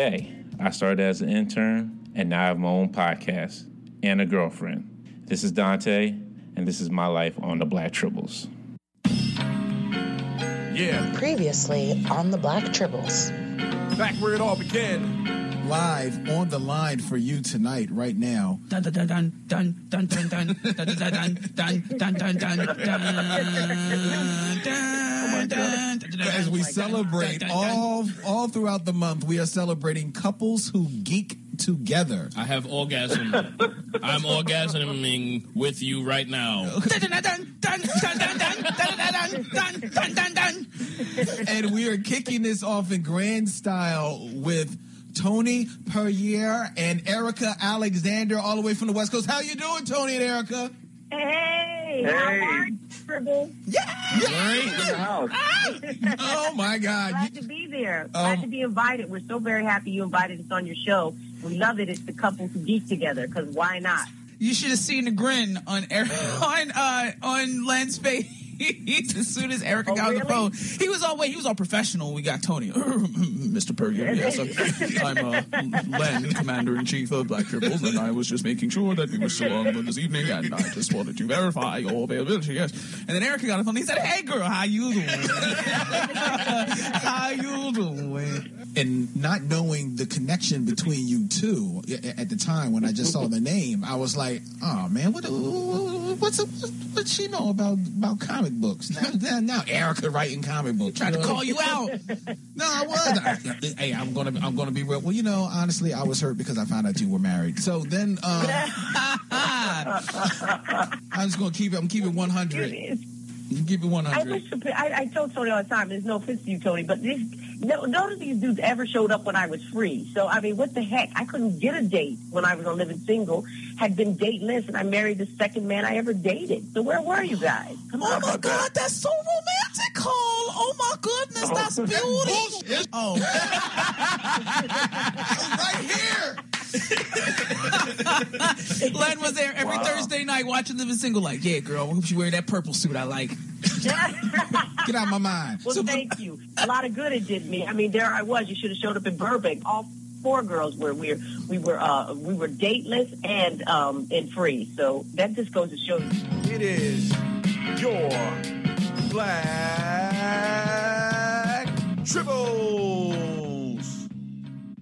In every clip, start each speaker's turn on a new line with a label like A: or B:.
A: Hey, I started as an intern and now I have my own podcast and a girlfriend. This is Dante, and this is my life on the Black Tribbles.
B: Yeah,
C: Previously on the Black Tribbles.
B: back where it all began.
D: live on the line for you tonight, right now.
E: dun dun dun dun dun dun dun dun dun dun dun dun dun dun dun dun dun
D: As we celebrate all all throughout the month, we are celebrating couples who geek together.
F: I have orgasm. I'm orgasming with you right now.
D: And we are kicking this off in grand style with Tony Perrier and Erica Alexander, all the way from the West Coast. How you doing, Tony and Erica?
G: Hey, how are you, Scribble?
D: Oh my God!
G: Glad to be there. Glad to be invited. We're so very happy you invited us on your show. We love it. It's the couple who geek together because why not?
E: You should have seen the grin on Eric, on uh, on Len's face as soon as Erica
G: Oh,
E: got
G: really?
E: on the phone. He was all wait, he was all professional. when We got Tony, Mr. Perger. Yes, I'm, I'm uh, Len, Commander in Chief of Black Triples, and I was just making sure that we were still on for this evening, and I just wanted to verify your availability. Yes, and then Erica got on the phone. He said, "Hey, girl, how you doing? how you doing?"
D: and not knowing the connection between you two a- a- at the time when I just saw the name, I was like, "Oh man, what what's what, what she know about about comic books?" Now, now, now Erica writing comic books.
E: Tried to call you out.
D: No, I was. I- hey, I'm gonna I'm gonna be real. Well, you know, honestly, I was hurt because I found out you were married. So then, uh, I'm just gonna keep it. I'm keeping 100. Keep it
G: I
D: 100.
G: wish to, I, I told Tony all the time. There's no offense to you, Tony, but this, no, none of these dudes ever showed up when I was free. So I mean, what the heck? I couldn't get a date when I was on Living Single. Had been dateless, and I married the second man I ever dated. So where were you guys? Come
E: Oh
G: on.
E: my god, that's so romantic, Cole. Oh my goodness, that's beautiful. Oh,
D: right here.
E: Len was there every Thursday night watching Living Single. Like, yeah, girl, I hope you wear that purple suit I like.
D: Get out of my mind.
G: Well,
D: So-
G: thank you. A lot of good it did me. I mean, there I was. You should have showed up in Burbank. All four girls were we we were uh, we were dateless and um, and free. So that just goes to show. you.
B: It is your black tribbles.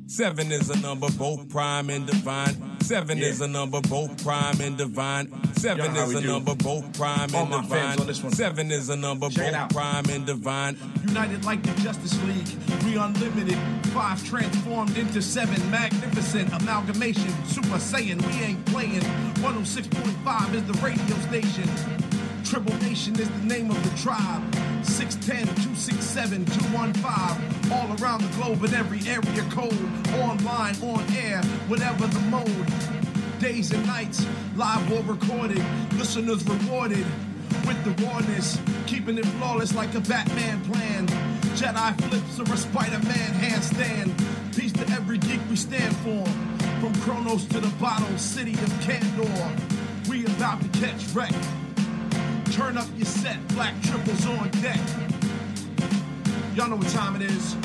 H: Seven is a number both prime and divine. Seven
B: Yeah.
H: is a number both prime and divine.
B: Y'all
H: Seven
B: know how
H: is
B: we
H: a
B: do.
H: number both prime
B: All
H: and
B: my fans on
H: divine.
B: this one.
H: Seven is a number
B: Check it out.
H: both prime and divine.
B: United like the Justice League, we unlimited. Five transformed into seven, magnificent amalgamation. Super Saiyan, we ain't playing. 106.5 is the radio station. Triple Nation is the name of the tribe. 610 267 215. All around the globe in every area code. Online, on air, whatever the mode. Days and nights, live or recorded. Listeners rewarded with the rawness, keeping it flawless like a Batman plan. Jedi flips or a Spider-Man handstand. Peace to every geek we stand for. From Kronos to the bottle, city of Candor. We about to catch wreck. Turn up your set, black triples on deck. Y'all know what time it is.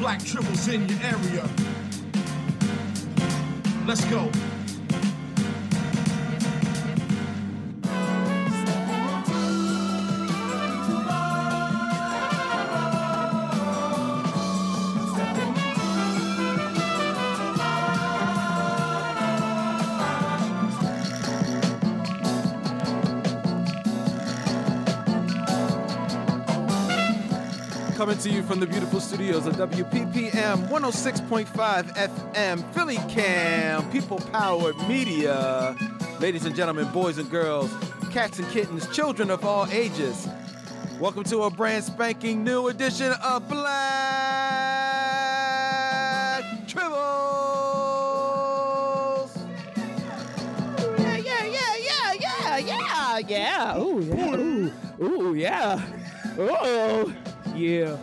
B: Black triples in your area. Let's go.
I: Coming to you from the beautiful studios of WPPM 106.5 FM, Philly Cam, People Powered Media. Ladies and gentlemen, boys and girls, cats and kittens, children of all ages, welcome to a brand spanking new edition of Black Tribbles. Yeah, yeah, yeah, yeah, yeah, yeah, yeah. Ooh, yeah. Ooh, ooh, yeah. Oh, yeah.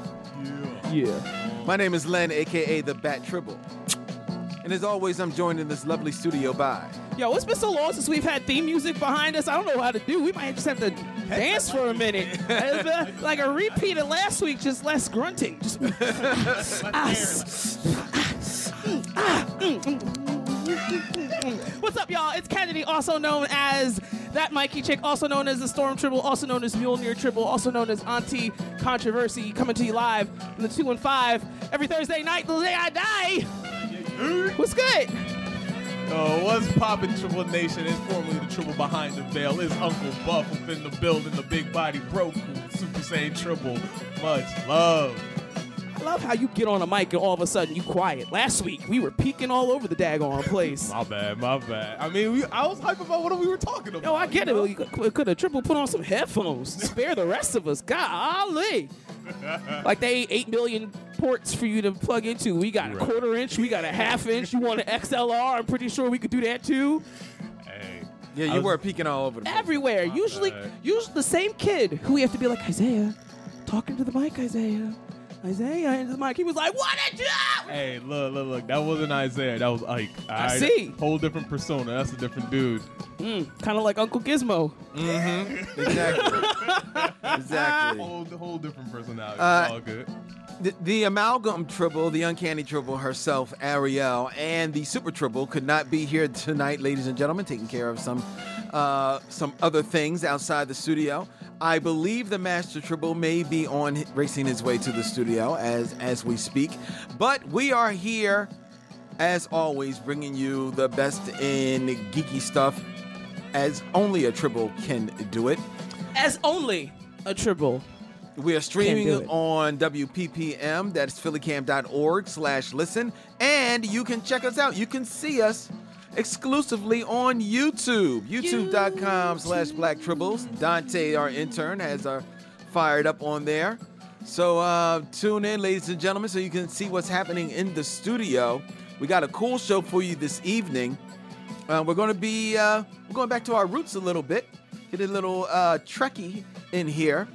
I: Yeah. My name is Len, aka the Bat Tribble. And as always, I'm joined in this lovely studio by
E: Yo, it's been so long since we've had theme music behind us. I don't know how to do. We might just have to dance for a minute. It's been like a repeat of last week, just less grunting. Just Ah, s- ah, mm, mm, mm, mm. What's up, y'all? It's Kennedy, also known as that Mikey chick, also known as the Storm Triple, also known as Mule Near Triple, also known as Auntie Controversy, coming to you live from the two and five every Thursday night. The day I die. What's good?
B: Oh, what's poppin' Triple Nation? It's formerly the Triple Behind the Veil. It's Uncle Buff up in the building, the big body Broku, Super Saiyan Triple. Much love.
E: I love how you get on a mic and all of a sudden you quiet. Last week we were peeking all over the daggone place.
B: My bad, my bad. I mean, we, I was hype about what we were talking about.
E: Yo, I get it. You could, could have triple put on some headphones. Spare the rest of us. Golly. Like they eight million ports for you to plug into. We got a quarter inch. We got a half inch. You want an XLR? I'm pretty sure we could do that too.
I: Yeah, you
E: I was-
I: were peeking all over the place.
E: Everywhere. Usually, usually the same kid who we have to be like Isaiah, talking to the mic, Isaiah, Isaiah into the mic. He was like, "What a job!"
B: Hey, look, look, look. That wasn't Isaiah. That was Ike.
E: I
B: Alright?
E: see.
B: Whole different persona. That's a different dude.
E: Mm, kind of like Uncle Gizmo.
I: Mm-hmm. Exactly. exactly.
B: Whole, whole different personality.
I: Uh,
B: It's all good.
I: The, the amalgam triple, the uncanny triple herself, Ariel, and the super triple could not be here tonight, ladies and gentlemen, taking care of some uh, some other things outside the studio. I believe the master triple may be on racing his way to the studio as as we speak, but we are here as always, bringing you the best in geeky stuff, as only a triple can do it.
E: As only a triple.
I: We are
E: do
I: streaming
E: it.
I: on WPPM. That's phillycam.org slash listen. And you can check us out. You can see us exclusively on YouTube. YouTube.com slash Black Tribbles. Dante, our intern, has our fired up on there. So uh, tune in, ladies and gentlemen, so you can see what's happening in the studio. We got a cool show for you this evening. Uh, we're going to be uh, we're going back to our roots a little bit. Get a little uh, Trekkie in here,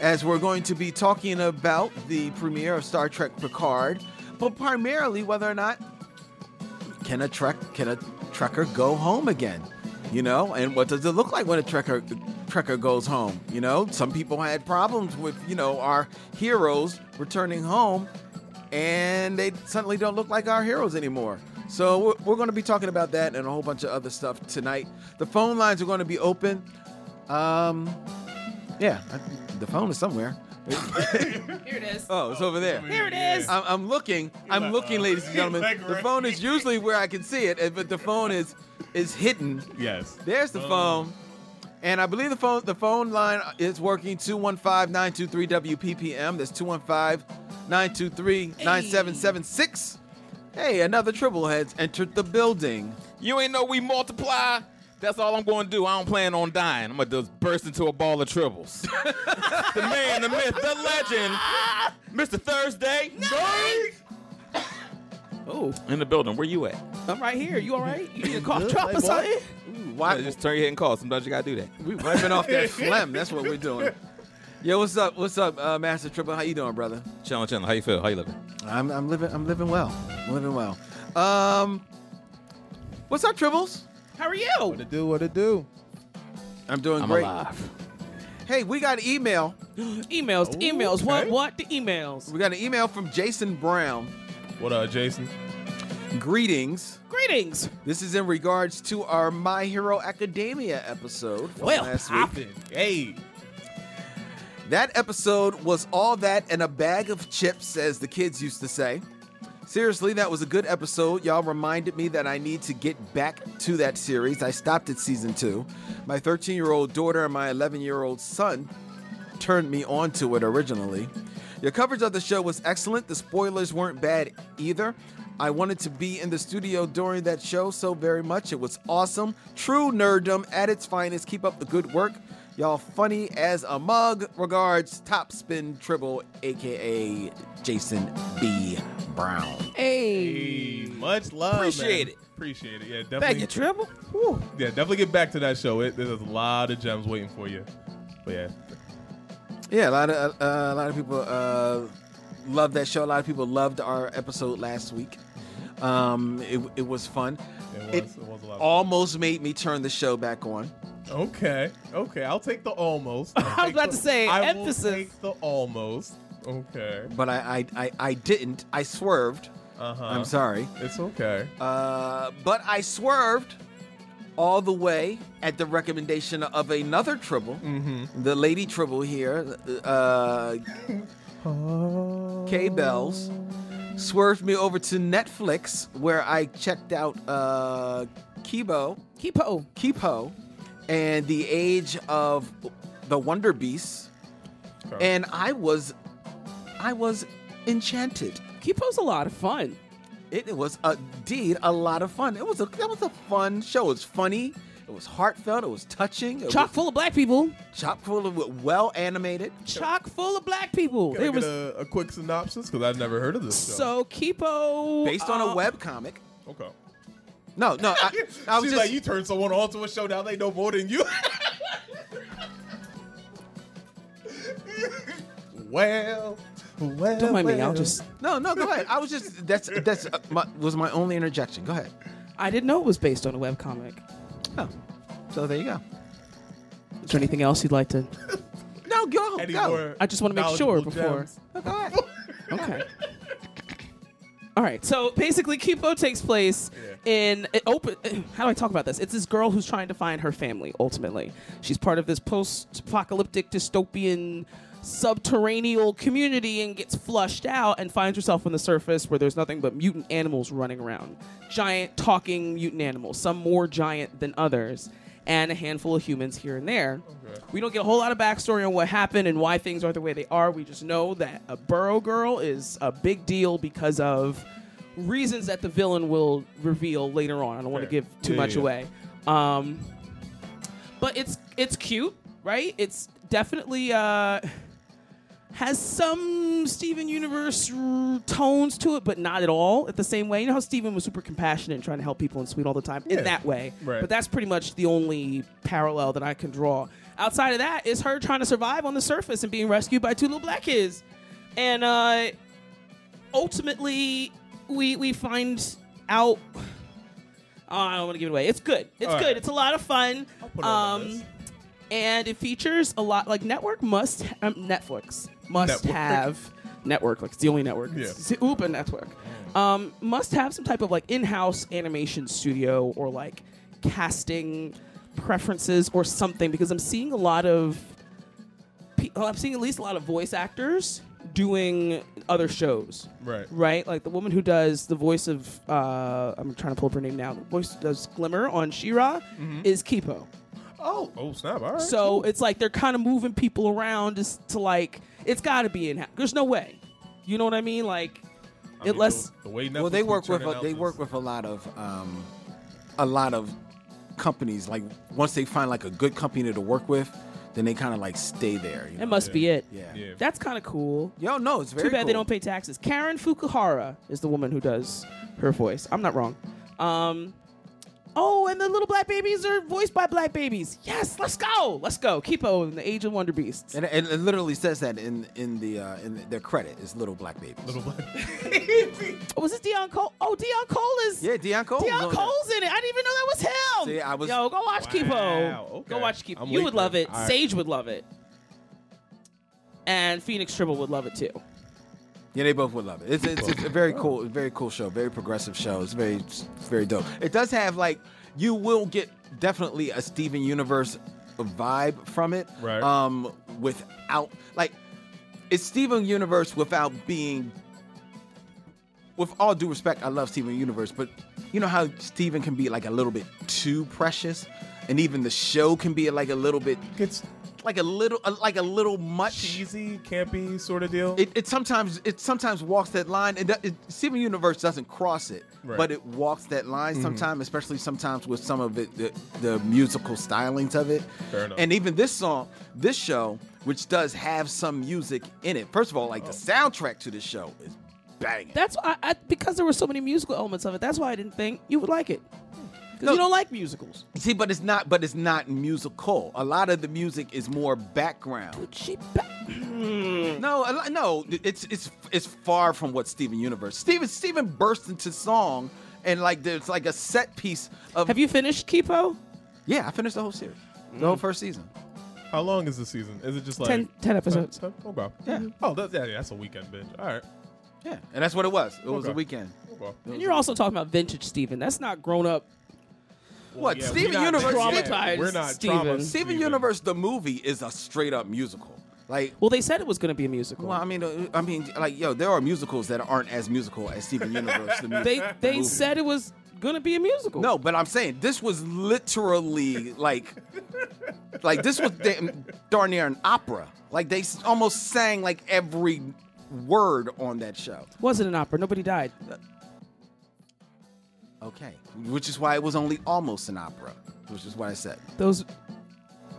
I: as we're going to be talking about the premiere of Star Trek Picard, but primarily whether or not can a trek can a trekker go home again you know and what does it look like when a trekker trekker goes home you know some people had problems with you know our heroes returning home and they suddenly don't look like our heroes anymore so we're, we're going to be talking about that and a whole bunch of other stuff tonight the phone lines are going to be open um yeah I- the phone is somewhere
E: Here it is.
I: Oh, it's over there.
E: Here it is.
I: I'm, I'm looking. I'm looking, ladies and gentlemen. The phone is usually where I can see it, eh, but the phone is is hidden.
B: Yes.
I: There's the phone. And I believe the phone the phone line is working 215-923-WPPM. That's 215-923-9776. Hey, another triple has entered the building.
J: You ain't know we multiply. That's all I'm going to do. I don't plan on dying. I'm going to just burst into a ball of triples. the man, the myth, the legend, Mr. Thursday.
E: Oh,
J: in the building. Where you at?
E: I'm right here. You all right? You need a cough drop or something?
I: Why?
J: Just turn your head and call. Sometimes you got to do that.
I: We wiping off that phlegm. That's what we're doing. Yo, what's up? What's up, uh, Master Triple? How you doing, brother?
J: Chilling, chilling. How you feel? How you living?
I: I'm, I'm living I'm living well. I'm living well. Um, what's up, Tribbles?
E: How are you? What
I: to do? What to do? I'm doing
E: I'm
I: great.
E: alive.
I: Hey, we got an email.
E: emails, the emails. What? What? The emails.
I: We got an email from Jason Brown.
B: What up, Jason?
I: Greetings.
E: Greetings.
I: This is in regards to our My Hero Academia episode from
E: Well,
I: last week.
E: poppin'.
B: Hey.
I: That episode was all that and a bag of chips, as the kids used to say. Seriously, that was a good episode. Y'all reminded me that I need to get back to that series. I stopped at season two. My 13 year old daughter and my 11 year old son turned me on to it originally. Your coverage of the show was excellent. The spoilers weren't bad either. I wanted to be in the studio during that show so very much. It was awesome. True nerddom at its finest. Keep up the good work. Y'all funny as a mug. Regards, Top Spin Tribble, aka Jason B. Brown.
E: Hey.
B: Much love.
I: Appreciate
B: it. Appreciate it. Yeah, definitely.
E: Bag of triple. Woo.
B: Yeah, definitely get back to that show. It, there's a lot of gems waiting for you. But yeah,
I: Yeah, a lot of uh, a lot of people uh, love that show. A lot of people loved our episode last week. Um, it, it was fun.
B: It was- it was a lot of fun.
I: almost made me turn the show back on.
B: Okay, okay. I'll take the almost.
I: I was about to say,
B: I
I: emphasis.
B: Will take the almost. Okay.
I: but I I, I, I didn't. I swerved.
B: Uh-huh.
I: I'm sorry.
B: It's okay.
I: Uh, but I swerved all the way at the recommendation of another Tribble,
B: Mm-hmm.
I: the lady Tribble here, uh, K Bells, swerved me over to Netflix where I checked out uh, Kibo.
E: Kipo.
I: Kipo and the Age of the Wonder Beasts. And I was I was enchanted.
E: Kipo's a lot of fun.
I: It, it was uh, indeed a lot of fun. It was a that was a fun show. It was funny. It was heartfelt. It was touching. It
E: Chock
I: was
E: full of black people.
I: Chock full of well animated.
E: Chock full of black people.
B: Can I get a, Uh, a quick synopsis because I've never heard of this show.
E: So Kipo,
I: based on a
E: uh,
I: web comic.
B: okay.
I: No, no. I, I was
B: She's
I: just
B: like, you turned someone on to a show now they know more than you. well, well.
I: Don't mind
E: me, I'll just-
I: No, no. Go ahead. I was just that's that's uh, my, was my only interjection. Go ahead.
E: I didn't know it was based on a webcomic.
I: Oh, so there you go.
E: Is there anything else you'd like to?
I: No, go.
B: Any
I: go.
B: more
E: I just want to make sure
B: knowledgeable
E: before.
B: gems?
I: No, go ahead.
E: Okay. All right. So basically, Kipo takes place in it open. How do I talk about this? It's this girl who's trying to find her family. Ultimately, she's part of this post-apocalyptic dystopian subterranean community and gets flushed out and finds herself on the surface where there's nothing but mutant animals running around. Giant talking mutant animals, some more giant than others, and a handful of humans here and there. We don't get a whole lot of backstory on what happened and why things are the way they are. We just know that a Burrow girl is a big deal because of reasons that the villain will reveal later on. I don't want to give too
H: Yeah,
E: much
H: yeah.
E: away. Um, but it's it's cute, right? It's definitely uh, has some Steven Universe r- tones to it, but not at all. At the same way, you know how Steven was super compassionate and trying to help people and sweet all the time
H: Yeah.
E: in that way.
H: Right.
E: But that's pretty much the only parallel that I can draw. Outside of that, is her trying to survive on the surface and being rescued by two little black kids, and uh, ultimately we we find out. Oh, I don't want to give it away. It's good. It's
H: All
E: good.
H: right.
E: It's a lot of fun.
H: it on my
E: um, and it features a lot like network must um, Netflix must
H: Network.
E: have network like it's the only network.
H: Yeah. Oh.
E: It's the Uber network. Um, must have some type of like in-house animation studio or like casting preferences or something because I'm seeing a lot of pe- oh, I'm seeing at least a lot of voice actors doing other shows.
B: Right.
E: Right? Like the woman who does the voice of uh, I'm trying to pull up her name now. The voice who does Glimmer on Shira
H: Mm-hmm.
B: Mhm.
E: is Kipo.
B: Oh, oh snap! All right.
E: so
B: cool.
E: it's like they're kind of moving people around just to like it's got to be in. house. There's no way. You know what I mean? Like unless
I: well, they work with a, they work with a lot of um, a lot of companies. Like once they find like a good company to work with, then they kind of like stay there. You
E: That must be it.
I: Yeah.
E: That's kind of cool.
I: Yo, no, it's very
E: Too bad
I: cool.
E: they don't pay taxes. Karen Fukuhara is the woman who does her voice. I'm not wrong. Um, oh, and the little black babies are voiced by black babies. Yes, let's go. Let's go. Kipo in the Age of Wonder Beasts.
I: And, and it literally says that in in the uh, in their credit is little black babies. Little black.
E: Oh, was this Dion Cole? Oh, Dion Cole is.
I: Yeah, Deion Cole.
E: Dion Cole's in it. I didn't even know that was him.
I: See, I was-
E: Yo, go watch
I: Wow,
E: Kipo.
I: okay.
E: Go watch Kipo.
I: I'm
E: you would
I: leaping.
E: love it.
I: All right.
E: Sage would love it. And Phoenix Tribble would love it too.
I: Yeah, they both would Oh. love it. It's, it's, it's a very cool, very cool show. Very progressive show. It's very, it's very dope. It does have like you will get definitely a Steven Universe vibe from it. Right. Um, without like it's Steven Universe without being. With all due respect, I love Steven Universe, but you know how Steven can be like a little bit too precious, and even the show can be like a little bit
B: gets
I: like a little like a little much cheesy,
B: campy sort of deal.
I: It, it sometimes it sometimes walks that line. It, do- it Steven Universe doesn't cross it,
B: Right.
I: but it walks that line
B: Mhm.
I: sometimes, especially sometimes with some of it the, the musical stylings of it.
B: Fair enough.
I: And even this song, this show, which does have some music in it. First of all, like
B: Oh.
I: the soundtrack to this show is banging.
E: That's why I, because there were so many musical elements of it. That's why I didn't think you would like it. Because you don't like musicals.
I: See, but it's not. But it's not musical. A lot of the music is more background. No, a lot- no. It's it's it's far from what Steven Universe. Steven Steven bursts into song, and like there's like a set piece of. Have
E: you finished Kipo?
I: Yeah, I finished the whole series, the whole first season.
B: How long is the season? Is it just like
I: Ten- ten episodes.
B: Oh, oh, wow. Yeah. Oh, that's, yeah, yeah, that's a weekend binge. All right.
I: Yeah, and that's what it was. It was a
B: Okay.
I: weekend.
B: Okay.
E: And you're also talking about vintage Steven. That's not grown up.
I: What
E: yeah,
I: Steven
E: we're not
I: Universe?
E: traumatized, We're not Steven. trauma
I: Steven.
E: Steven.
I: Universe, the movie is a straight up musical. Like,
E: well, they said it was going to be a musical.
I: Well, I mean, uh, I mean, like, yo, there are musicals that aren't as musical as Steven Universe. The mu-
E: They
I: the
E: they
I: movie.
E: said it was going to be a musical.
I: No, but I'm saying this was literally like, like this was da- darn near an opera. Like they s- almost sang like every word on that show.
E: Wasn't an opera. Nobody died.
I: Okay, which is why it was only almost an opera. Which is what I said.
E: Those.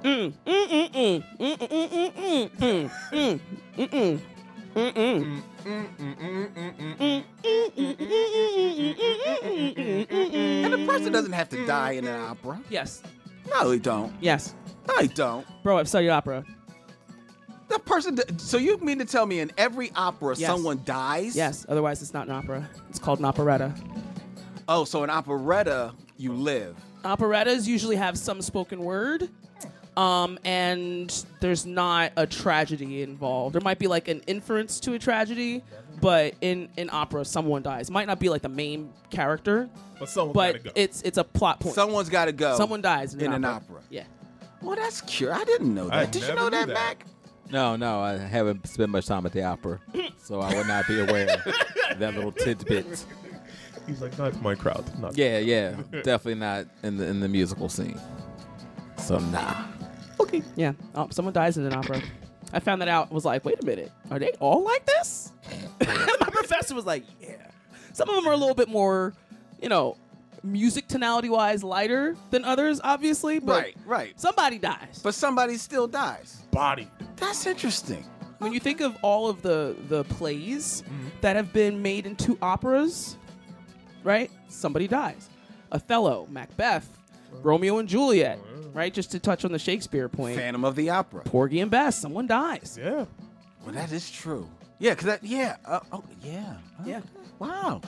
E: Mm, mm, mm, mm, mm, mm, mm, mm, mm, mm, mm, mm, mm, mm.
I: And the
E: Mm.
I: person doesn't have to die in
E: Mm-hmm.
I: an opera.
E: Yes.
I: No, they don't.
E: Yes.
I: No, they don't.
E: Bro, I've saw your opera.
I: That person. d- So you mean to tell me in every opera
E: Yes.
I: someone dies?
E: Yes. Otherwise, it's not an opera. It's called an operetta.
I: Oh, so in operetta you live.
E: Operettas usually have some spoken word, um, and there's not a tragedy involved. There might be like an inference to a tragedy, but in in opera, someone dies. Might not be like the main character,
B: but someone.
E: But it's it's a plot point.
I: Someone's got to go.
E: Someone dies in,
I: in an opera.
E: Yeah.
I: Well, that's cure. I didn't know that. Did you know that, Mac?
H: No, no, I haven't spent much time at the opera, so I would not be aware of that little tidbit.
B: He's like, not my crowd. Not
H: Yeah, yeah, definitely not in the in the musical scene. So nah.
E: Okay. Yeah. Um, someone dies in an opera. I found that out. Was like, wait a minute, are they all like this? My professor was like, yeah. Some of them are a little bit more, you know, music tonality wise lighter than others, obviously. But
I: Right, right.
E: Somebody dies.
I: But somebody still dies.
B: Body.
I: That's interesting.
E: When you think of all of the the plays
I: Mm-hmm.
E: that have been made into operas, right? Somebody dies. Othello, Macbeth, Romeo and Juliet,
I: Oh,
E: right? Just to touch on the Shakespeare point.
I: Phantom of the Opera.
E: Porgy and Bess, someone dies.
B: Yeah.
I: Well, that is true. Yeah, because that, yeah. Uh, oh, yeah. Yeah. Wow.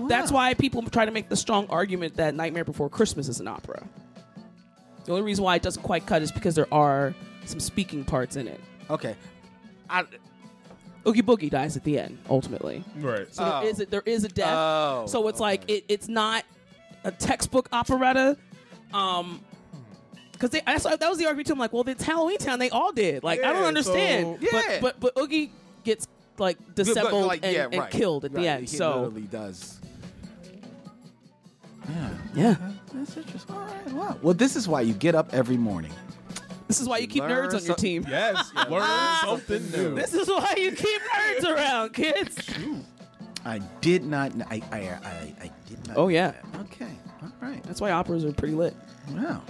E: That's why people try to make the strong argument that Nightmare Before Christmas is an opera. The only reason why it doesn't quite cut is because there are some speaking parts in it.
I: Okay. I,
E: Oogie Boogie dies at the end, ultimately.
B: Right.
E: So there is a, there is a death.
I: Oh,
E: so it's like it, it's not a textbook operetta. Um, because they that's, that was the argument too. I'm like, well, it's Halloween Town. They all did. Like, I don't
I: Yeah,
E: understand.
I: so- Yeah.
E: But, but but Oogie gets like
I: Good, but,
E: dissembled
I: like,
E: and,
I: yeah,
E: and
I: right,
E: killed at
I: right,
E: the end.
I: He
E: so
I: literally does. Yeah.
E: Yeah.
I: That's interesting. All right. Wow. Well, this is why you get up every morning.
E: This is why you keep
I: Learn
E: nerds on your
I: some-
E: team.
B: Yes, learn
E: Ah.
B: something new.
E: This is why you keep nerds around, kids.
I: I did not. kn- I I I, I did not.
E: Oh yeah.
I: Okay. All right.
E: That's why operas are pretty lit.
I: Wow.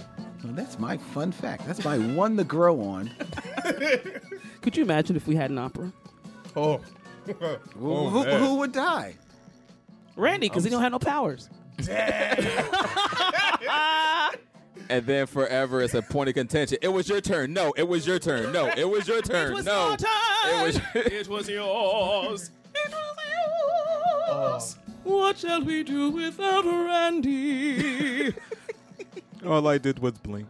I: Well, that's my fun fact. That's my one to grow on.
E: Could you imagine if we had an opera?
B: Oh.
I: who, who would die?
E: Randy, because he don't have no powers.
H: And then forever it's a point of contention. It was your turn. No, it was your turn. No, it was your turn. no. It
K: it
H: was
K: was yours.
H: Oh.
E: What shall we do without Randy?
B: All I did was blink.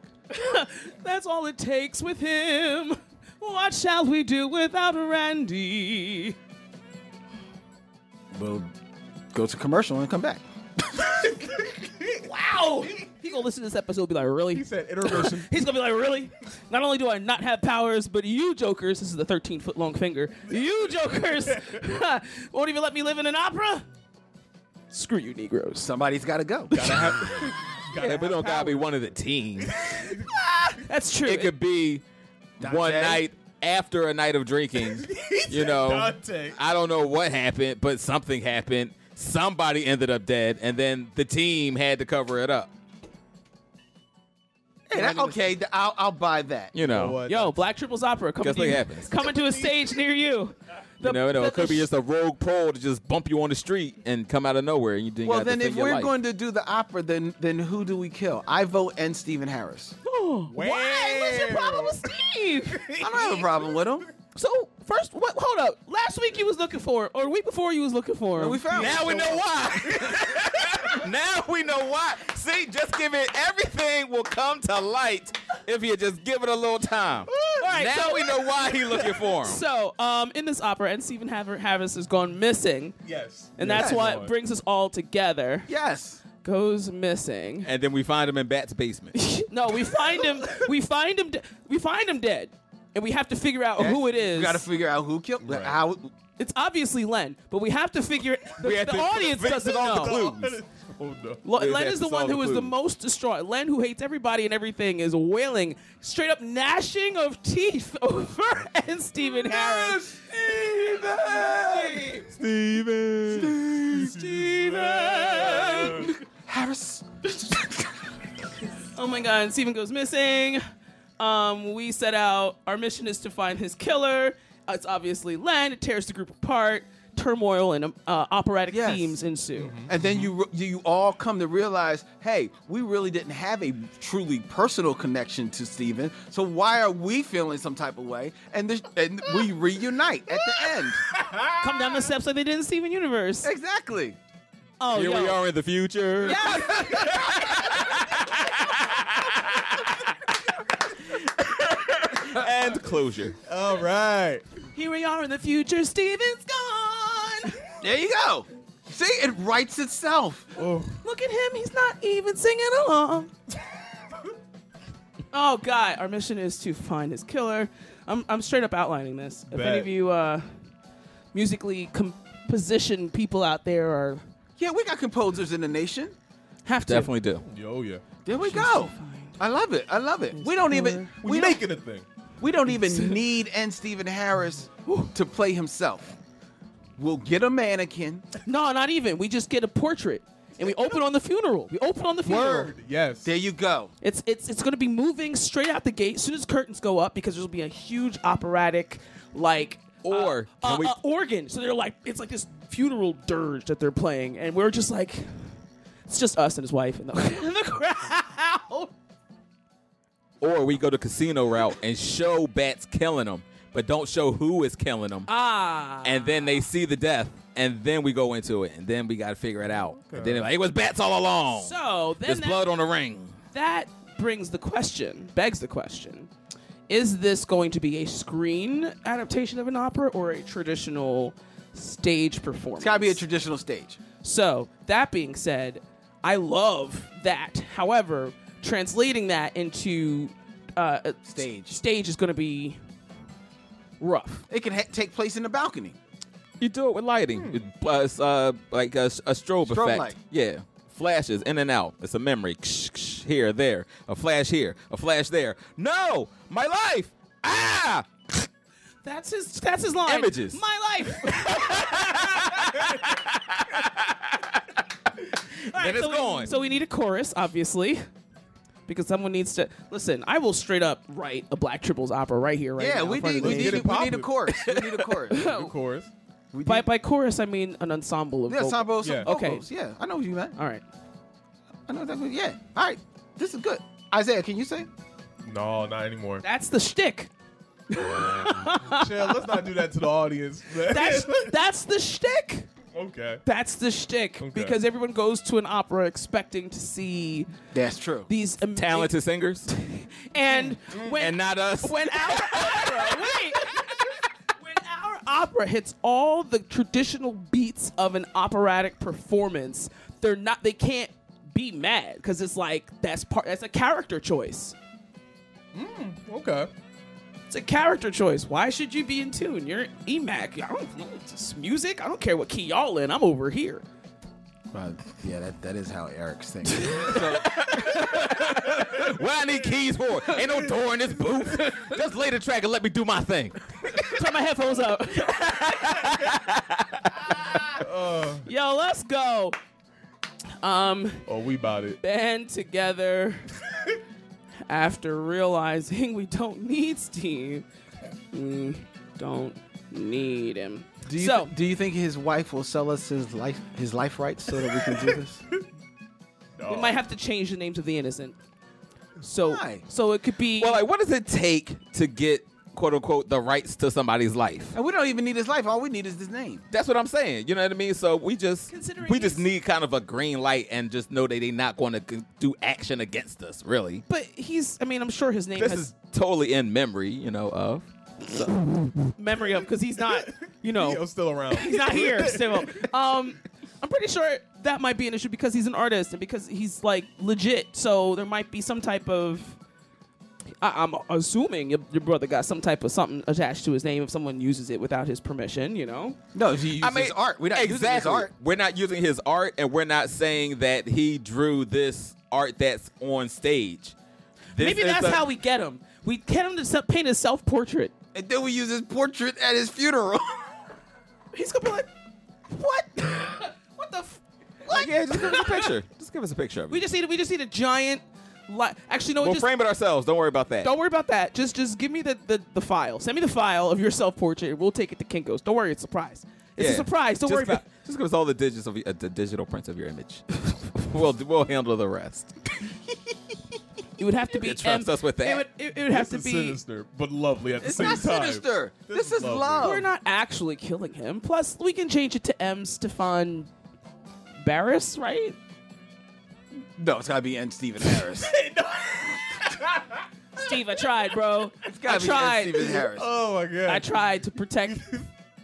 E: That's all it takes with him. What shall we do without Randy?
I: We'll go to commercial and come back.
E: Wow! He gonna listen to this episode and be like, really? He
B: said intermission.
E: He's gonna be like, really? Not only do I not have powers, but you jokers, this is the 13 foot long finger, you jokers won't even let me live in an opera? Screw you, Negroes.
I: Somebody's got to go.
H: we don't gotta be one of the teams.
E: That's true.
H: It could be one night after a night of drinking. you know,
B: Dante.
H: I don't know what happened, but something happened. Somebody ended up dead, and then the team had to cover it up.
I: Hey, that- okay, th- I'll, I'll buy that.
H: You know,
E: Yo, Black Triples Opera coming
H: Guess
E: to
H: what
E: you-
H: happens.
E: coming to a stage near you.
H: you know, you know, it could be just a rogue pole to just bump you on the street and come out of nowhere, and you didn't.
I: Well,
H: have to
I: then
H: defend
I: if
H: your
I: we're
H: life.
I: going to do the opera, then then who do we kill? I vote and Stephen Harris.
E: Oh, Why? What's your problem with Steve?
I: I don't have a problem with him.
E: So first, what, hold up. Last week you was looking for him, or the week before you was looking for him.
I: we found
H: Now we know why. now we know why. See, just give it everything will come to light if you just give it a little time.
E: All right,
H: now
E: so-
H: we know why he looking for him.
E: So, um, in this opera, and Stephen Haver- Harris has gone missing.
B: Yes.
E: And
H: Yes.
E: that's what brings us all together.
I: Yes.
E: Goes missing.
H: and then we find him in Bat's basement.
E: No, we find him. We find him. De- we find him dead, and we have to figure out who it is.
I: You got to figure out who killed how.
E: it's obviously Len, but we have to figure. The,
H: We have
E: the
H: to
E: audience
H: fix
E: doesn't
H: all the
E: know.
H: clues.
B: Oh no.
E: Lo-
H: We
E: Len
H: have
E: is
H: to
E: the one
H: solve the
E: who is the
H: clues.
E: most distraught. Len, who hates everybody and everything, is wailing, straight up gnashing of teeth over and Stephen Harris.
H: Steven.
E: Steven!
I: Harris.
E: Oh my god, and Steven goes missing. Um, we set out, our mission is to find his killer. Uh, it's obviously Len, it tears the group apart. Turmoil and um, uh, operatic
I: Yes.
E: themes ensue.
H: Mm-hmm.
I: And then you you all come to realize, hey, we really didn't have a truly personal connection to Steven. So why are we feeling some type of way? And this, and we reunite at the end.
E: Come down the steps like they did in Steven Universe.
I: Exactly.
E: Oh,
H: Here
E: yo.
H: we are in the future. and closure.
B: All right.
E: Here we are in the future. Steven's gone.
I: There you go. See, it writes itself.
E: Look at him. He's not even singing along. oh God, our mission is to find his killer. I'm, I'm straight up outlining this. If any
B: Bet.
E: of you uh, musically composition people out there are
I: Yeah, we got composers in the nation.
E: have to
H: Definitely do.
B: Yo, Oh, yeah.
I: There we go. I love it. I love it. We don't even
B: We,
I: we don't,
B: make it a thing.
I: we don't even need and Stephen Harris to play himself. We'll get a mannequin.
E: No, not even. We just get a portrait and we open on the funeral. We open on the funeral.
B: Word. Yes.
I: There you go.
E: It's it's it's going to be moving straight out the gate as soon as curtains go up because there'll be a huge operatic like
H: Or
E: uh,
H: can
E: uh,
H: we-
E: uh, organ. So they're like it's like this funeral dirge that they're playing, and we're just like it's just us and his wife and the, and the crowd.
H: Or we go the casino route and show bats killing them, but don't show who is killing them.
E: Ah,
H: and then they see the death, and then we go into it, and then we got to figure it out. And then they're like, it was bats all along.
E: so then
H: There's
E: that,
H: blood on the ring.
E: that brings the question, begs the question: Is this going to be a screen adaptation of an opera or a traditional stage performance?
I: It's gotta be a traditional stage.
E: So, that being said, I love that. However, translating that into uh, a
I: Stage.
E: s- stage is going to be rough.
I: It can ha- take place in the balcony.
H: You do it with lighting,
B: Hmm.
H: It- uh, it's, uh, like a, a strobe,
I: Strobe
H: effect.
I: light.
H: Yeah, flashes in and out. It's a memory Ksh, ksh, here, there, a flash here, a flash there. No, my life. Ah,
E: That's his. That's his line.
H: Images.
E: My life. All
H: Then it's
E: so We,
H: gone.
E: so we need a chorus, obviously, because someone needs to listen. I will straight up write a Black Triples opera right here, right
I: yeah,
E: now. in
I: we
E: front
I: need
E: of
I: we
E: me.
B: Get
I: need,
B: it
I: we need a
B: poppin'.
I: chorus. We need a chorus.
B: Of course.
I: We
E: by
I: need-
E: by chorus, I mean an ensemble of
I: yeah,
E: vocals.
I: Sambo, some
B: Yeah.
E: Okay.
I: vocals. Yeah, I know what you meant.
E: All right.
I: I know that's what, yeah. All right, this is good. Isaiah, can you say?
B: No, not anymore.
E: That's the shtick.
B: Chill, let's not do that to the audience.
E: That's that's the shtick.
B: okay.
E: That's the shtick
B: Okay.
E: because everyone goes to an opera expecting to see
I: That's true.
E: these ama-
H: talented singers,
E: and when
H: Mm-hmm. and not us.
E: when our opera wait when our opera hits all the traditional beats of an operatic performance, they're not they can't be mad because it's like that's part that's a character choice.
H: Mm,
B: Okay.
E: It's a character choice. Why should you be in tune? You're EMAC. I don't know. It's just music. I don't care what key y'all in. I'm over here.
I: yeah, that, that is how Eric sings.
H: what I need keys for? Ain't no door in this booth. Just lay the track and let me do my thing.
E: Turn my headphones up.
B: Uh.
E: Yo, let's go. Um,
B: Oh, we about it.
E: band together after realizing we Mm, don't need Steve. We don't Need him.
I: Do you,
E: so
I: do you think his wife will sell us his life his life rights so that we can do this?
E: we might have to change the names of the innocent. So so it could be.
B: Well, like, what does it take to get quote unquote the rights to somebody's life?
I: And we don't even need his life. All we need is his name.
B: That's what I'm saying. You know what I mean? So we just we just need kind of a green light and just know that they're not going to do action against us, really.
E: But he's. I mean, I'm sure his name
B: This
E: has
B: is totally in memory, you know, of. So-
E: memory of because he's not. You know,
H: Neo's still around.
E: He's not here still. Um, I'm pretty sure that might be an issue because he's an artist and because he's like legit. So there might be some type of. I, I'm assuming your, your brother got some type of something attached to his name if someone uses it without his permission. You know.
I: No, he uses
B: I mean,
I: art. We're not
B: exactly.
I: using his art.
B: We're not using his art, and we're not saying that he drew this art that's on stage. This
E: Maybe
B: is
E: that's
B: a-
E: how we get him. We get him to se- paint a self portrait.
I: And then we use his portrait at his funeral.
E: He's gonna be like, what? what the? F- what?
B: Yeah, just give us a picture. Just give us a picture of it.
E: We just need. We just need a giant. Li- Actually, no.
B: we'll
E: just,
B: frame it ourselves. Don't worry about that.
E: Don't worry about that. Just just give me the, the, the file. Send me the file of your self portrait. We'll take it to Kinko's. Don't worry, it's a surprise. It's a
B: Yeah.
E: surprise. Don't
B: Just
E: worry about.
B: about- Just give us all the digits of your- uh, the digital prints of your image. we'll we'll handle the rest.
E: It would have to be
B: You can trust
E: M-
B: us with that.
E: It would, it, it would have to
H: This is
E: be.
H: sinister, but lovely at the
E: It's
H: same
E: not
H: time.
E: sinister.
I: This, is
H: lovely.
E: We're not actually killing him. Plus, we can change it to M. Stefan Barris, right?
I: No, it's gotta be N. Stephen Harris.
E: Steve, I tried, bro.
I: gotta
E: I tried. Uh,
I: be N. Stephen Harris.
H: Oh my god.
E: I tried to protect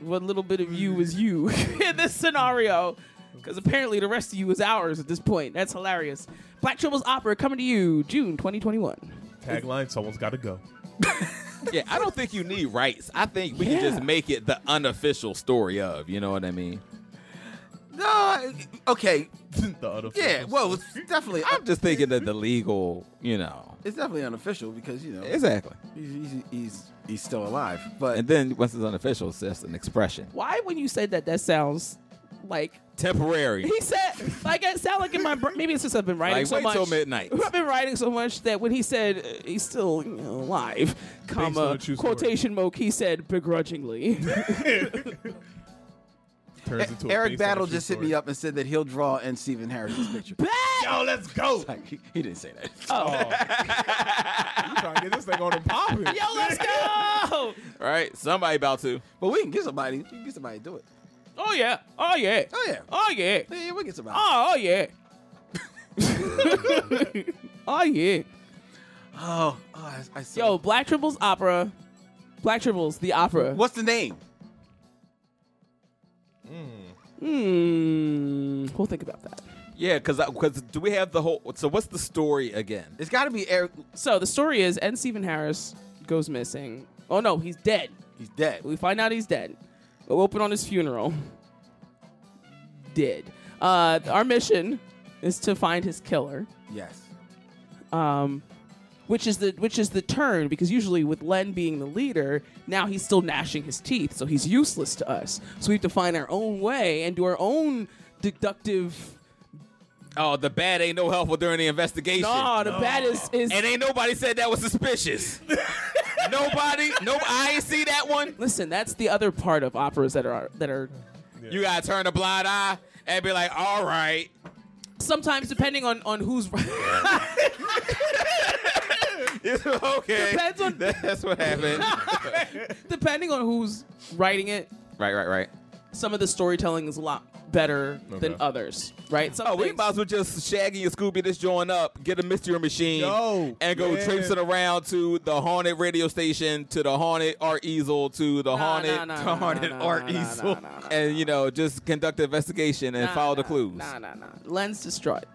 E: what little bit of you is you in this scenario. Because apparently the rest of you is ours at this point. That's hilarious. Black Tribbles Opera coming to you June 2021.
H: Tagline: Someone's got to go.
B: yeah, I don't think you need rights. I think we can
E: Yeah.
B: just make it the unofficial story of. You know what I mean?
I: no, I- okay.
H: The unofficial.
I: Yeah, well, it's definitely
B: I'm just thinking that the legal, you know,
I: it's definitely unofficial because you know
B: exactly.
I: he's he's, he's, he's still alive. But
B: And then once it's unofficial, it's just an expression.
E: Why, when you said that, that sounds like
B: Temporary.
E: he said, like it sounded like in my brain. Maybe it's just I've been writing
B: Like,
E: so
B: wait
E: much.
B: till midnight.
E: I've been writing so much that when he said uh, he's still you know, alive,
H: on
E: comma
H: a true story.
E: quotation mark, he said begrudgingly.
H: Turns into a based on
I: Eric
H: a
I: Battle
H: true
I: just hit
H: story.
I: me up and said that he'll draw N. Stephen Harris's picture.
H: Yo, let's go.
I: Like, he, he didn't say that.
E: Uh,
H: You trying to get this thing on and popping?
E: Yo, let's go!
B: Right? Somebody about to.
I: But we can get somebody. We can get somebody to do it.
E: Oh yeah! Oh yeah!
I: Oh yeah.
E: Oh yeah!
I: Yeah, yeah, we can get somebody.
E: Oh, oh yeah. oh yeah.
I: Oh, oh, I, I see.
E: Yo, Black Triples Opera. Black Triples, the opera.
I: what's the name?
E: Hmm. We'll think about that.
B: Yeah, because because do we have the whole? So what's the story again?
I: It's got to be Eric.
E: So the story is N. Stephen Harris goes missing. Oh no, he's dead.
I: He's dead.
E: We find out he's dead. Go open on his funeral. Dead. Uh, our mission is to find his killer.
I: Yes.
E: um, which is the which is the turn because usually with Len being the leader, now he's still gnashing his teeth, so he's useless to us. So we have to find our own way and do our own deductive.
B: Oh, the bad ain't no helpful during the investigation.
E: No, the bad is is.
B: And ain't nobody said that was suspicious. nobody, no, I ain't see that one.
E: Listen, that's the other part of operas that are that are
B: You gotta turn a blind eye and be like, all right.
E: sometimes depending on on who's
B: okay.
E: Depends on-
B: That's what happened.
E: depending on who's writing it.
B: right, right, right.
E: Some of the storytelling is a lot better than
H: Okay.
E: others, right? Some
B: Oh, we
E: things-
B: might as well just shaggy and Scooby this joint up, get a mystery machine,
H: Yo,
B: and go
H: yeah.
B: traipsing around to the haunted radio station, to the haunted art easel, to
E: Oh,
B: the haunted,
E: nah, nah,
B: to
E: nah,
B: haunted
E: nah, nah,
B: art
E: nah,
B: easel,
E: nah, nah, nah,
B: and you know just conduct the investigation E and
E: Nah,
B: follow the
E: nah,
B: clues.
E: Nah, nah, nah. Len's destroyed.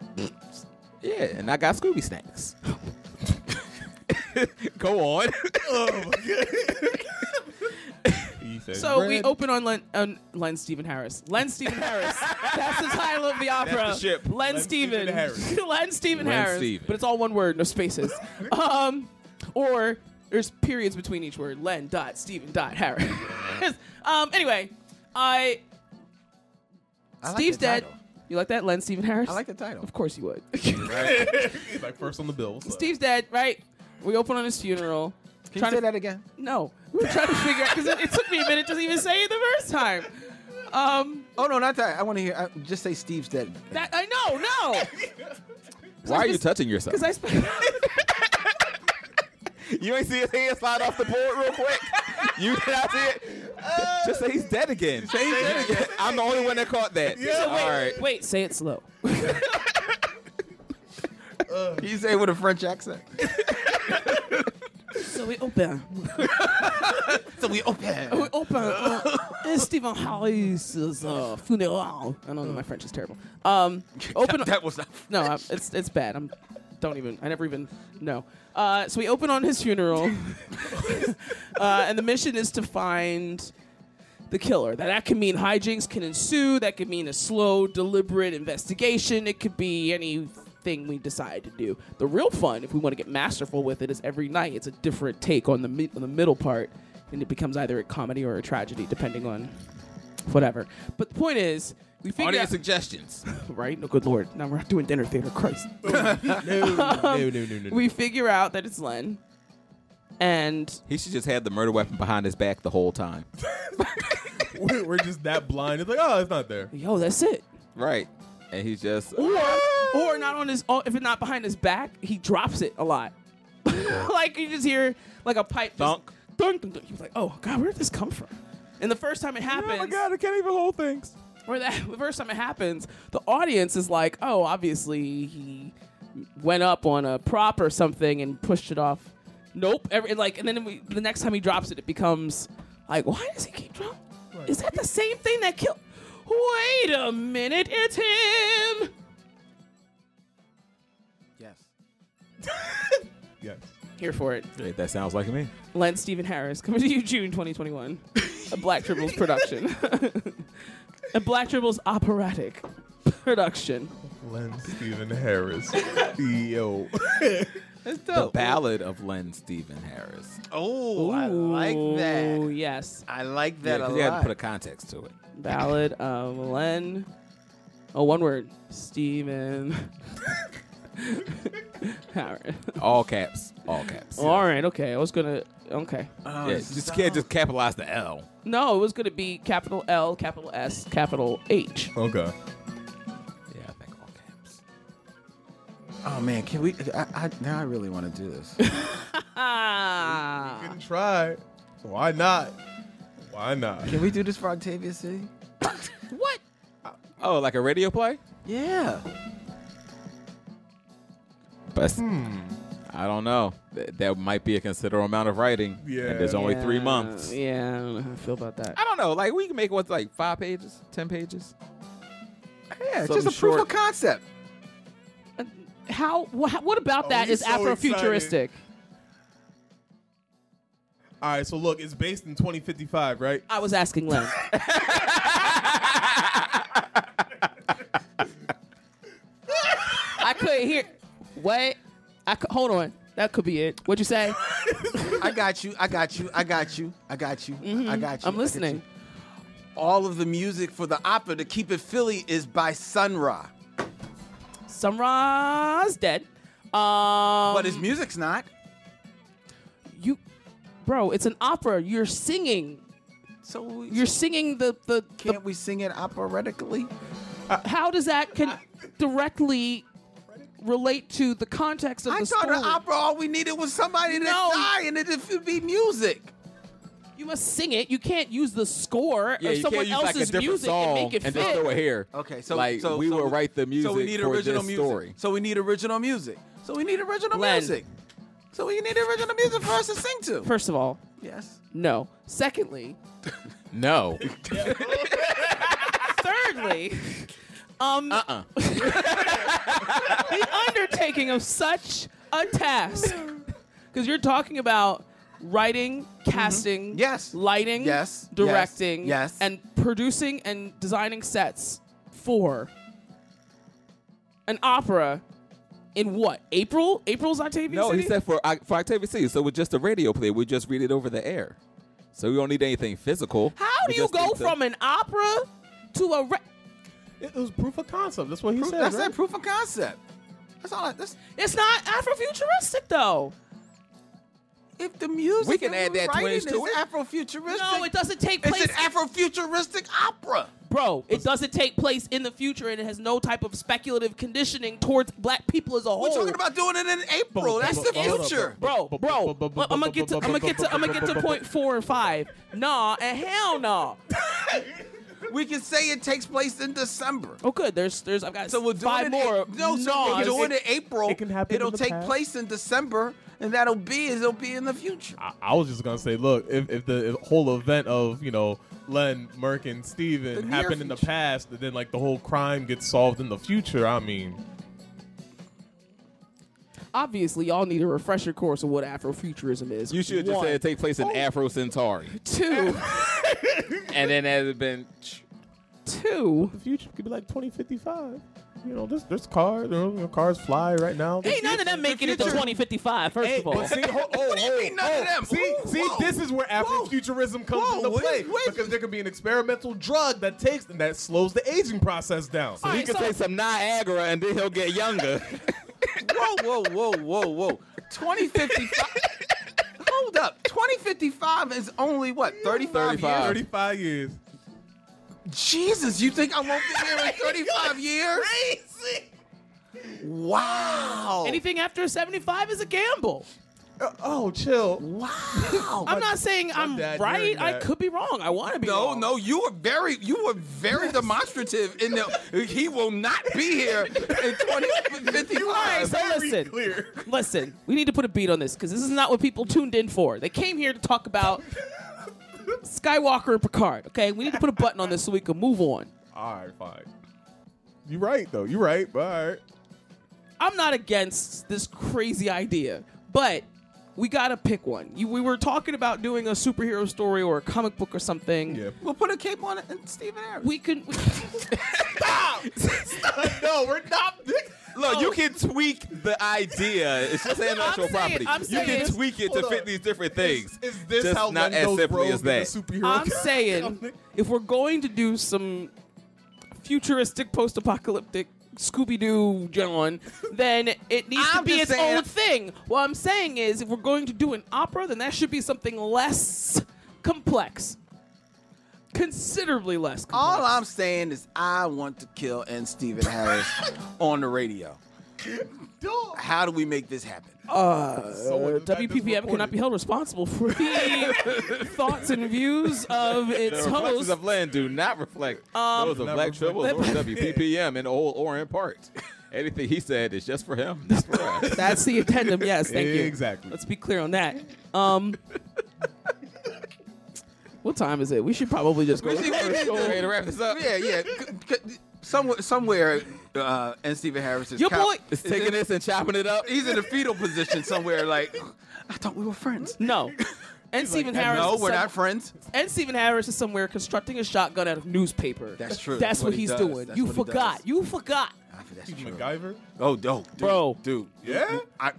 B: Yeah, and I got Scooby snacks. go on.
E: Oh So we oh, open on Len, on Len Stephen Harris. Len Stephen Harris. That's the title of the opera.
B: That's the ship.
E: Len, Stephen.
H: Stephen Harris.
E: Len Stephen
B: Len
E: Harris.
B: Stephen.
E: But it's all one word, no spaces. um, or there's periods between each word. Len dot Stephen dot Harris. um, anyway, I.
I: I like
E: Steve's
I: the
E: dead.
I: title.
E: You like that, Len Stephen Harris?
I: I like the title.
E: Of course you would.
H: He's like first on the bill. so.
E: Steve's dead, right? We open on his funeral.
I: Can you
E: trying
I: say
E: to-
I: that again?
E: No, we were trying to figure out because it, it took me a minute to even say it the first time. Um,
I: oh no, not that. I want to hear. I, just say Steve's dead.
E: That I know, no.
H: Why are you touching yourself?
E: Because I spent.
H: You ain't see his hand slide off the board real quick. You did not see it. Just say he's dead again. Say he's dead again. I'm the only one that caught that.
E: Yeah.
H: All right.
E: Wait, say it slow.
I: Can you say it with a French accent?
E: So we open.
I: so we open.
E: We open. Uh, uh, Stephen Holly's uh, funeral. I don't know. My French is terrible. Um, open.
I: that was not.
E: No, I, it's it's bad. I'm. Don't even. I never even. No. Uh, so we open on his funeral, uh, and the mission is to find the killer. That that can mean hijinks can ensue. That could mean a slow, deliberate investigation. It could be anything we decide to do. The real fun, if we want to get masterful with it, is every night. It's a different take on the mi- on the middle part, and it becomes either a comedy or a tragedy, depending on whatever. But the point is, we figure
H: Audience
E: out-
H: suggestions.
E: right? No, good lord. Now we're not doing dinner theater. Christ.
H: no,
I: Um,
H: no, no, no.
E: We figure out that it's Len. And
H: He should just have the murder weapon behind his back the whole time.
B: we're, we're just that blind. It's like, oh, it's not there.
E: Yo, that's it.
H: Right. And he's just.
E: Or, or not on his, or if it's not behind his back, he drops it a lot. like you just hear like a pipe thunk. Thunk, thunk, thunk. He was like, oh, God, where did this come from? And the first time it happens. Oh, my God,
H: I can't even hold things.
E: Or that, the first time it happens, the audience is like, oh, obviously he went up on a prop or something and pushed it off. Nope. Every, like, and then we, the next time he drops it, it becomes like, why does he keep dropping? Is that the same thing that killed? Wait a minute, it's him.
I: Yes.
B: Yes.
E: Here for it.
H: Wait, that sounds like me.
E: Len Stephen Harris coming to you June 2021. A Black Tribbles production. a Black Tribbles operatic production.
B: Len Stephen Harris. Yo.
H: The Ballad of Len Stephen Harris.
I: Oh, I like
E: Oh,
I: that.
E: yes.
I: I like
H: Yeah,
I: that a
H: because
I: lot.
H: you had to put a context to it.
E: Ballad of Len. Oh, one word. Stephen Harris.
H: All caps. All caps.
E: All right, okay. I was going to. Okay.
I: Oh,
H: yeah, just can't just capitalize the L.
E: No, it was going to be capital L, capital S, capital H.
B: Okay.
H: Yeah, I think all caps.
I: oh man, can we? I, I now I really want to do this.
E: Ah.
B: You can try. Why not? Why not?
I: can we do this for Octavia City?
E: What?
H: Oh, like a radio play?
I: Yeah.
H: But I don't know. Th- that might be a considerable amount of writing.
B: Yeah.
H: And there's only three
E: Yeah,
H: months.
E: Yeah, I don't know how I feel about that.
H: I don't know. Like we can make what's like five pages, ten pages.
I: Yeah,
H: Something
I: just a
H: short.
I: proof of concept.
E: Uh, How? Wh- what about
B: Oh,
E: that
B: he's
E: is
B: so
E: Afrofuturistic?
B: excited. All right, so look, it's based in 2055, right?
E: I was asking Len. I couldn't hear. What? I cou- hold on. That could be it. What'd you say?
I: I got you. I got you. I got you. I got you. I
H: Mm-hmm.
I: got you.
E: I'm
I: I got
E: listening.
I: you. All of the music for the opera to keep it Philly is by Sun Ra,
E: Samra's dead. Um,
I: but his music's not.
E: you, bro? It's an opera. You're singing.
I: So we-
E: You're singing the the. the
I: can't we sing it operatically?
E: how does that can directly relate to the context of
I: I
E: the
I: thought
E: story?
I: an opera all we needed was somebody to
E: No.
I: die and it would be music.
E: You must sing it. You can't use the score
H: Yeah,
E: of
H: you
E: someone
H: can't use like a
E: else's
H: different
E: music
H: song
E: and make it
H: and
E: fit.
H: just throw it here.
I: Okay, so
H: like
I: so,
H: we
I: so
H: will write the music
I: So we need
H: for
I: original
H: this
I: music.
H: story.
I: So we need original music. So we need original
E: Len.
I: music. So we need original music for us to sing to.
E: First of all,
I: yes.
E: no. Secondly,
H: No.
E: thirdly, um,
H: Uh-uh.
E: the undertaking of such a task. Because you're talking about writing, casting,
I: Yes.
E: lighting,
I: Yes.
E: directing,
I: Yes. Yes.
E: and producing and designing sets for an opera in what? April? April's Octavia
H: no,
E: City?
H: he said for Oc- for Octavia C. So with just a radio play, we just read it over the air. So we don't need anything physical.
E: How do
H: We
E: you
H: just
E: go
H: need to-
E: from an opera to a? Re-
B: It was proof of concept. That's what he
I: Proof-
B: said.
I: that's
B: right?
I: that proof of concept. That's all. I, that's
E: it's not Afrofuturistic though.
I: If the music
H: We can
I: that
H: add
I: we're
H: that
I: writing
H: twist to
I: is
H: it.
I: Afrofuturistic.
E: No, it doesn't take place.
I: It's an Afrofuturistic opera.
E: Bro, it doesn't take place in the future, and it has no type of speculative conditioning towards black people as a whole.
I: We're talking about doing it in April. That's the future.
E: bro. Bro, I'm gonna get to I'm gonna get to I'm gonna get to point four and five. Nah, and hell nah.
I: We can say it takes place in December.
E: Oh, good. There's there's I've got
I: So we're doing
E: five
I: it
E: more.
I: in- no, so
E: Nah,
I: we're doing it
E: it's-
I: in April.
E: it can happen
I: It'll
E: in the
I: take
E: past.
I: place in December, and that'll be it'll be in the future.
B: I, I was just gonna say, look, if, if the whole event of you know Len, Merck, and
I: The
B: Steven
I: near
B: happened in the past, and then like the whole crime gets solved in the future, I mean,
E: Obviously, y'all need a refresher course of what Afrofuturism is.
H: You should have just
E: One,
H: said it take place
B: Oh.
H: in Afro Centauri.
E: two,
H: and then as it been
E: two.
B: the future could be like 2055. You know, there's there's cars, you know, cars fly right now.
E: Ain't none of them making it to 2055. First of all,
B: But see, ho- oh,
I: What do you
B: oh,
I: mean none
B: oh,
I: of them?
B: See,
I: Whoa,
B: see,
I: whoa,
B: this is where Afrofuturism comes
I: whoa,
B: into
I: wait,
B: play
I: wait.
B: because there could be an experimental drug that takes and that slows the aging process down.
H: So he can say some Niagara and then he'll get younger.
I: whoa, whoa, whoa, whoa, whoa. 2055. Hold up. 2055 is only what? 35,
H: 35.
I: years?
B: 35 years.
I: Jesus, you think I won't be here in 35 years? Wow.
E: anything after 75 is a gamble.
B: Uh, oh, chill.
I: Wow.
E: I'm not saying I'm
B: dad
E: right.
B: married
E: I
B: that.
E: could be wrong. I want to be
I: No,
E: wrong.
I: no, you were very, you were very demonstrative in the. He will not be here in 2055.
E: All right, so listen. Listen, we need to put a beat on this because this is not what people tuned in for. They came here to talk about Skywalker and Picard. Okay, we need to put a button on this so we can move on.
B: All right, fine. You right though. You right. But all right.
E: I'm not against this crazy idea, but we gotta pick one. You, we were talking about doing a superhero story or a comic book or something.
B: Yeah.
I: We'll put a cape on it and Stephen Harris.
E: We can. We,
B: no, we're not.
H: Look, you can tweak the idea. It's just intellectual
E: I'm saying-
H: property.
E: I'm
H: you
E: saying-
H: can tweak it to
B: Hold
H: fit
B: on.
H: these different things.
B: Is, is this
H: just
B: how
H: not
B: Len
H: as
B: goes
H: simple
B: rogue
H: as
B: in the
H: that?
B: superhero
E: I'm
B: comic?
E: saying if we're going to do some futuristic, post-apocalyptic Scooby Doo John, then it needs
I: I'm
E: to be its
I: just saying-
E: own thing. What I'm saying is, if we're going to do an opera, then that should be something less complex, considerably less. Complex.
I: All I'm saying is I want to kill and Stephen Harris on the radio. How do we make this happen?
B: Someone in the back just
E: WPPM
B: reported.
E: cannot be held responsible for the thoughts and views of
H: The
E: its
H: reflections
E: host.
H: of land do not reflect those of
B: Not
H: Black
B: reflect-
H: Tribbles or WPPM in old Orient Park. Anything he said is just for him, not for us.
E: That's the addendum. Yes, thank you.
B: Exactly.
E: Let's be clear on that. Um, what time is it? We should probably just go.
H: Ready to wrap this up?
I: Yeah, yeah. C- c- Somewhere, somewhere, uh, and Stephen Harris is
E: Your
I: cow-
E: boy-
I: is
H: It's taking this and chopping it up.
I: He's in a fetal position somewhere. Like, I thought we were friends.
E: No. And Stephen Harris.
I: No,
E: is
I: we're
E: some-
I: not friends.
E: And Stephen Harris is somewhere constructing a shotgun out of newspaper.
I: That's true.
E: That's, what, he's
I: does.
E: doing.
I: That's
E: you
I: what he
E: forgot.
I: does.
E: You forgot.
I: I think that's
B: Steve
I: true.
B: MacGyver.
I: Oh, dope, dude,
E: Bro.
I: dude.
B: Yeah?
I: I.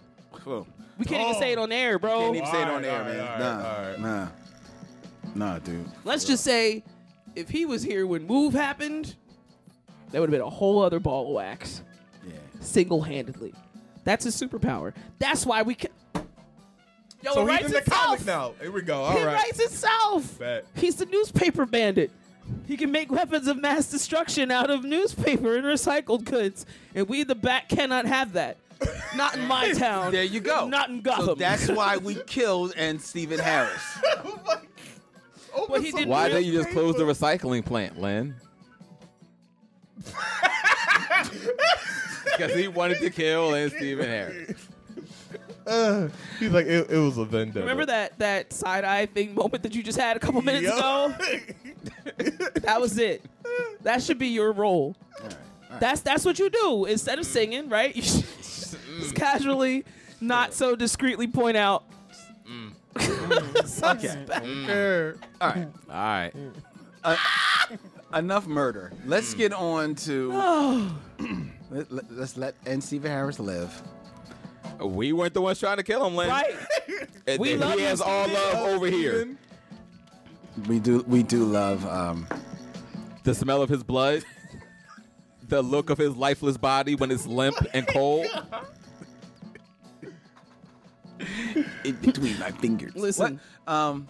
I: Whoa.
E: We can't even
B: Oh.
E: say it on air, bro.
I: Can't even say it
B: Alright,
I: on air,
B: alright,
I: man.
B: alright,
I: nah, nah, nah, dude.
E: Let's just say, if he was here when Move happened, that would have been a whole other ball of wax,
I: Yeah.
E: single-handedly. That's his superpower. That's why we can. Yo,
B: So
E: it
B: he's
E: writes
B: in the comic
E: itself.
B: now. Here we go. All right.
E: he writes himself.
B: Bet.
E: He's the newspaper bandit. He can make weapons of mass destruction out of newspaper and recycled goods, and we the bat cannot have that. Not in my town.
I: There you go.
E: Not in Gotham.
I: So that's why we killed and Stephen Harris.
E: But he didn't
H: Why
E: real-
H: didn't you just close the recycling plant, Len? Because he wanted to kill and Stephen Harris.
B: Uh, he's like, it, it was a vendetta.
E: Remember that that side eye thing moment that you just had a couple minutes
B: Yo.
E: ago? That was it. That should be your role. That's that's what you do instead
H: Mm.
E: of singing, right? You should just casually, not so discreetly point out. Suspect.
B: Er,
I: All right,
H: Mm.
I: Uh,
H: All right.
I: enough murder.
H: Mm.
I: Let's get on to.
E: Oh.
I: Let, let, let's let and Stephen Harris live.
H: We weren't the ones trying to kill him, Len.
E: Right.
H: And
E: We
H: then
E: love
H: he
E: you,
H: has all love over here.
I: We do. We do love. Um,
H: The smell of his blood, the look of his lifeless body when it's limp and cold.
I: in between my fingers.
E: Listen.
I: What? Um,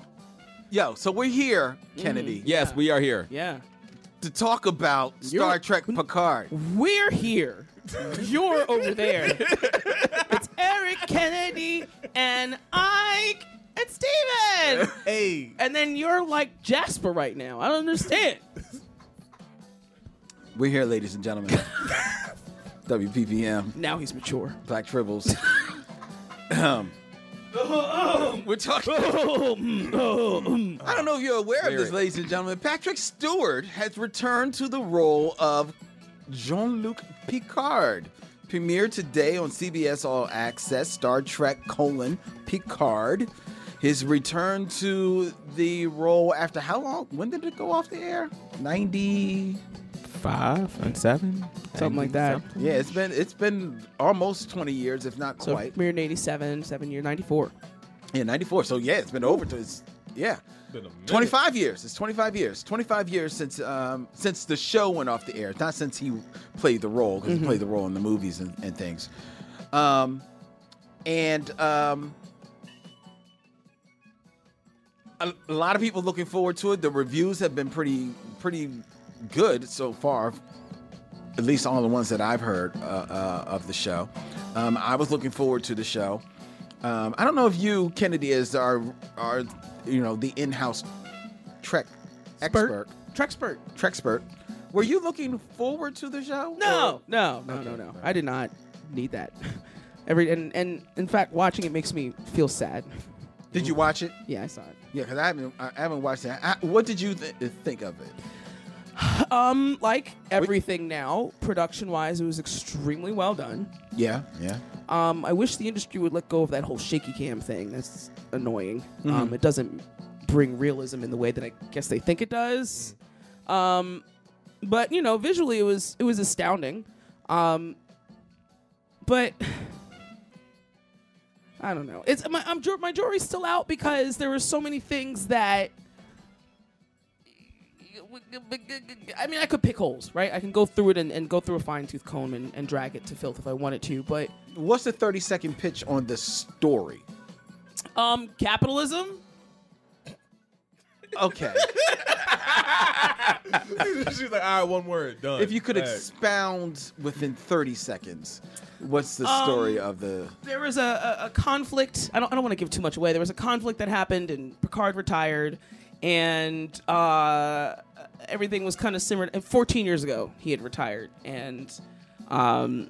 I: yo, so we're here, Kennedy.
B: Yes, we are here.
E: Yeah.
I: To talk about Star Trek Picard.
E: We're here. You're over there. It's Eric Kennedy and Ike and Steven.
L: Hey.
E: And then you're like Jasper right now. I don't understand.
I: We're here, ladies and gentlemen. WPPM.
E: Now he's mature.
I: Black Tribbles. um, We're talking. I don't know if you're aware of
E: Lyric.
I: this, ladies and gentlemen. Patrick Stewart has returned to the role of Jean Luc Picard. Premiered today on CBS All Access, Star Trek colon Picard. His return to the role after how long? When did it go off the air? 90.
E: Five and seven, something like that.
I: Yeah, it's been it's been almost 20 years, if not
E: So
I: quite.
E: we're in '87, seven year '94.
I: Yeah, 94. So yeah, it's been over to it's yeah. 25 years. It's 25 years. 25 years since um since the show went off the air. Not since he played the role because
E: Mhm.
I: he played the role in the movies and, and things. Um and um a, a lot of people looking forward to it. The reviews have been pretty pretty good so far. At least all the ones that I've heard uh, uh, of the show. Um, I was looking forward to the show. Um, I don't know if you, Kennedy, is our our you know the in-house Trek expert,
E: Trekspert,
I: Trekspert. Were you looking forward to the show?
E: No, no, no, no, no. I did not need that. Every and and in fact, watching it makes me feel sad.
I: Did you watch it?
E: Yeah, I saw it.
I: Yeah, because I haven't I haven't watched that. I, what did you th- think of it?
E: Um, like everything now, production wise, it was extremely well done.
I: Yeah, yeah.
E: Um, I wish the industry would let go of that whole shaky cam thing. That's annoying. Um,
M: Mhm.
E: it doesn't bring realism in the way that I guess they think it does. Um, but you know, visually it was it was astounding. Um, but I don't know. It's my I'm, jur- my jury's still out because there were so many things that. I mean, I could pick holes, right? I can go through it and, and go through a fine tooth comb and, and drag it to filth if I wanted to, but
I: What's the thirty second pitch on the story?
E: um, capitalism.
I: Okay.
L: She's like, all right, one word, done.
I: if you could
L: Like,
I: expound within thirty seconds, what's the
E: Um,
I: story of the?
E: There was a, a, a conflict. I don't, I don't want to give too much away. There was a conflict that happened, and Picard retired, and uh, everything was kind of simmered. And 14 years ago, he had retired, and um,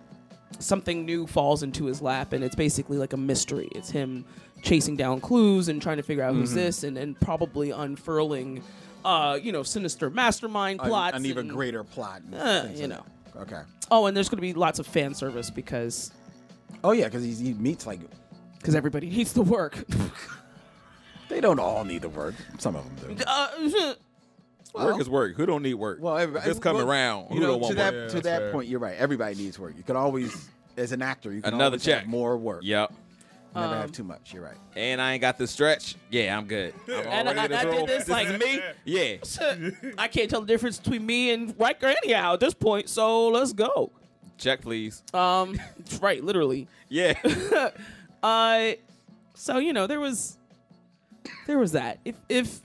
E: something new falls into his lap, and it's basically like a mystery. It's him chasing down clues and trying to figure out
I: Mm-hmm.
E: who's
M: Mhm.
E: this, and, and probably unfurling, uh, you know, sinister mastermind
I: An-
E: plots.
I: an even
E: and-
I: greater plot. and
E: Uh,
I: things
E: you
I: like- Okay.
E: Oh, and there's going to be lots of fan service because.
I: Oh yeah, because he meets like.
E: Because everybody needs the work.
I: They don't all need the work. Some of them do.
E: Uh,
B: work is work. Who don't need work?
I: Well, everybody.
B: Just come
I: well,
B: around.
I: You
B: Who
I: know,
B: don't want
I: to that
B: work?
I: to that point, you're right. Everybody needs work. You can always, as an actor, you can
B: Another
I: always have
B: check.
I: more work.
B: Yep.
I: Never
B: Um,
I: have too much. You're right.
B: And I ain't got the stretch. Yeah, I'm good. I'm
E: And
B: all ready
E: I-
B: to
E: I did
B: roll.
E: this, like-
B: is me. Yeah.
E: I can't tell the difference between me and Riker anyhow at this point, so let's go.
B: Check, please.
E: Um, right, literally.
B: Yeah.
E: uh, so you know there was, there was that. If if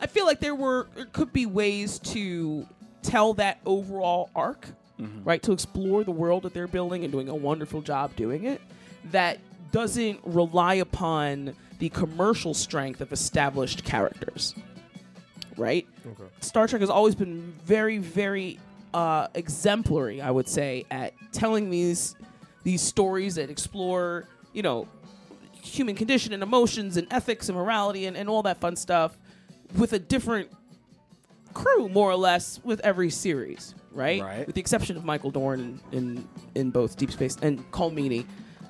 E: I feel like there were there could be ways to tell that overall arc,
M: Mhm.
E: right? To explore the world that they're building and doing a wonderful job doing it. That doesn't rely upon the commercial strength of established characters, right?
M: Okay.
E: Star Trek has always been very, very uh, exemplary, I would say, at telling these these stories that explore, you know, human condition and emotions and ethics and morality and, and all that fun stuff with a different crew, more or less, with every series, right? Right. With the exception of Michael Dorn in in, in both Deep Space and Colmini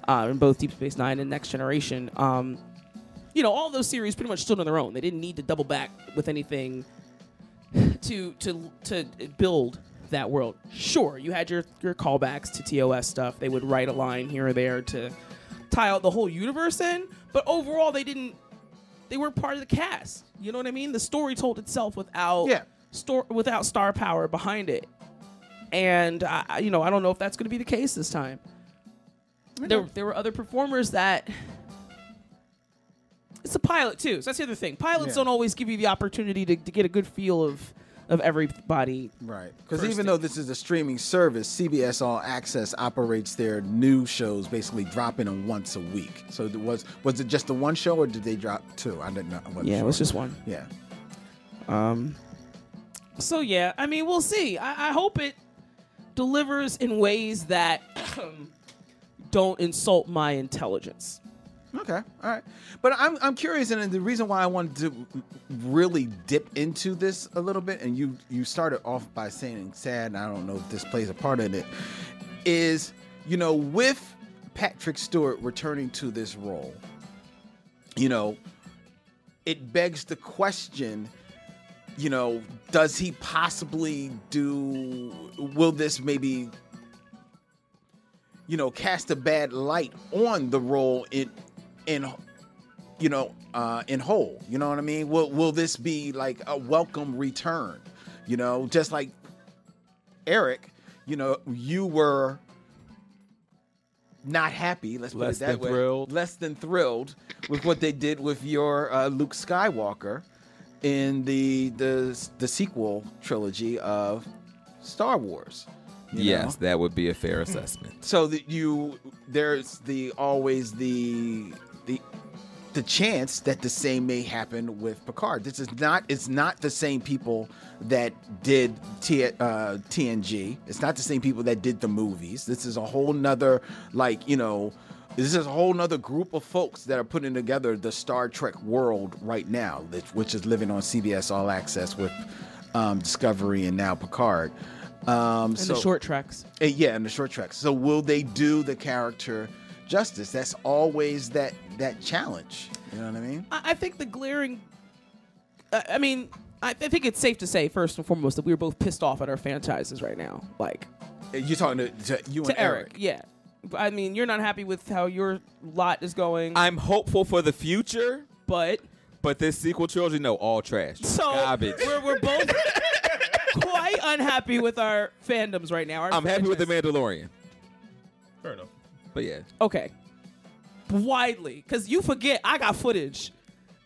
E: uh, in both Deep Space Nine and Next Generation. Um, you know, all those series pretty much stood on their own. They didn't need to double back with anything to to to build that world. Sure, you had your your callbacks to TOS stuff. They would write a line here or there to tie out the whole universe in, but overall they didn't they weren't part of the cast. You know what I mean? The story told itself without yeah. store without star power behind it. And I, I- you know, I don't know if that's going to be the case this time. there, there were other performers that it's a pilot too so that's the other thing pilots
I: Yeah.
E: don't always give you the opportunity to, to get a good feel of of everybody
I: Right. Because even though this is a streaming service, CBS All Access operates their new shows basically dropping them once a week. So it was was it just the one show or did they drop two? I didn't know. I wasn't
E: yeah it was
I: sure.
E: just one
I: Yeah.
E: um so yeah i mean we'll see i, I hope it delivers in ways that um, don't insult my intelligence
I: Okay, all right. But I'm, I'm curious, and the reason why I wanted to really dip into this a little bit, and you you started off by saying sad, and I don't know if this plays a part in it, is you know with Patrick Stewart returning to this role, you know, it begs the question you know, does he possibly do? Will this maybe, you know, cast a bad light on the role in, in, you know, uh, in whole? You know what I mean? Will Will this be like a welcome return? You know, just like Eric, you know, you were not happy. Let's put
H: Less
I: it that
H: than
I: way.
H: thrilled.
I: Less than thrilled with what they did with your uh, Luke Skywalker in the the the sequel trilogy of Star Wars. you
H: yes,
I: know?
H: that would be a fair assessment.
I: So that you there's the always the the the chance that the same may happen with Picard. This is not it's not the same people that did T, uh, TNG. It's not the same people that did the movies. This is a whole nother like you know. This is a whole nother group of folks that are putting together the Star Trek world right now, which- which is living on CBS All Access with um, Discovery and now Picard. Um,
E: and the short tracks
I: uh, yeah, and the short tracks. So will they do the character justice? That's always that that challenge. You know what I mean?
E: I, I think the glaring. I, I mean, I, I think it's safe to say first and foremost that we are both pissed off at our franchises right now. Like
I: Uh, You're talking to, to you
E: to
I: and Eric.
E: Eric, yeah. But, I mean, you're not happy with how your lot is going.
H: I'm hopeful for the future,
E: but
H: but this sequel trilogy, no, all trash,
E: so
H: garbage.
E: We're, we're both quite unhappy with our fandoms right now. Our
H: I'm happy with the Mandalorian,
N: Fair enough.
H: but yeah,
E: Okay. Widely. Because you forget, I got footage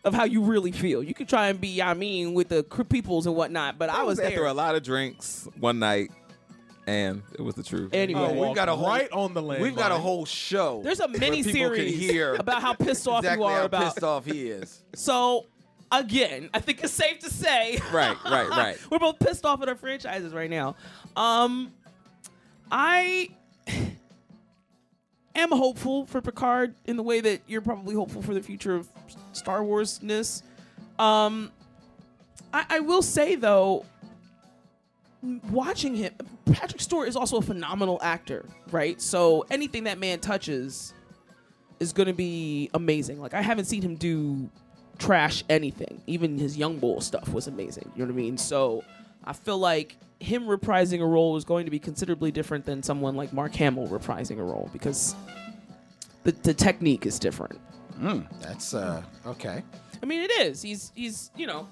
E: of how you really feel. You could try and be, I mean, with the cr- peoples and whatnot, but I was
H: after
E: there.
H: a lot of drinks one night, and it was the truth.
E: Anyway. Oh, we've got a whole- Right on the
I: We've got a whole show.
E: There's a
I: where
E: mini
I: people can
E: series
I: hear
E: about how pissed off
I: exactly
E: you are
I: how
E: about.
I: pissed off he is.
E: So, again, I think it's safe to say.
H: Right, right, right.
E: We're both pissed off at our franchises right now. Um, I am hopeful for Picard in the way that you're probably hopeful for the future of Star Wars ness. Um, I, I will say though, m- watching him, Patrick Stewart is also a phenomenal actor, right? So anything that man touches is going to be amazing. Like I haven't seen him do trash anything. Even his Young Bull stuff was amazing. You know what I mean? So I feel like him reprising a role is going to be considerably different than someone like Mark Hamill reprising a role because the, the technique is different.
I: that's uh okay.
E: I mean, it is. He's he's you know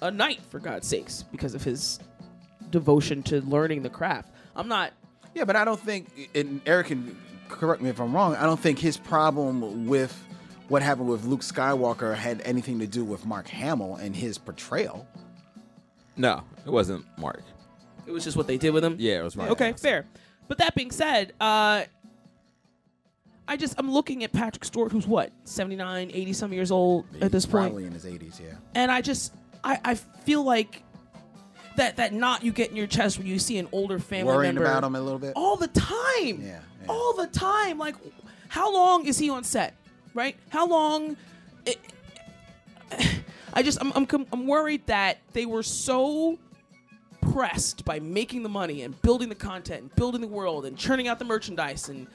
E: a knight for God's sakes because of his devotion to learning the craft. I'm not.
I: Yeah, but I don't think, and Eric can correct me if I'm wrong, I don't think his problem with what happened with Luke Skywalker had anything to do with Mark Hamill and his portrayal.
H: No, it wasn't Mark.
E: It was just what they did with him.
H: Yeah, it was Mark.
E: Okay, fair. But that being said, uh, I just I'm looking at Patrick Stewart, who's what 79, 80 some years old at this point.
I: Probably in his 80s, yeah.
E: and I just I, I feel like that that knot you get in your chest when you see an older family
I: Worrying
E: member
I: about him a little bit.
E: all the time.
I: Yeah,
E: all the time. Like, how long is he on set? Right? How long? It, I just I'm, I'm com- I'm worried that they were so pressed by making the money and building the content and building the world and churning out the merchandise and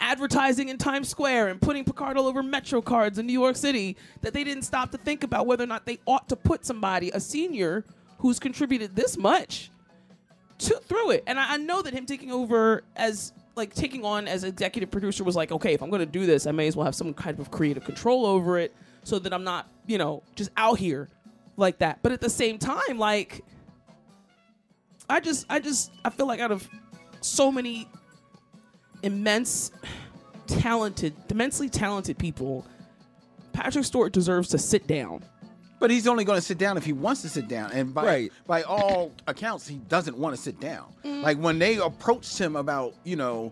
E: advertising in Times Square and putting Picard all over Metro cards in New York City that they didn't stop to think about whether or not they ought to put somebody, a senior who's contributed this much, to, through it. And I, I know that him taking over as like taking on as executive producer was like, okay, if I'm going to do this, I may as well have some kind of creative control over it so that I'm not, you know, just out here like that. But at the same time, like I just I just I feel like out of so many immense talented, immensely talented people, Patrick Stewart deserves to sit down.
I: But he's only going to sit down if he wants to sit down, and by by all accounts, he doesn't want to sit down.
E: Mm.
I: Like when they approached him about you know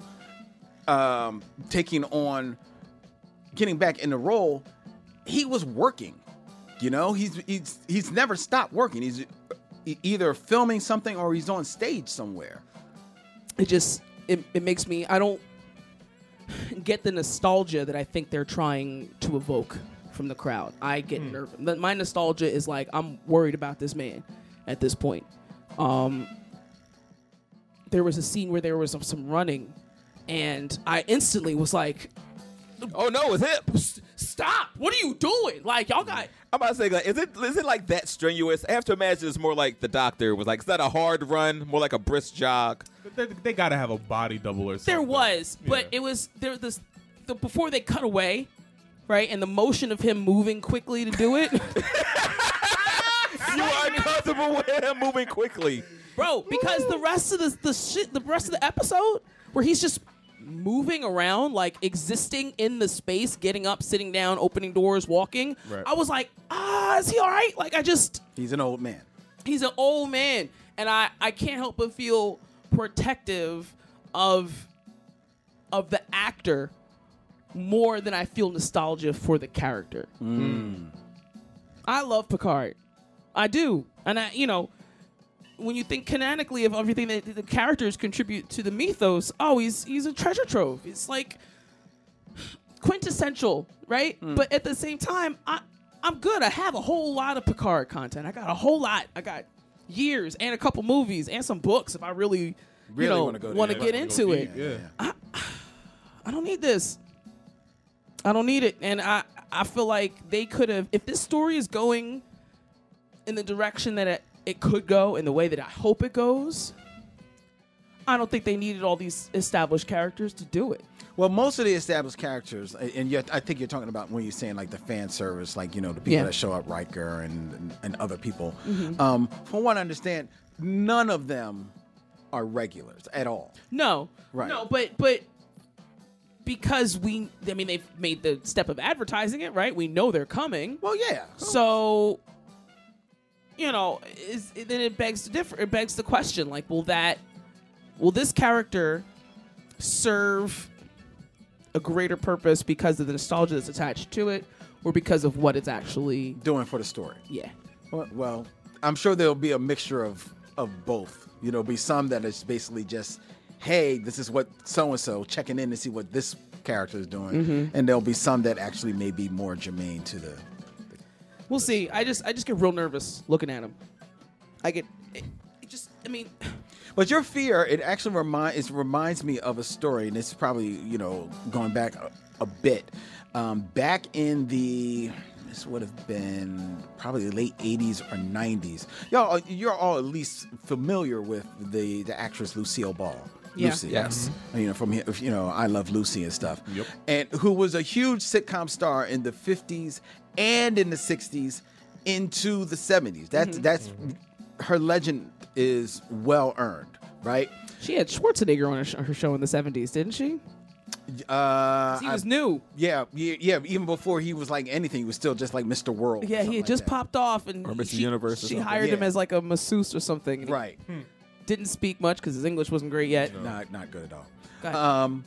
I: um, taking on getting back in the role, he was working. You know, he's he's he's never stopped working. He's e- either filming something or he's on stage somewhere.
E: It just it, it makes me I don't get the nostalgia that I think they're trying to evoke from the crowd. I get
O: Hmm.
E: nervous. But My nostalgia is like I'm worried about this man at this point. Um, there was a scene where there was some- some running, and I instantly was like,
B: Oh no, it's hip.
E: Stop! What are you doing? Like y'all got.
B: I'm about to say, like, is it is it like that strenuous? I have to imagine it's more like the doctor was like, it's not a hard run, more like a brisk jog.
P: But they, they gotta have a body double or something.
E: There was, but it was there this the before they cut away, right? And the motion of him moving quickly to do it.
B: you are uncomfortable with him moving quickly.
E: Bro, because the rest of the the shit the rest of the episode where he's just moving around, like existing in the space, getting up, sitting down, opening doors, walking.
I: Right.
E: I was like, ah, is he all right? Like I just
I: He's an old man.
E: he's an old man and I, I can't help but feel protective of of the actor more than I feel nostalgia for the character.
I: Hmm.
E: I love Picard. I do. And I you know when you think canonically of everything that the characters contribute to the mythos, oh he's he's a treasure trove. It's like quintessential, right?
I: Hmm.
O: Mm.
E: But at the same time, I I'm good. I have a whole lot of Picard content. I got a whole lot. I got years and a couple movies and some books if I really
I: Really
E: you know,
I: wanna go
E: wanna
I: deep.
E: get
I: Wanna
E: into
I: go
E: it.
I: deep, yeah.
E: I, I don't need this. I don't need it. And I I feel like they could have if this story is going in the direction that it, it could go in the way that I hope it goes. I don't think they needed all these established characters to do it.
I: Well, most of the established characters, a- and yet I think you're talking about when you're saying like the fan service, like you know the people
E: Yeah.
I: that show up, Riker and and, and other people.
E: Mhm.
I: Um, from what I understand, none of them are regulars at all.
E: No,
I: Right.
E: No, but but because we, I mean, they've made the step of advertising it, right? We know they're coming.
I: Well, yeah.
E: So, you know, is, then it begs to differ. It begs the question: like, will that, will this character serve a greater purpose because of the nostalgia that's attached to it, or because of what it's actually
I: doing for the story?
E: Yeah.
I: Well, well, I'm sure there'll be a mixture of of both. You know, be some that is basically just, hey, this is what so and so checking in to see what this character is doing,
E: Mhm.
I: and there'll be some that actually may be more germane to the
E: We'll see. I just, I just get real nervous looking at him. I get, it, it just, I mean.
I: But your fear, it actually remind it reminds me of a story, and it's probably you know going back a, a bit. Um, back in the this would have been probably the late '80s or '90s. Y'all, are- you're all at least familiar with the the actress Lucille Ball.
E: Yeah.
I: Lucy,
E: Yes.
I: Mm-hmm. you know from here- you know I Love Lucy and stuff. Yep. And who was a huge sitcom star in the '50s and in the '60s into the '70s. That's
E: Mhm.
I: that's her legend is well earned, right?
E: She had Schwarzenegger on her, sh- her show in the 70s, didn't she?
I: Uh,
E: he was new.
I: Yeah, yeah, yeah. Even before he was like anything, he was still just like Mr. World.
E: Yeah, he had just popped off and
I: Or Mr.
E: she,
I: Universe or
E: she
I: something.
E: hired him
I: Yeah.
E: as like a masseuse or something. and he
I: Right.
E: Didn't speak much because his English wasn't great yet.
I: Not not good at all.
E: Go ahead.
I: Um,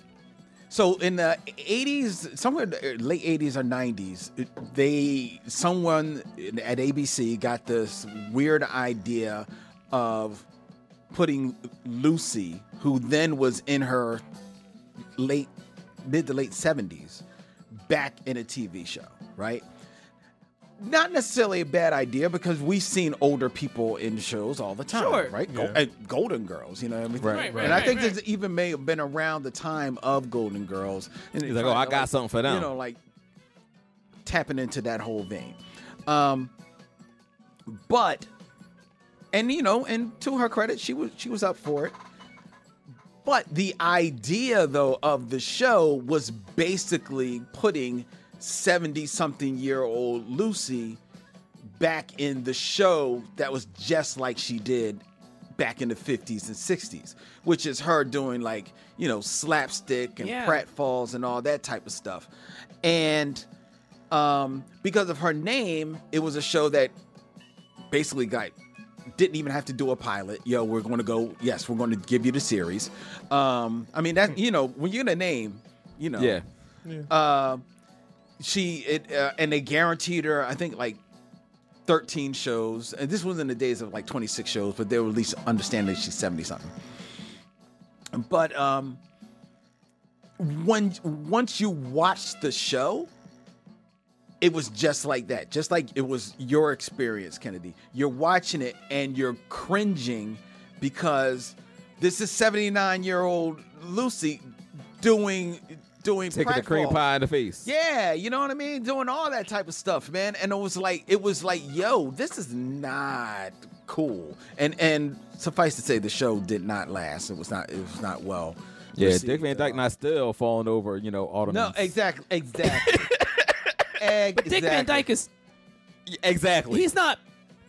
I: so in the '80s, somewhere in the uh, late '80s or '90s, it- they someone in- at ABC got this weird idea of putting Lucy, who then was in her late mid to late '70s, back in a TV show, right? Not necessarily a bad idea because we've seen older people in shows all the time,
E: Sure.
I: right? Go-
E: Yeah.
I: and Golden Girls, you know, everything.
B: Right, Right, right,
I: and I
B: right,
I: think this even may have been around the time of Golden Girls. And
B: He's
I: it
B: like,
I: tried
B: "Oh, I
I: to,
B: got something for them."
I: You know, like tapping into that whole vein. Um, but and you know, and to her credit, she was she was up for it. But the idea though of the show was basically putting 70 something year old Lucy back in the show that was just like she did back in the 50s and 60s, which is her doing like, you know, slapstick and
Q: Yeah.
I: pratfalls and all that type of stuff. And um, because of her name, it was a show that basically got didn't even have to do a pilot. Yo, we're going to go. Yes, we're going to give you the series. Um, I mean that you know when you're the name, you know.
H: Yeah.
B: Yeah.
I: Uh, she it uh, and they guaranteed her. I think like. 13 shows, and this was in the days of like 26 shows, but they were at least understanding she's 70 something. But um, when once you watched the show, it was just like that, just like it was your experience, Kennedy. You're watching it and you're cringing because this is 79 year old Lucy doing doing
H: Taking the
I: pratfalls.
H: cream pie in the face.
I: Yeah, you know what I mean? Doing all that type of stuff, man. And it was like it was like, yo, this is not cool. And and suffice to say the show did not last. It was not it was not well.
H: Yeah,
I: received.
H: Dick Van Dyke not still falling over, you know, Autumn.
I: No, exactly exactly. But
E: Dick Van Dyke is
H: exactly.
E: he's not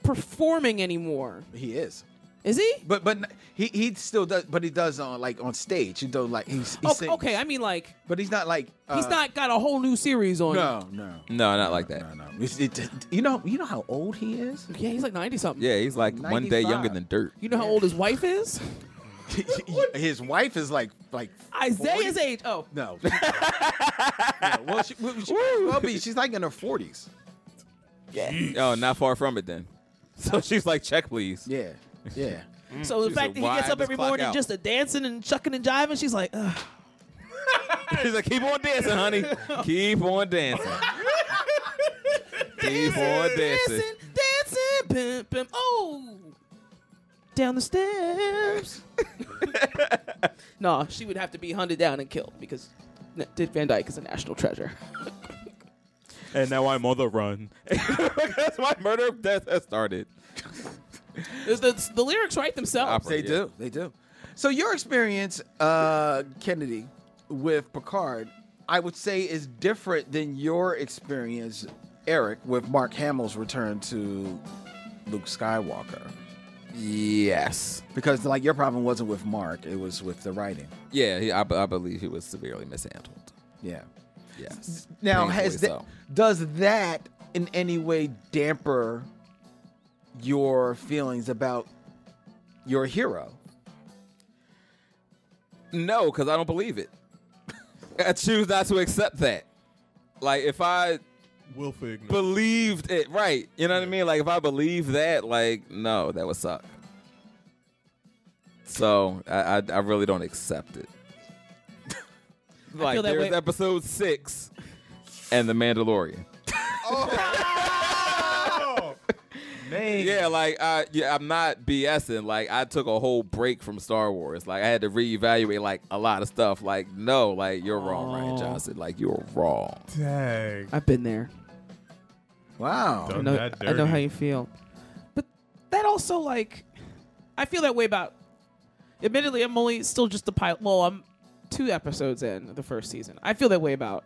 E: performing anymore.
I: He is.
E: Is he?
I: But but he he still does but he does on like on stage. He does like he's, he
E: Oh,
I: sings.
E: okay, I mean like
I: But he's not like
E: he's
I: uh,
E: not got a whole new series on.
I: No, no.
H: No, not like that.
I: No, no. It's- it- you know, you know how old he is.
E: Yeah, he's like ninety something.
H: Yeah, he's like one day younger
I: 95.
H: than Dirt.
E: You know how old his wife is?
I: His wife is like like
E: Isaiah's age. Oh,
I: No. Yeah, well, she, well, she might as well be. She's like in her forties. Yeah.
H: Oh, not far from it then. So she's like, check please.
I: Yeah. Yeah.
E: So the fact that he gets up every morning just a dancing and chucking and jiving, she's like, Ugh.
H: She's like, keep on dancing, honey. Keep on dancing. keep on dancing.
E: dancing, dancing, pimp, pimp. Oh, down the stairs. no, she would have to be hunted down and killed because N- Dick Van Dyke is a national treasure.
H: And now I'm on the run. That's why murder death has started.
E: the, the, the lyrics write themselves.
I: They do. They do. So your experience, uh, Kennedy, with Picard, I would say is different than your experience, Eric, with Mark Hamill's return to Luke Skywalker.
H: Yes.
I: Because like your problem wasn't with Mark, it was with the writing.
H: Yeah, he, I, b- I believe he was severely mishandled.
I: Yeah.
H: Yes.
I: Now,
H: Painfully
I: has that,
H: so.
I: does that in any way damper your feelings about your hero?
H: No, because I don't believe it. I choose not to accept that. Like if I
B: willful ignorance.
H: believed it, right? You know what I mean? Like if I believe that, like no, that would suck. So I I, I really don't accept it. like
E: that
H: there's
E: way-
H: episode six, and the Mandalorian. Oh! Yeah, like I yeah, I'm not BSing. Like I took a whole break from Star Wars. Like I had to reevaluate like a lot of stuff. Like no, like you're wrong, Ryan Johnson. Like you're wrong.
B: Dang.
E: I've been there.
I: Wow.
E: I know, I know how you feel. But that also, like, I feel that way about. Admittedly, I'm only still just the pilot. Well, I'm two episodes in of the first season. I feel that way about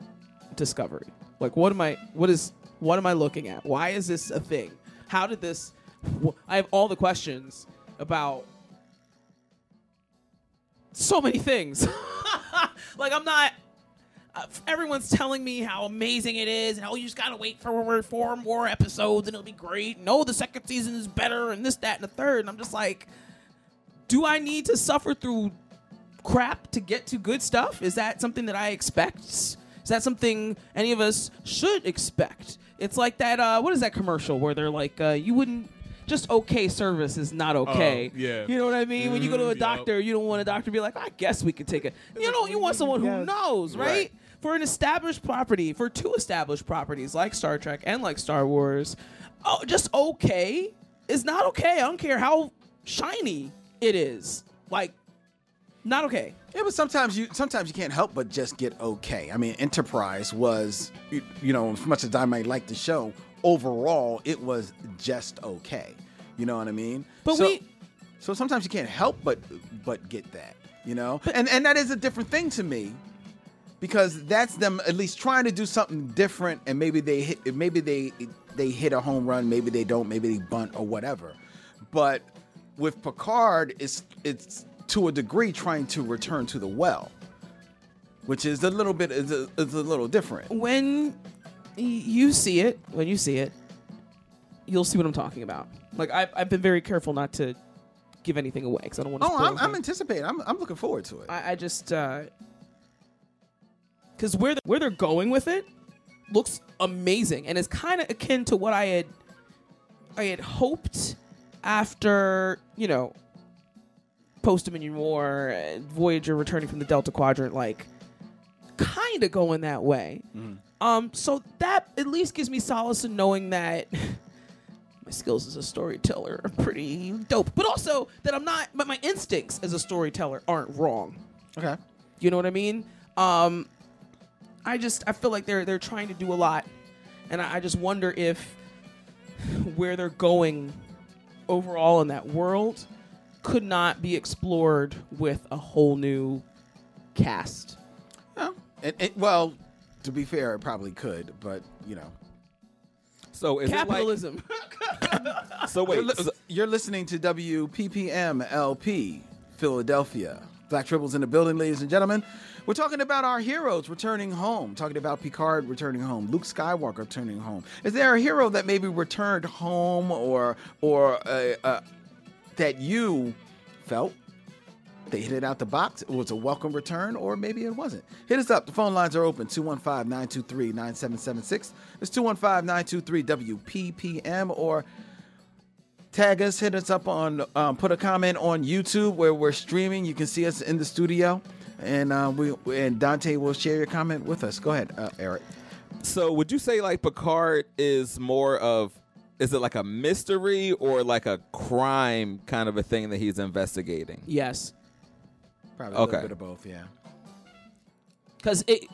E: Discovery. Like, what am I? What is? What am I looking at? Why is this a thing? How did this? wh- I have all the questions about so many things. like, I'm not uh, everyone's telling me how amazing it is and oh you just gotta wait for four more episodes and it'll be great no the second season is better and this that and the third and i'm just like do i need to suffer through crap to get to good stuff is that something that i expect is that something any of us should expect it's like that uh, what is that commercial where they're like uh, you wouldn't just okay service is not okay
B: Oh, yeah.
E: you know what i mean when you go to a
B: Mhm.
E: doctor you don't want a doctor to be like i guess we could take it you know you want someone who knows right?
B: mm, Right.
E: for an established property for two established properties like star trek and like star wars oh just okay is not okay i don't care how shiny it is like not okay
I: Yeah, but sometimes you sometimes you can't help but just get okay. I mean, Enterprise was, you, you know, as much as I might like the show, overall it was just okay. You know what I mean?
E: But
I: so,
E: we-
I: so sometimes you can't help but but get that. You know, and and that is a different thing to me because that's them at least trying to do something different and maybe they hit maybe they they hit a home run maybe they don't maybe they bunt or whatever but with Picard, it's it's to a degree trying to return to the well, which is a little bit is a, is a little different.
E: When y- you see it, when you see it, you'll see what I'm talking about. Like I've, I've been very careful not to give anything away because I don't want to.
I: Oh, I'm, I'm anticipating. I'm, I'm looking forward to it.
E: I, I just because where the, where they're going with it looks amazing and it's kind of akin to what I had I had hoped after you know post Dominion War, uh, Voyager returning from the Delta Quadrant, like kind of going that way. Um, so that at least gives me solace in knowing that my skills as a storyteller are pretty dope, but also that I'm not, but my instincts as a storyteller aren't wrong.
I: Okay,
E: you know what I mean. Um, I just I feel like they're they're trying to do a lot, and I, I just wonder if where they're going overall in that world could not be explored with a whole new cast.
I: And it, well, to be fair, it probably could, but you know.
H: So
I: is
E: Capitalism.
H: so
I: wait, you're, listening to WPPM LP Philadelphia. Black Tribbles in the building, ladies and gentlemen. We're talking about our heroes returning home. Talking about Picard returning home, Luke Skywalker returning home. Is there a hero that maybe returned home, or or uh, uh, that you felt they hit it out the box. It was a welcome return, or maybe it wasn't. Hit us up. The phone lines are open 215 923 9776. It's 215 923 WPPM, or tag us, hit us up on, um, put a comment on YouTube where we're streaming. You can see us in the studio, and uh, we and Dante will share your comment with us. Go ahead, uh, Eric.
H: So would you say like Picard is more of is it like a mystery or like a crime kind of a thing that he's investigating?
E: Yes.
I: Probably
H: a little Okay. bit
I: of both, yeah.
E: because it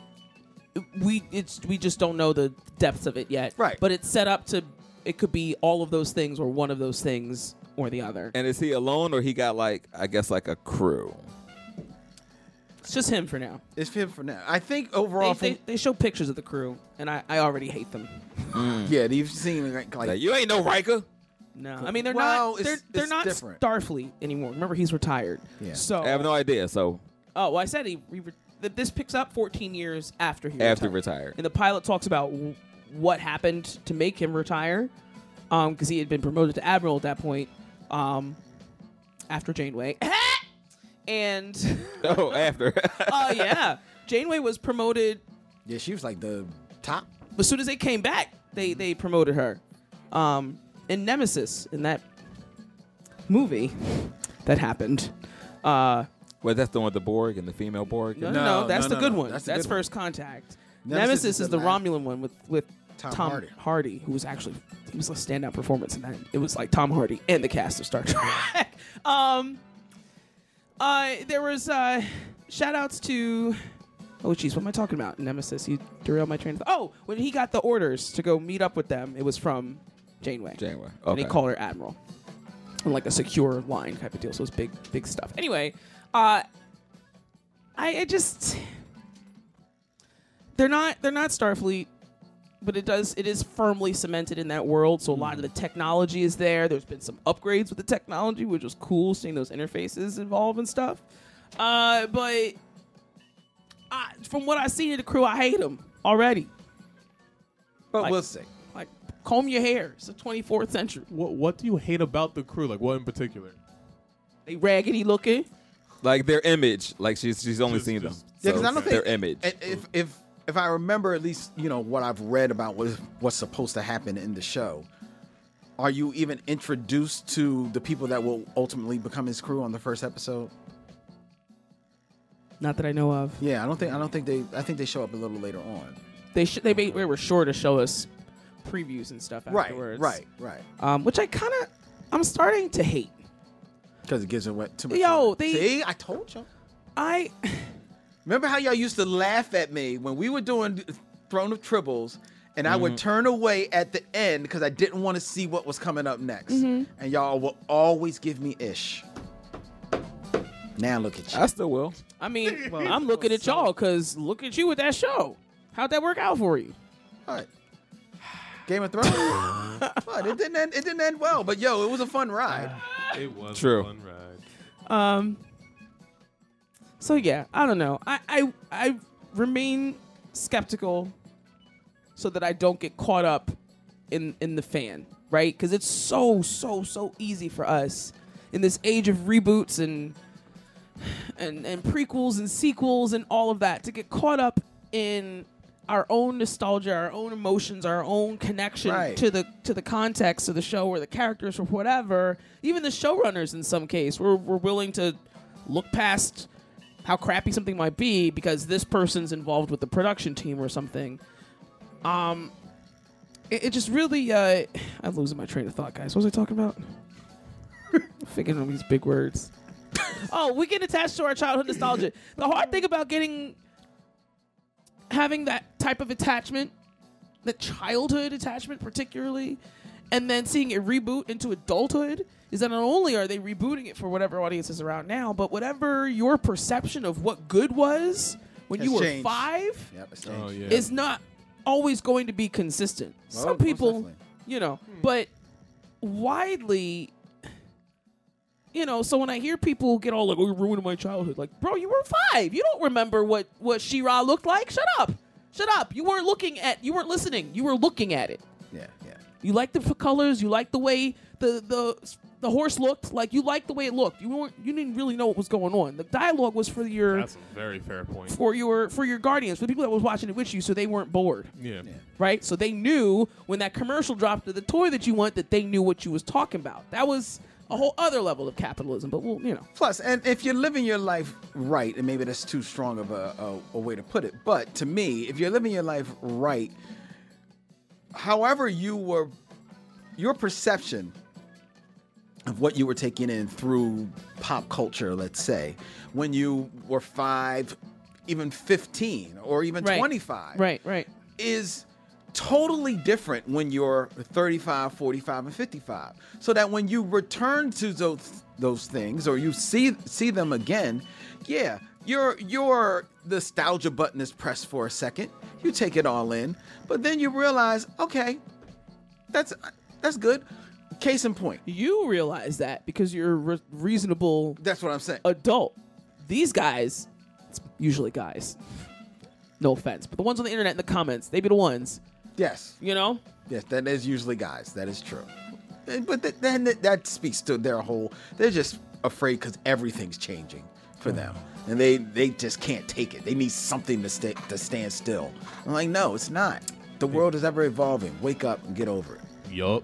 E: we it's we just don't know the depths of it yet. Right. But it's set up to it could be all of those things or one of those things or the other.
H: And is he alone or he got like I guess like a crew?
E: It's just him for now.
I: It's him for now. I think overall,
E: they, they, they show pictures of the crew, and I, I already hate them.
I: Yeah, you've seen like,
H: like you ain't no Riker.
E: No, I mean they're
I: Well,
E: not
I: it's-
E: they're, they're
I: it's
E: not
I: different.
E: Starfleet anymore. Remember he's retired. Yeah. So
H: I have no idea. So
E: oh, well, I said he, he re- that this picks up 14 years after he
H: after
E: retired.
H: retired.
E: And the pilot talks about w- what happened to make him retire, because he had been promoted to admiral at that point, um, after Janeway. and
H: oh, after.
E: oh yeah, Janeway was promoted
I: yeah, she was like the top.
E: As soon as they came back, they they promoted her. Um, in Nemesis, in that movie, that happened. Uh,
H: Well, that's the one with the Borg and the female Borg.
E: no, no, no, that's the good one. That's, First Contact.
H: Nemesis
E: Nemesis,
H: is
E: is,
H: the
E: the
H: last-
E: Romulan one with with
H: Tom
E: Tom,
H: Hardy.
E: Hardy. who was actually he was a standout performance in that. It was like Tom Hardy and the cast of Star Trek. um, uh, there was uh, shout outs to. Oh jeez, what am I talking about? Nemesis, you derailed my train of thought. Oh, when he got the orders to go meet up with them, it was from Janeway.
H: Janeway,
E: And he
H: okay.
E: called her Admiral. And like a secure line type of deal. So it's big, big stuff. Anyway, uh, I, I just they're not they're not Starfleet, but it does it is firmly cemented in that world. So a lot of
H: Hmm.
E: the technology is there. There's been some upgrades with the technology, which was cool seeing those interfaces evolve and stuff. Uh, but I, from what I see in the crew, I hate them already.
I: But
E: we'll see. Like comb your hair. It's the 24th century.
B: What What do you hate about the crew? Like what in particular?
E: They raggedy looking.
H: Like their image. Like she's she's only seen them.
I: Yeah, because
H: So
I: I don't
H: their
I: think
H: image.
I: i- If if if I remember at least, you know what I've read about what what's supposed to happen in the show. Are you even introduced to the people that will ultimately become his crew on the first episode?
E: Not that I know of.
I: Yeah, I don't think I don't think they I think they show up a little later on.
E: They sh- they, made, they were sure to show us previews and stuff
I: Right,
E: afterwards.
I: right, right.
E: Um, which I kind of I'm starting to hate.
I: Because it gives it what too much.
E: Yo,
I: away.
E: they
I: see, I told you.
E: I
I: remember how y'all used to laugh at me when we were doing Throne of Tribbles, and I would
E: Mhm.
I: turn away at the end because I didn't want to see what was coming up next.
E: Mhm.
I: And y'all will always give me ish. Now look at you.
H: I still will.
E: I mean I'm looking at y'all because look at you with that show. How'd that work out for you?
I: All right. Game of Thrones. What? It didn't end. It didn't end well, but yo, it was a fun ride.
B: It was
H: True.
B: a fun ride.
E: Um. So yeah, I don't know. I I, I remain skeptical, so that I don't get caught up in in the fan, right? Because it's so so so easy for us in this age of reboots and and and prequels and sequels and all of that to get caught up in our own nostalgia, our own emotions, our own connection
I: Right.
E: to the to the context of the show or the characters or whatever. Even the showrunners, in some case, we're we're willing to look past how crappy something might be because this person's involved with the production team or something. Um, it, it just really uh, I'm losing my train of thought, guys. What was I talking about? Thinking of these big words. oh, we get attached to our childhood nostalgia. The hard thing about getting having that type of attachment, the childhood attachment particularly, and then seeing it reboot into adulthood is that not only are they rebooting it for whatever audience is around now, but whatever your perception of what good was when
I: Has
E: you were
I: changed.
E: five
I: Yep, it's changed.
E: is not always going to be consistent.
I: Well,
E: Some
I: most
E: people,
I: definitely.
E: you know, but widely, you know. So when I hear people get all like, "Oh, you're ruining my childhood," like, bro, you were five. You don't remember what what Shira looked like. Shut up. Shut up. You weren't looking at. You weren't listening. You were looking at it.
I: Yeah, yeah.
E: You liked the f- colors. You liked the way the the the horse looked. Like you liked the way it looked. You weren't. You didn't really know what was going on. The dialogue was for your
B: That's a very fair point.
E: for your for your guardians, for the people that was watching it with you, so they weren't bored,
B: yeah.
E: right? So they knew when that commercial dropped to the toy that you want that they knew what you was talking about. That was a whole other level of capitalism, but we'll you know.
I: Plus, and if you're living your life right, and maybe that's too strong of a, a, a way to put it, but to me, if you're living your life right, however you were, your perception of what you were taking in through pop culture, let's say, when you were five, even 15, or even
E: Right.
I: 25.
E: Right, right.
I: is totally different when you're 35, 45 and 55. So that when you return to those those things or you see see them again, yeah, your your nostalgia button is pressed for a second. You take it all in, but then you realize, okay, that's that's good. Case in point.
E: You realize that because you're a re- reasonable.
I: That's what I'm saying.
E: Adult. These guys, it's usually guys. No offense, but the ones on the internet in the comments, they be the ones.
I: Yes.
E: You know?
I: Yes, that is usually guys. That is true. And- But th- then th- that speaks to their whole. They're just afraid because everything's changing for them,
H: Mm-hmm.
I: and they they just can't take it. They need something to stay to stand still. I'm like, no, it's not. The world is ever evolving. Wake up and get over it.
F: Yup.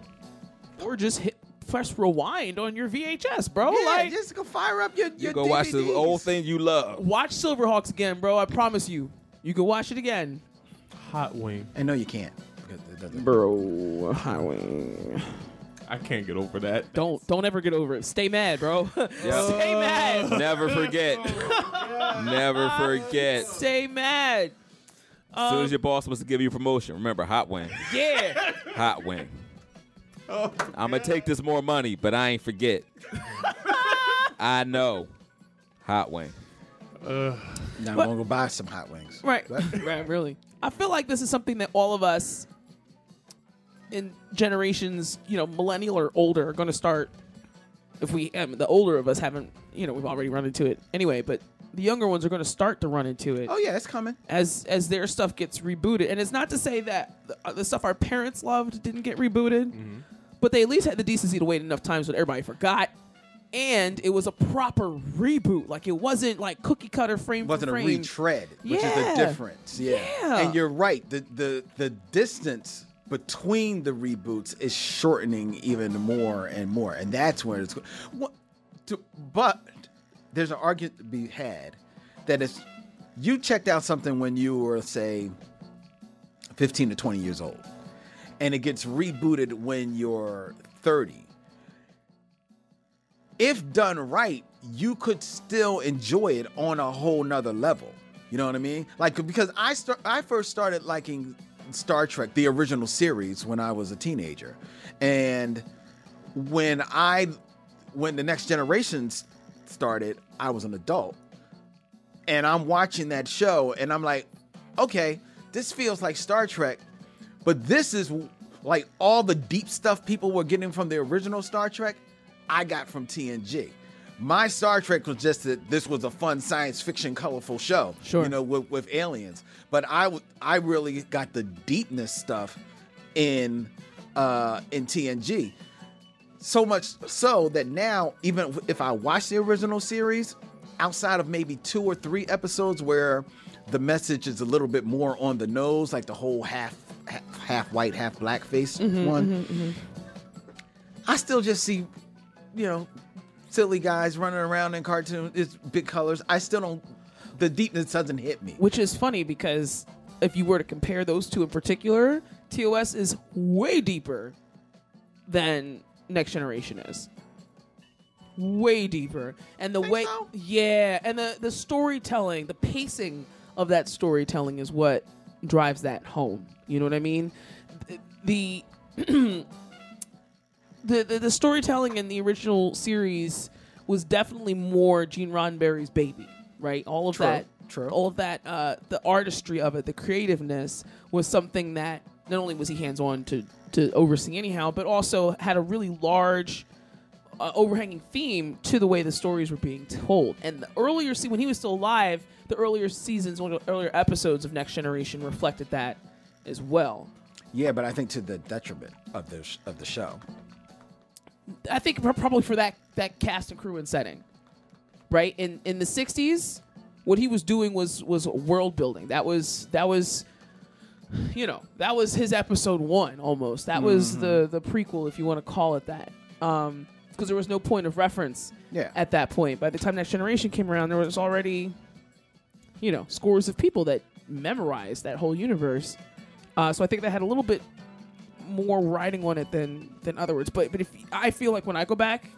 E: Or just hit press rewind on your VHS, bro.
I: yeah,
E: like
I: just go fire up your. your
H: Oh, You go watch the
I: DVDs.
H: old thing you love.
E: Watch Silverhawks again, bro. I promise you. You can watch it again.
B: Hot wing.
I: I know you can't.
E: Bro, hot wing.
B: I can't get over that.
E: Don't don't ever get over it. Stay mad, bro. Stay mad.
H: Never forget. Never forget. As
E: Stay mad.
H: soon
E: Um,
H: as your boss wants to give you a promotion, remember hot wing.
E: yeah.
H: Hot wing. I'm gonna take this more money, but I ain't forget. I know. Hot wing.
I: Now
E: But-
I: I'm gonna go buy some hot wings.
E: Right. right, really. I feel like this is something that all of us in generations, you know, millennial or older, are going to start. If we, um, the older of us haven't, you know, we've already run into it anyway, but the younger ones are going to start to run into it.
I: Oh yeah, it's coming.
E: as as their stuff gets rebooted. And it's not to say that the, uh, the stuff our parents loved didn't get rebooted,
I: Mm-hmm.
E: but they at least had the decency to wait enough times when everybody forgot. And it was a proper reboot. Like it wasn't like cookie cutter frame.
I: It wasn't
E: for
I: a
E: frame.
I: retread, which
E: Yeah.
I: is the difference. Yeah.
E: Yeah.
I: And you're right. The the the distance between the reboots is shortening even more and more, and that's where it's. go- What, to, but there's an argument to be had that it's you checked out something when you were say 15 to 20 years old, and it gets rebooted when you're 30 if done right, you could still enjoy it on a whole nother level. You know what I mean? Like because I start, I first started liking Star Trek, the original series, when I was a teenager, and when I, when the Next Generation s- started, I was an adult, and I'm watching that show, and I'm like, okay, this feels like Star Trek, but this is Like all the deep stuff people were getting from the original Star Trek, I got from TNG. My Star Trek was just that this was a fun science fiction, colorful show.
E: Sure.
I: You know, with, with aliens. But I, w- I really got the deepness stuff in uh, in TNG. So much so that now, even if I watch the original series, outside of maybe two or three episodes where the message is a little bit more on the nose, like the whole half half, half white, half black face one, I still just see, you know, silly guys running around in cartoons. It's big colors. I still don't. The deepness doesn't hit me.
E: Which is funny because if you were to compare those two in particular, TOS is way deeper than Next Generation is. Way deeper. And the way Yeah, and the, the storytelling, the pacing of that storytelling is what drives that home. You know what I mean? The the the, the storytelling in the original series was definitely more Gene Roddenberry's baby, right? All of
I: True,
E: that
I: true.
E: all of that uh, the artistry of it, the creativeness was something that not only was he hands on to to oversee anyhow, but also had a really large uh, overhanging theme to the way the stories were being told. And the earlier see when he was still alive, the earlier seasons, one of the earlier episodes of Next Generation reflected that as well.
I: Yeah, but I think to the detriment of the sh- of the show.
E: I think pro- probably for that that cast and crew and setting, right? In in the '60s, what he was doing was was world building. That was that was, you know, that was his episode one almost. That was the the prequel, if you want to call it that, because there was no point of reference
I: Yeah.
E: at that point. By the time Next Generation came around, there was already, you know, scores of people that memorized that whole universe. Uh, so I think that had a little bit more writing on it than than other words. But but if I feel like when I go back,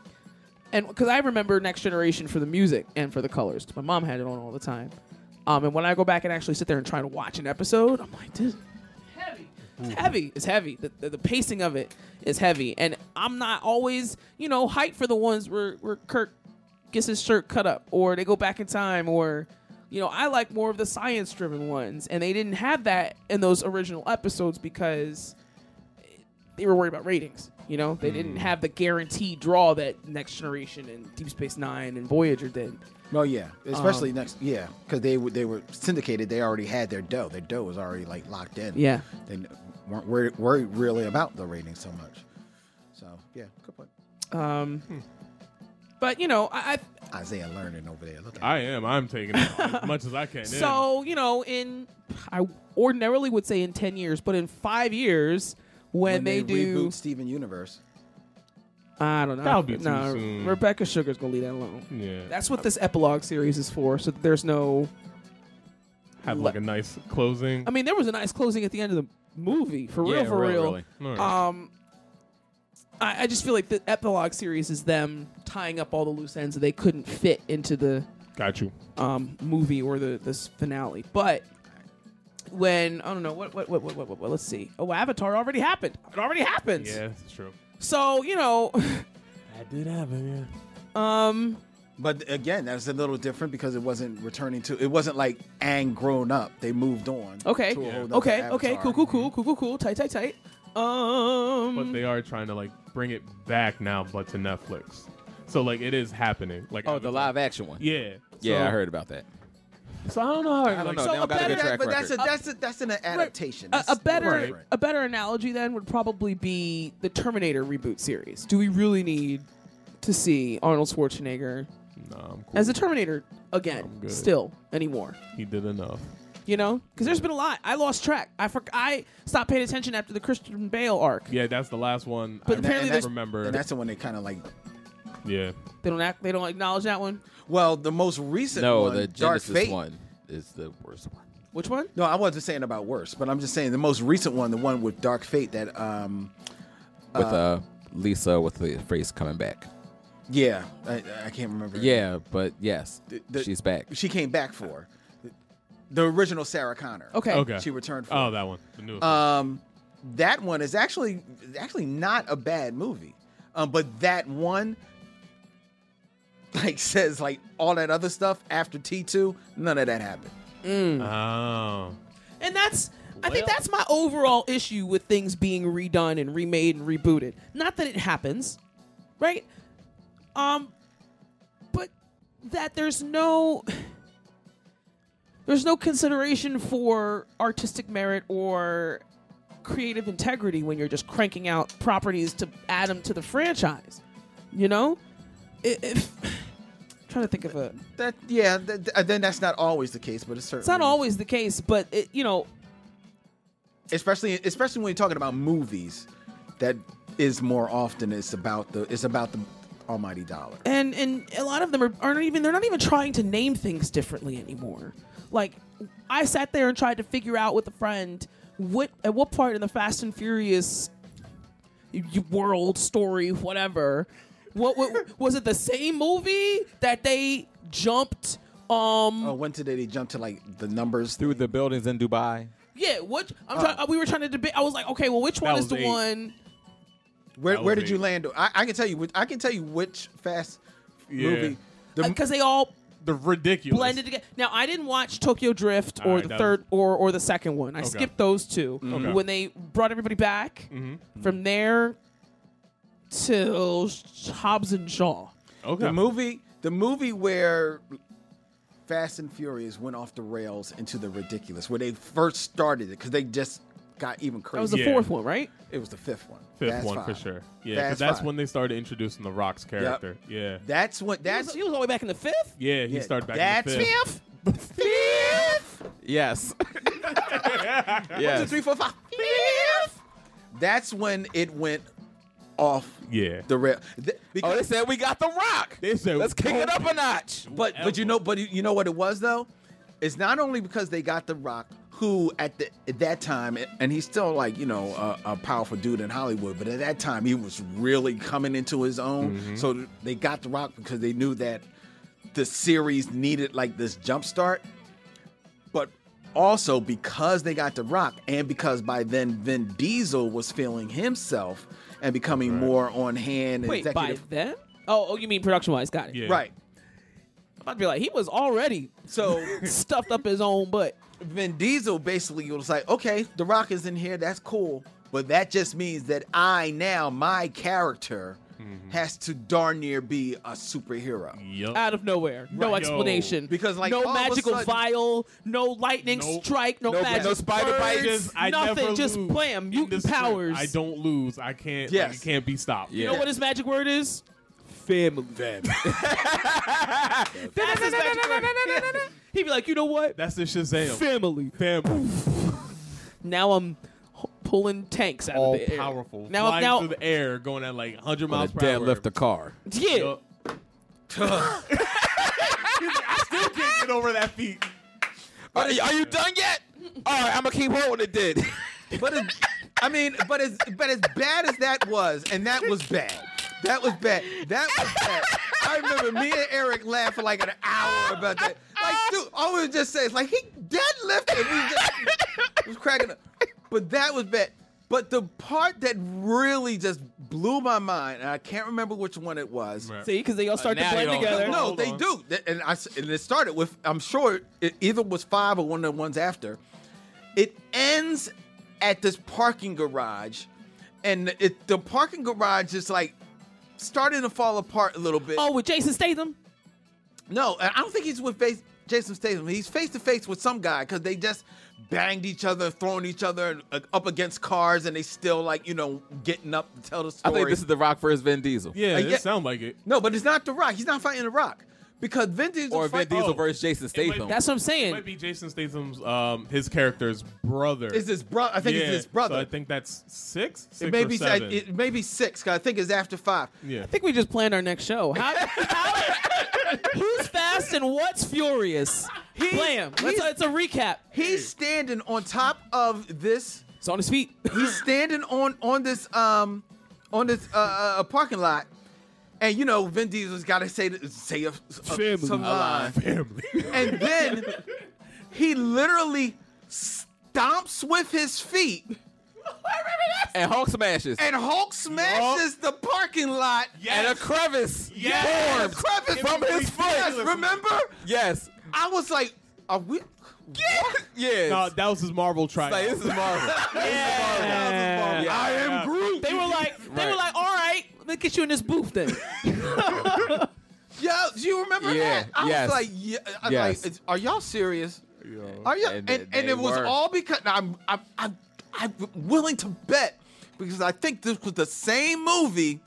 E: and because I remember Next Generation for the music and for the colors, my mom had it on all the time. Um, and when I go back and actually sit there and try to watch an episode, I'm like, this it's heavy. It's heavy. The, the, the pacing of it is heavy, and I'm not always, you know, hyped for the ones where where Kirk gets his shirt cut up, or they go back in time, or you know, I like more of the science driven ones, and they didn't have that in those original episodes because they were worried about ratings. You know, they didn't have the guaranteed draw that Next Generation and Deep Space Nine and Voyager did.
I: No, yeah, especially
E: Um,
I: next, yeah, because they were they were syndicated. They already had their dough. Their dough was already like locked in.
E: Yeah.
I: they n- weren't worried, worried really about the ratings so much. So yeah, good point.
E: Um, but you know, I, I
I: Isaiah learning over there. Look at
B: I am. I'm taking it as much as I can. in.
E: So you know, in I ordinarily would say in ten years, but in five years when,
I: when
E: they, do,
I: reboot Steven Universe.
E: I don't know.
I: That'll be too
E: no,
I: soon.
E: Rebecca Sugar's gonna leave that alone.
B: Yeah.
E: that's what this epilogue series is for. So there's no.
B: Have like a nice closing.
E: I mean, there was a nice closing at the end of the movie, for
B: Yeah,
E: real, for
B: real,
E: real.
B: really. Alright.
E: Um, I, I just feel like the epilogue series is them tying up all the loose ends that they couldn't fit into the
B: got you
E: um movie or the this finale, but. When I don't know what what, what what what what what let's see oh Avatar already happened it already happened
B: Yeah, that's true.
E: so you know
B: That did happen.
E: um
I: But again, that's a little different because it wasn't returning to. It wasn't like Ang grown up. They moved on.
E: Okay.
I: to a whole nother
E: Okay. Okay.
I: avatar.
E: Cool. Cool. Cool. Cool. Cool. Cool. Tight. Tight. Tight. Um.
B: But they are trying to like bring it back now, but to Netflix. So like it is happening. Like
H: Oh, the live action one.
B: Yeah.
H: Yeah,
B: So-
H: I heard about that.
B: So I don't know. How,
H: I don't know. They don't got a good track
I: but that's a,
H: record.
I: that's a, that's an adaptation.
E: a, a
I: That's
E: better
I: different.
E: a better analogy then would probably be the Terminator reboot series. Do we really need to see Arnold Schwarzenegger as the Terminator again?
B: good.
E: Still anymore?
B: He did enough.
E: You know, because there's been a lot. I lost track. I forgot. I stopped paying attention after the Christian Bale arc.
B: Yeah, that's the last one.
E: But
B: I
E: apparently
B: don't
E: there's-
B: remember.
I: And that's the one they kind of like.
B: yeah.
E: They don't act. They don't acknowledge that one.
I: Well, the most recent
H: No,
I: one,
H: the
I: Dark
H: Genesis
I: Fate.
H: one is the worst one.
E: Which one?
I: No, I wasn't saying about worse, but I'm just saying the most recent one, the one with Dark Fate that um
H: With uh, Lisa with the face coming back.
I: yeah, I, I can't remember.
H: Yeah, but yes, she's back.
I: She came back for the original Sarah Connor.
E: Okay.
B: Okay.
I: She returned for
B: Oh, that one. The newest. one.
I: Um, that one is actually actually not a bad movie, um, but that one like says like all that other stuff after T two. None of that happened.
B: Oh.
E: And that's I think that's my overall issue with things being redone and remade and rebooted. Not that it happens, right? Um, but that there's no there's no consideration for artistic merit or creative integrity when you're just cranking out properties to add them to the franchise. You know, I- if trying to think of a
I: That yeah. Th- th- then that's not always the case, but it's certainly
E: it's not always the case, but it, you know,
I: especially especially when you're talking about movies. That is more often. It's about the it's about the almighty dollar.
E: and and a lot of them are, aren't even they're not even trying to name things differently anymore. Like I sat there and tried to figure out with a friend what at what part of the Fast and Furious y- world story whatever what, what was it the same movie that they jumped um
I: Oh, when did they jump to like the numbers
R: through the buildings in Dubai?
E: yeah what I'm
I: Oh.
E: trying we were trying to debate I was like okay well which
I: That
E: one is
I: was
E: the
I: eight.
E: one
I: Where
E: That
I: where
E: was
I: did you
E: eight.
I: land? I, I can tell you. which- I can tell you which Fast
E: Yeah.
I: movie
E: because Uh, they all
B: the ridiculous
E: blended together. Now, I didn't watch Tokyo Drift
B: All
E: or
B: right,
E: the
B: that
E: third or or the second one. I
B: Okay. Mm-hmm.
E: skipped those 2
B: Okay.
E: When they brought everybody back
B: Mhm.
E: from there till Hobbs and Shaw.
I: The movie, the movie where Fast and Furious went off the rails into the ridiculous, where they first started it, because they just got even crazier.
E: was the Yeah. fourth one, right?
I: It was the fifth one.
B: Fifth
I: Fast
B: one for
I: Five.
B: sure. Yeah, 'cause
I: Fast
B: that's
I: Five.
B: when they started introducing the Rock's character. Yeah.
I: That's what. That's he
E: was, all the way back in the fifth.
B: Yeah, he started back in the
I: That's
B: fifth.
R: Yes.
I: One, two,
R: Yes.
I: three, four, five. That's when it went off.
B: Yeah.
I: The rail. Th-
R: Oh, they said we got the Rock.
B: They said
R: let's kick it up a notch.
I: But but you know but you- you know what it was though? It's not only because they got The Rock, who at the at that time, and he's still like you know a, a powerful dude in Hollywood, but at that time he was really coming into his own.
B: Mhm.
I: So they got The Rock because they knew that the series needed like this jump start. But also because they got The Rock, and because by then Vin Diesel was feeling himself and becoming more on hand. and
E: Wait, by
I: executive.
E: then? Oh, oh, you mean production wise? Got it.
I: Right.
E: I'm about to be like he was already
I: so
E: stuffed up his own butt.
I: Vin Diesel basically was like, okay, The Rock is in here. That's cool. But that just means that I now, my character, has to darn near be a superhero.
E: Out of nowhere, no
I: Right.
E: explanation.
I: Yo. Because, like, all
E: no
I: of a
E: magical
I: sudden-
E: vial, no lightning
B: Nope.
E: strike, no,
B: Nope.
E: magic
B: No spider
E: words,
B: bites. Just- I
E: nothing.
B: never
E: just
B: lose
E: blam, mutant powers.
B: I don't lose. I can't. Yes.
E: Yes.
B: can't be stopped.
E: You know what his magic word is? Family. Family. That's his magic word. He'd be like, you know what?
B: That's the Shazam.
E: Family.
B: Family.
E: now I'm h- pulling tanks out
B: All
E: of the air.
B: powerful.
E: Now,
B: flying
E: now,
B: through the air, going at like 100 miles per hour.
H: Deadlift the car.
E: yeah.
B: I still can't get over that feat.
H: Are, are you done yet? All right, I'm gonna keep holding it. Did
I: But as, I mean, but as but as bad as that was, and that was bad. That was bad. That was bad. I remember me and Eric laughed for like an hour about that. Like, dude, all we would just say is like he deadlifted. We just was cracking up. But that was bad. But the part that really just blew my mind, and I can't remember which one it was.
E: See, because they all start to blend together.
I: No, they do. Th- And I s- and it started with I'm sure it either was five or one of the ones after. It ends at this parking garage, and it the parking garage is like starting to fall apart a little bit.
E: Oh, with Jason Statham?
I: No, I I don't think he's with face, Jason Statham. He's face to face with some guy because they just banged each other, throwing each other uh, up against cars, and they still like you know getting up to tell the
H: I
I: story.
H: think this is the Rock versus Vin Diesel.
I: Uh, yeah.
B: like it.
I: No, but it's not The Rock. He's not fighting The Rock because Vin Diesel
H: Or Vin
I: fight-
H: Diesel
I: Oh.
H: versus Jason Statham.
E: That's what I'm saying.
B: It might be Jason Statham's, um, his character's brother.
I: It's his bro- I think it's
B: Yeah,
I: his brother.
B: so I think that's six. six
I: it may
B: or
I: be
B: seven.
I: it may be six. 'cause I think it's after five.
B: yeah.
E: I think we just planned our next show. How, how- who's fast and what's furious? Blam. Let's,
I: he's-
E: it's a recap.
I: He's standing on top of this.
E: It's on his feet.
I: he's standing on on this um on this uh, uh, uh, parking lot, and you know Vin Diesel's got to say th- say a, a,
B: Family.
I: some
B: Alive.
I: line.
B: Family.
I: and then he literally stomps with his feet
H: and Hulk smashes.
I: and Hulk smashes the parking lot
H: And a crevice
I: Yes.
H: formed
I: crevice
H: from his foot.
I: Yes, remember?
H: Yes.
I: I was like, are we?
H: Yeah.
B: No, that was his Marvel try.
H: Like, this is Marvel.
E: Yeah.
B: I am
E: Groot. They were like, they were
B: Right.
E: like, all right, let's get you in this booth then.
I: Yeah, do you remember
H: Yeah,
I: that? I
H: yes.
I: was like, yeah, I was
H: Yes.
I: like, it's- are y'all serious? Are y'all?
H: And
I: And, and,
H: they- they
I: it was
H: were.
I: all because I'm, I'm, I'm, I'm willing to bet because I think this was the same movie.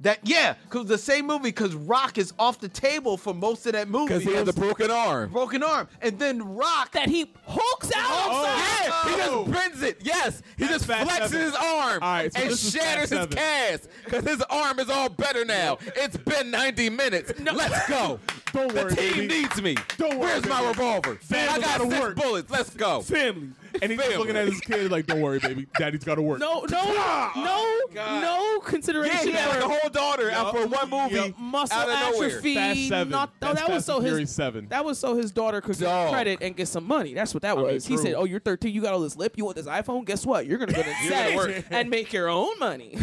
I: That yeah, because the same movie because Rock is off the table for most of that movie
H: 'Cause he has a broken arm.
I: broken arm, and then Rock that he
E: hooks out.
I: Oh,
H: Yeah, he just bends it. Yes, he just
B: Fast
H: flexes
B: Oh. Seven.
H: his arm
B: All right, so
H: and
B: this is
H: shatters his
B: Fast Seven.
H: cast because his arm is all better now. It's been 90 minutes. Let's go.
B: Don't
H: the
B: worry,
H: team
B: baby.
H: needs me.
B: Don't worry,
H: Where's my
B: baby.
H: revolver?
B: Family
H: I got
B: gotta
H: six
B: work.
H: bullets. Let's go.
B: Family. And he's just looking at his kid like, "Don't worry, baby. Daddy's got to work."
E: No, no, no, no consideration.
H: Ah! Yeah, he had like
E: for
H: a whole daughter out for one movie.
E: muscle
H: out of nowhere.
E: atrophy.
B: Fast Seven.
E: not- no,
B: That's
E: that was
B: Fast
E: so
B: and
E: his
B: Furious Seven.
E: That was so his daughter could get
B: Dog.
E: credit and get some money. That's what that
B: mean,
E: was. he
B: true.
E: said, "Oh, you're 13. You got all this lip. You want this iPhone? Guess what? You're gonna go to
H: gonna
E: sex
H: work.
E: and make your own money."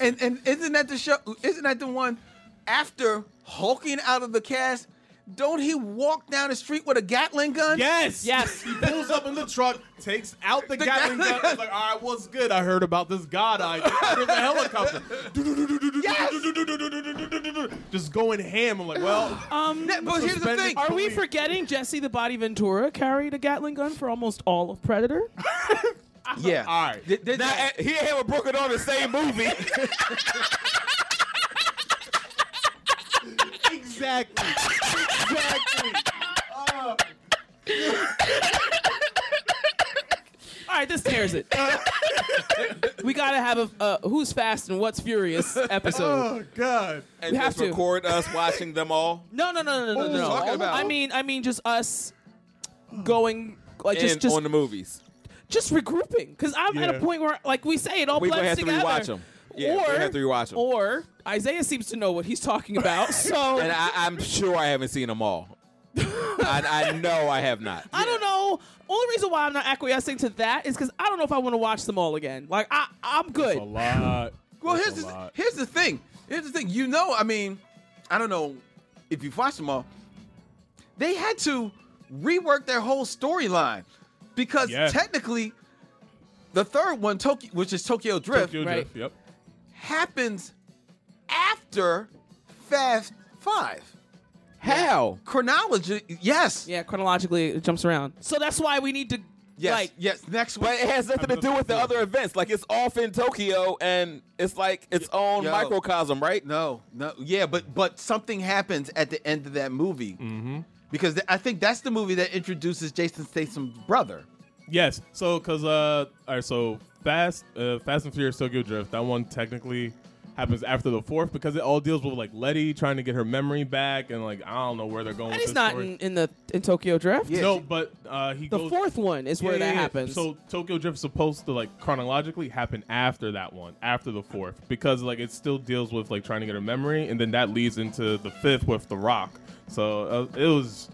I: And and isn't that the show? Isn't that the one after hulking out of the cast? Don't he walk down the street with a Gatling gun?
B: Yes.
E: Yes.
B: He pulls up in the truck, takes out the,
I: The
B: Gatling
I: Gatling
B: gun. He's like, all right, what's good? I heard about this God I Here's a helicopter. Just going ham. I'm like, well,
E: Um,
I: but here's the thing.
E: Are we forgetting Jesse the Body Ventura carried a Gatling gun for almost all of Predator?
I: Yeah.
B: all right.
H: Now, eh, he had a broken arm in the same movie.
B: Exactly. Exactly. Uh,
E: All right, this tears it. we gotta have a uh, "Who's Fast and What's Furious" episode.
B: oh, God.
H: and
E: We have
H: eh, just
E: to.
H: record us watching them all.
E: No, no, no, no, no,
H: What
E: no.
H: was
E: no.
H: he talking about?
E: I mean, I mean, just us going like just
H: and
E: just
H: on the movies.
E: just regrouping because I'm at
B: Yeah.
E: a point where like we say it all
H: We gonna
E: blends
H: have to
E: together.
H: rewatch 'em. Yeah, we're
E: or,
H: gonna have to rewatch 'em.
E: Or Isaiah seems to know what he's talking about, so
H: And I, I'm sure I haven't seen them all. I, I know I have not.
E: I don't know. Only reason why I'm not acquiescing to that is because I don't know if I want to watch them all again. Like I, I'm good.
B: a lot.
I: Well,
B: That's
I: here's
B: a
I: the,
B: lot.
I: here's the thing. Here's the thing. You know, I mean, I don't know if you've watched them all. They had to rework their whole storyline because
B: Yeah.
I: technically, the third one, Tokyo, which is Tokyo Drift,
B: Tokyo
E: Right.
B: Drift, Yep.
I: happens after Fast Five.
H: How?
I: Chronology, yes,
E: Yeah, chronologically it jumps around, so that's why we need to
I: yes,
E: like
I: yes. Next week,
H: But it has nothing to do with the other events. Like it's off in Tokyo and it's like its own
I: Yo.
H: microcosm, right?
I: No, no, yeah, but but something happens at the end of that movie
E: Mm-hmm.
I: because th- I think that's the movie that introduces Jason Statham's brother.
B: Yes. So, cause uh, all right. So Fast, uh, Fast and Furious Tokyo Drift. That one technically happens after the fourth because it all deals with like Letty trying to get her memory back and like I don't know where they're going.
E: And
B: with
E: he's
B: this
E: not
B: story.
E: in, in the in Tokyo Drift.
I: Yeah.
B: No, but uh, he
E: The
B: goes,
E: fourth one is where
B: Yeah,
E: that
B: yeah, yeah.
E: happens.
B: So Tokyo Drift's supposed to like chronologically happen after that one, after the fourth, because like it still deals with like trying to get her memory, and then that leads into the fifth with the Rock. So uh, it was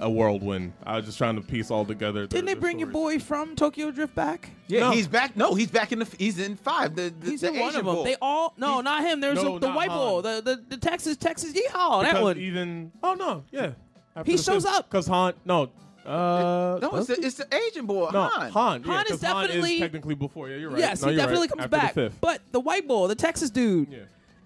B: a whirlwind. I was just trying to piece all together.
E: Didn't they bring your boy from Tokyo Drift back?
I: Yeah,
B: No.
I: he's back. No, he's back in the. He's in five. The, the,
E: He's
I: the
E: in one
I: Asian
E: of them.
I: bull.
E: They all no, not him. There's
B: No,
E: a- the
B: not
E: white
B: Han.
E: bull, the, the the Texas Texas Yeehaw. That
B: Because
E: one.
B: Even oh no, yeah. After
E: He
B: the
E: shows
B: fifth.
E: up.
B: cause Han. No, uh,
I: no, it's the, it's the Asian boy.
B: no,
I: Han.
B: Han. Han, yeah,
E: Han is
B: 'cause Han
E: definitely-
B: technically before. Yeah, you're right.
E: Yes,
B: No,
E: he
B: you're
E: definitely
B: right.
E: comes
B: After the
E: back.
B: fifth.
E: but the white bull, the Texas dude,
B: Yeah.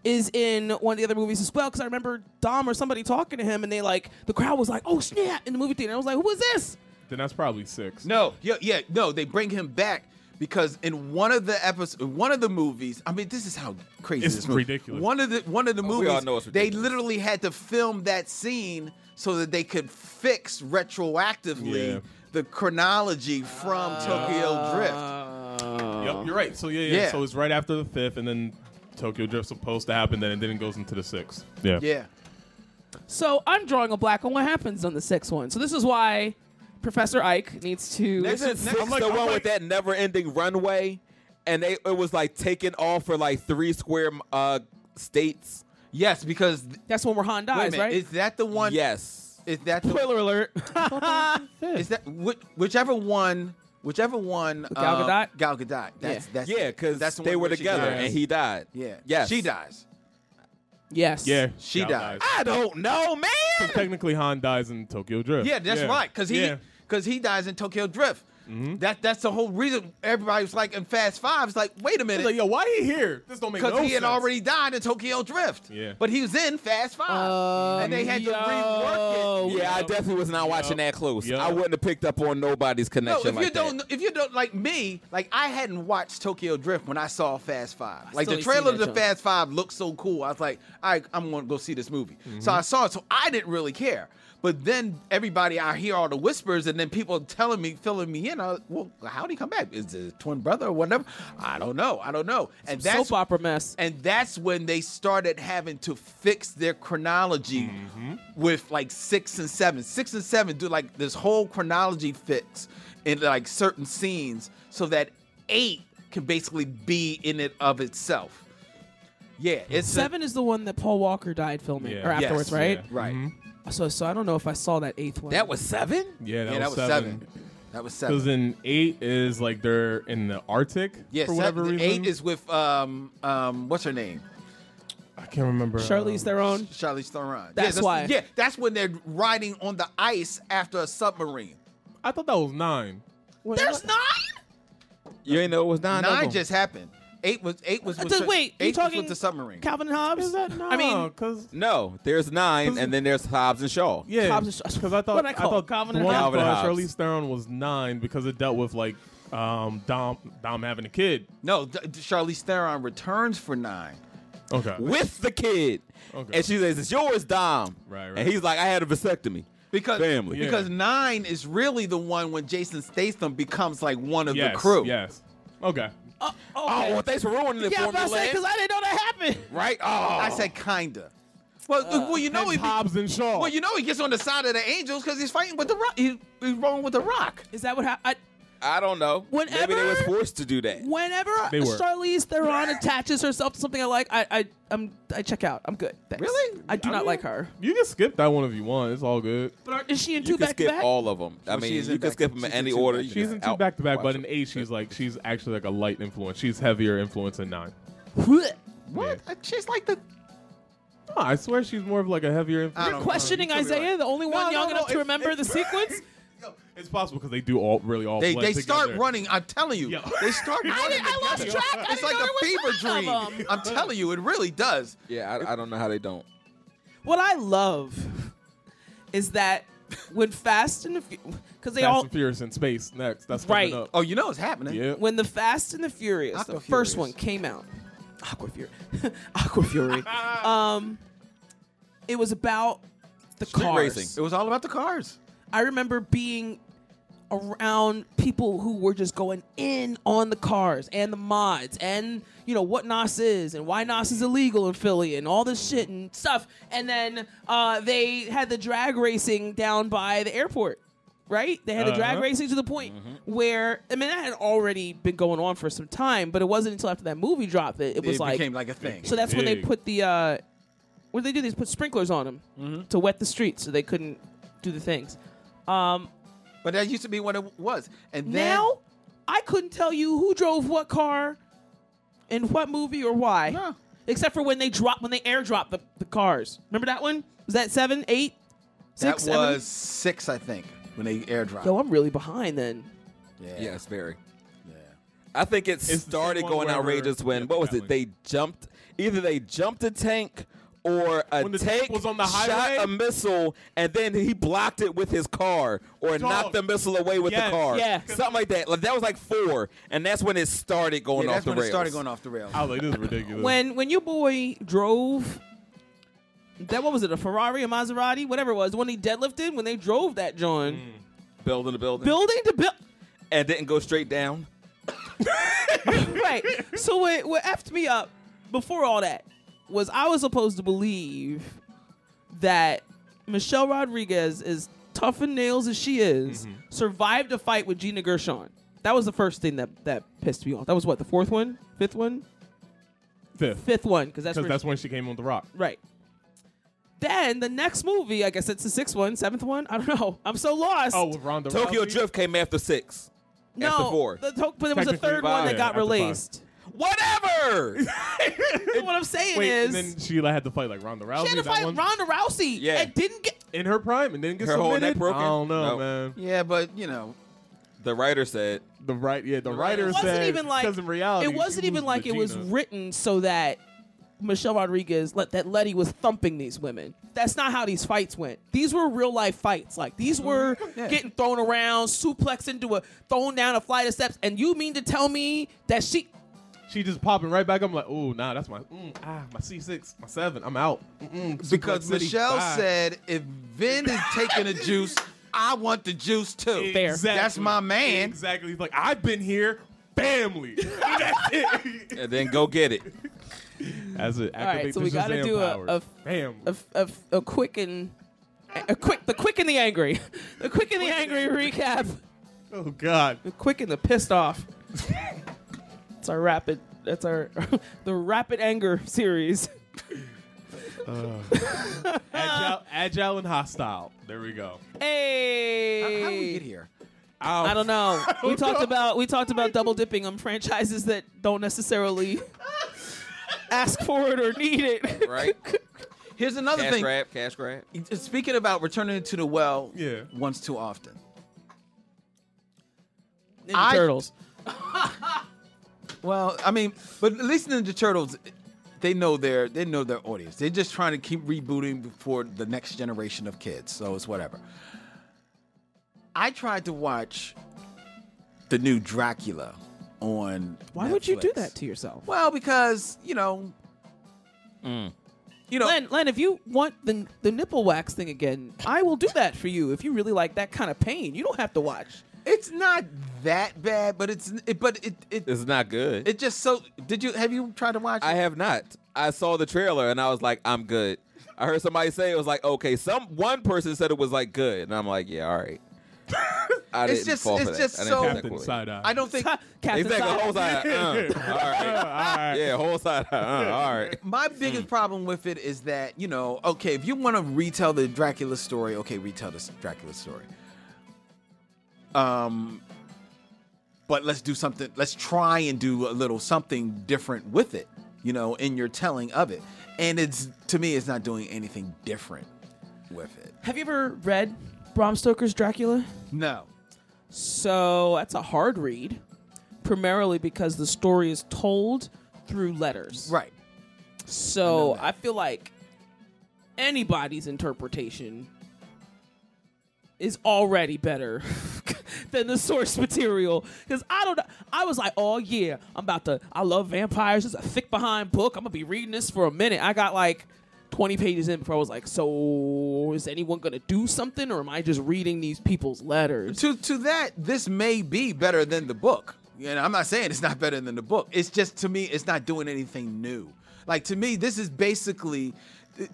E: is in one of the other movies as well. Because I remember Dom or somebody talking to him, and they like the crowd was like, "Oh snap!" in the movie theater. I was like, "Who is this?"
B: Then that's probably six.
I: No, yeah, yeah, no. They bring him back because in one of the episodes, one of the movies. I mean, this is how crazy
B: It's
I: this movie.
B: ridiculous.
I: One of the one of the
H: Oh, we
I: movies.
H: all know it's
I: they
H: ridiculous.
I: literally had to film that scene so that they could fix retroactively
B: Yeah.
I: the chronology from
H: Ah.
I: Tokyo Drift.
B: Yep, you're right. So yeah, yeah,
I: Yeah.
B: So it's right after the fifth, and then Tokyo Drift's supposed to happen. Then and then it goes into the sixth. Yeah.
I: Yeah.
E: So I'm drawing a black on what happens on the sixth one. So this is why Professor Ike needs to.
H: Isn't
I: next-
H: six
I: I'm like-
H: the
I: I'm
H: one
I: like-
H: with that never-ending runway, and they it was like taken off for like three square uh, states.
I: Yes, because
E: That's when where Han
I: wait a
E: dies,
I: minute,
E: right?
I: is that the one?
H: Yes.
I: Is that the
E: Spoiler alert.
I: Is that which, whichever one? Whichever one?
E: Gal
I: um,
E: Gadot?
I: Gal Gadot. That's
E: Yeah.
I: that's
H: Yeah, because
I: that's the
H: they
I: one
H: were
I: where she
H: together,
I: dies.
H: and he died.
I: yeah.
H: Yes.
I: She dies.
E: yes.
B: Yeah.
I: She
B: Gal
I: died.
H: I don't know, man.
B: Technically, Han dies in Tokyo Drift.
I: Yeah, that's right. Because he
B: Yeah. Mm-hmm.
I: because he dies in Tokyo Drift. That that's the whole reason everybody was like in Fast Five. It's like, wait a minute,
B: like, yo, why he here? This don't make
I: because
B: no
I: he had
B: sense.
I: already died in Tokyo Drift.
B: Yeah.
I: but he was in Fast Five, and they had to rework it.
H: yeah, I definitely was not watching that close. I wouldn't have picked up on nobody's
I: No, if
H: connection
I: you
H: like that.
I: don't, if you don't like me, like I hadn't watched Tokyo Drift when I saw Fast Five. like
H: still
I: the
H: ain't
I: trailer
H: seen
I: to
H: that
I: the
H: show.
I: Fast Five looked so cool. I was like, all right, I'm going to go see this movie.
H: Mm-hmm.
I: So I saw it. So I didn't really care. But then everybody, I hear all the whispers, and then people telling me, filling me in. I was, well, how would he come back? Is it his twin brother or whatever? I don't know. I don't know. And
E: Some
I: that's
E: soap opera mess.
I: And that's when they started having to fix their chronology
B: Mm-hmm.
I: with like six and seven. Six and seven do like this whole chronology fix in like certain scenes so that eight can basically be in it of itself. Yeah, it's a-
E: Seven is the one that Paul Walker died filming
I: Yeah.
E: or afterwards,
I: Yes.
E: right?
I: Yeah. Right.
B: Mm-hmm.
E: So, so I don't know if I saw that eighth one.
I: That was seven?
B: Yeah, that,
I: Yeah, that
B: was,
I: was
B: seven.
I: seven. That was
B: Because
I: seven.
B: in eight is like they're in the Arctic
I: Yeah,
B: for whatever
I: seven,
B: reason.
I: eight is with um um what's her name?
B: I can't remember.
H: Um,
B: um,
E: Charlize Theron.
I: Charlize Theron. Yeah,
E: That's why.
I: Yeah, that's when they're riding on the ice after a submarine.
B: I thought that was nine.
I: There's nine.
H: You ain't know it was nine.
I: Nine just happened. Eight was eight was.
E: Uh,
I: With
E: th-
I: the-
E: wait, you
I: eight was
E: talking
I: with the submarine?
E: Calvin and Hobbes? Is that I mean,
B: because
H: No, there's nine, and then there's Hobbs and Shaw.
B: yeah,
E: Hobbs and Shaw.
B: because I thought
E: What'd I
B: I,
E: call it?
B: thought
E: Calvin
B: the
E: and
B: one
H: Hobbes?
B: for
H: Calvin and
B: Charlize Theron was nine because it dealt with like um, Dom Dom having a kid.
I: No, D- D- Charlize Theron returns for nine.
B: Okay.
H: with the kid.
B: Okay.
H: And she says, It's yours, Dom.
B: Right, right.
H: And he's like, I had a vasectomy.
I: Because
H: Family.
I: because nine is really the one when Jason Statham becomes like one of
B: Yes,
I: the crew.
B: Yes. Okay.
H: Oh, well, thanks for ruining it
E: yeah,
H: for
E: but I
H: me,
E: said
H: lad.
E: because I didn't know that happened.
H: Right? Oh.
I: I said kinda. Well,
E: Uh,
I: well, you know
B: and
I: he
B: Hobbs and Shaw.
I: well, you know he gets on the side of the angels because he's fighting with the rock. He, he's rolling with the rock.
E: Is that what happened?
H: I don't know. Maybe they
E: Whenever-
H: was forced to do that.
E: Whenever
B: They were.
E: Charlize Theron attaches herself to something I like, I I I'm, I check out. I'm good. Thanks.
I: Really?
E: I do
B: I
E: not
B: mean-
E: like her.
B: You can skip that one if you want. It's all good.
E: But are- is she in
H: You
E: two
H: can
E: back to
H: skip
E: back?
H: all of them. I
I: Well,
H: mean,
I: she's in
H: you can
I: back-
H: skip them in
I: she's in
H: any
I: two
H: order.
I: back
H: You
I: to
H: can
B: She's in two
H: out-
B: back to back,
H: watch
B: but in
H: it.
B: eight, she's like she's actually like a light influence. She's heavier influence than nine.
E: Blech.
I: What? She's like the.
B: No, I swear she's more of like a heavier influence.
I: I
E: You're
I: don't
E: questioning
I: know. You could be
E: Isaiah, the only one
B: No,
E: young
B: no,
E: enough
B: no,
E: to
B: it-
E: remember
B: it-
E: the sequence.
B: It's possible because they do all really all.
I: They,
B: blend
I: they start
B: together.
I: running. I'm telling you,
B: Yeah.
I: they start running.
E: I, didn't, I lost
I: together.
E: track. I
I: It's
E: didn't
I: like
E: know
I: a
E: there
I: fever
E: was nine of
I: dream.
E: 'em.
I: I'm telling you, it really does.
H: Yeah, I, I don't know how they don't.
E: What I love is that when Fast and the because they
B: Fast
E: all
B: and Furious in space next. That's coming
E: Right.
B: Up.
I: Oh, you know it's happening.
B: Yeah.
E: when the Fast and the Furious, the
I: Aqua
E: first
I: Furious.
E: one came out, Aqua Fury, Aqua Fury, um, it was about the cars.
I: It was all about the cars.
E: I remember being around people who were just going in on the cars and the mods and you know what Nas is and why Nas is illegal in Philly and all this shit and stuff. And then uh, they had the drag racing down by the airport. Right? They had the drag
B: Uh-huh.
E: racing to the point
I: Mm-hmm.
E: where I mean that had already been going on for some time, but it wasn't until after that movie dropped that it was
I: It
E: like
I: became like a thing.
E: so that's when they
B: Big.
E: put the uh, what did they do? They just put sprinklers on them
I: Mm-hmm.
E: to wet the streets, so they couldn't do the things. Um,
I: But that used to be what it was. And then
E: now I couldn't tell you who drove what car, in what movie or why,
I: No.
E: except for when they drop when they airdrop the, the cars. Remember that one? Was that seven, eight,
I: that
E: six? seven?
I: was six, I think, when they airdropped.
E: Yo, I'm really behind then.
I: yeah.
H: Yeah, it's very. I think it
B: the same
H: started
B: one
H: going
B: where we're-
H: outrageous when
B: Yeah,
H: what was
B: that
H: it?
B: one.
H: They jumped either they jumped a tank or a
B: When the tank
H: tank
B: was on the highway?
H: shot a missile and then he blocked it with his car or knocked the missile away with
B: Yes.
H: the car.
E: Yeah.
H: Something like that. Like that was like four, and that's when it started going
I: Yeah,
H: off
I: that's
H: the
I: when
H: rails.
I: it started going off the rails.
B: I was like, this is ridiculous.
E: When when your boy drove that what was it? A Ferrari, a Maserati, whatever it was. When he deadlifted, when they drove that John.
I: Mm.
H: building the building
E: building to build.
H: and didn't go straight down.
E: Right. So what what effed me up before all that was I was supposed to believe that Michelle Rodriguez, as tough and nails as she is,
B: Mm-hmm.
E: survived a fight with Gina Gershon. That was the first thing that that pissed me off. That was what the fourth one, fifth one,
B: Fifth.
E: fifth one, because that's
B: Because
E: where
B: that's when she came on the rock.
E: Right. Then the next movie, I guess it's the sixth one, seventh one. I don't know. I'm so lost.
B: Oh, with Ronda
H: Tokyo
B: Rousey?
H: Drift came after six.
E: no,
H: after four.
E: the to- but there was a
B: Technically
E: third one
B: five.
E: that got
B: Yeah, after five.
E: released.
H: Whatever.
E: what I'm saying
B: Wait,
E: is,
B: and then she like, had to fight like Ronda Rousey.
E: she had to
B: that
E: fight
B: one?
E: Ronda Rousey.
B: Yeah.
E: and didn't get.
B: in her prime and didn't get
H: Her whole
B: submitted.
H: neck broken?
B: I don't know,
H: No.
B: man.
I: Yeah, but you know,
H: The writer said.
B: The right, yeah, the,
E: It
B: writer
E: wasn't
B: said.
E: even like
B: because in reality,
E: it wasn't
B: she
E: even
B: was
E: like it was
B: Vegeta.
E: written so that Michelle Rodriguez let that Letty was thumping these women. That's not how these fights went. These were real life fights. Like these were getting thrown around, suplexed into a thrown down a flight of steps. And you mean to tell me that she
B: She just popping right back. I'm like, oh, nah, that's my mm, ah, my C6, my seven. I'm out. Mm-mm, Suplex
R: Because
B: City,
R: Michelle
B: bye.
R: said, if Vin is taking the juice, I want the juice too.
B: Exactly.
R: That's my man.
B: Exactly. He's like, I've been here, family.
H: And then go get it.
B: That's it.
E: All right, so we got to do a a, a, a, a quick and a quick the quick and the angry, the quick and the angry recap.
B: Oh God,
E: the quick and the pissed off. It's our rapid. That's our the rapid anger series. Uh,
B: agile, agile and hostile. There we go.
E: Hey,
B: How- how did we
E: get
I: here?
E: I don't know.
B: I don't
E: We talked
B: know.
E: about we talked about double dipping on franchises that don't necessarily ask for it or need it.
H: Right.
I: Here's another
H: Cash
I: thing.
H: grab, cash grab.
I: Speaking about returning to the well
B: yeah.
I: once too often.
E: Ninja Turtles.
I: Well, I mean, but at least Ninja Turtles, they know their they know their audience. They're just trying to keep rebooting for the next generation of kids. So it's whatever. I tried to watch the new Dracula on.
E: Why would you do
I: Netflix.
E: that to yourself?
I: Well, because you know,
H: Mm.
I: you know,
E: Len, Len, if you want the the nipple wax thing again, I will do that for you. If you really like that kind of pain, you don't have to watch.
I: it's not that bad, but it's it, but it it
H: It's not good.
I: it just so. Did you have you tried to watch?
H: I
I: it?
H: have not. I saw the trailer and I was like, I'm good. I heard somebody say it was like, okay. Some one person said it was like good, and I'm like, yeah, all right. I
I: It's
H: didn't
I: just-
H: fall for
I: it's
H: that.
I: just
H: I didn't
I: so-
H: take that
I: Captain
H: quality.
B: Side-eye.
I: I don't think
H: exactly, whole side. Uh, all right. Yeah, whole side. Uh, all right.
I: My biggest problem with it is that, you know, okay, if you want to retell the Dracula story, okay, retell this Dracula story. Um but let's do something let's try and do a little something different with it, you know, in your telling of it. And it's to me it's not doing anything different with it.
E: Have you ever read Bram Stoker's Dracula?
I: No.
E: So that's a hard read, primarily because the story is told through letters.
I: Right.
E: So I, feel like anybody's interpretation is already better than the source material because I don't. I was like, oh yeah, I'm about to. I love vampires. It's a thick behind book. I'm gonna be reading this for a minute. I got like. 20 pages in before I was like, so is anyone gonna do something or am I just reading these people's letters?
I: To to that, this may be better than the book. You know, I'm not saying it's not better than the book. It's just to me, it's not doing anything new. Like to me, this is basically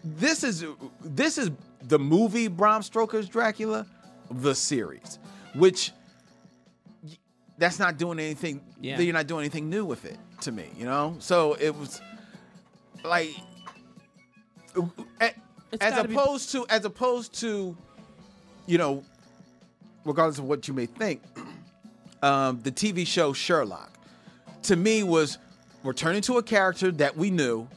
I: this is this is the movie Bram Stoker's Dracula, the series, which y- that's not doing anything.
E: Yeah.
I: You're not doing anything new with it to me. You know, so it was like a-
E: It's
I: as
E: gotta be-
I: opposed to as opposed to you know regardless of what you may think um, the tv show sherlock to me was returning to a character that we knew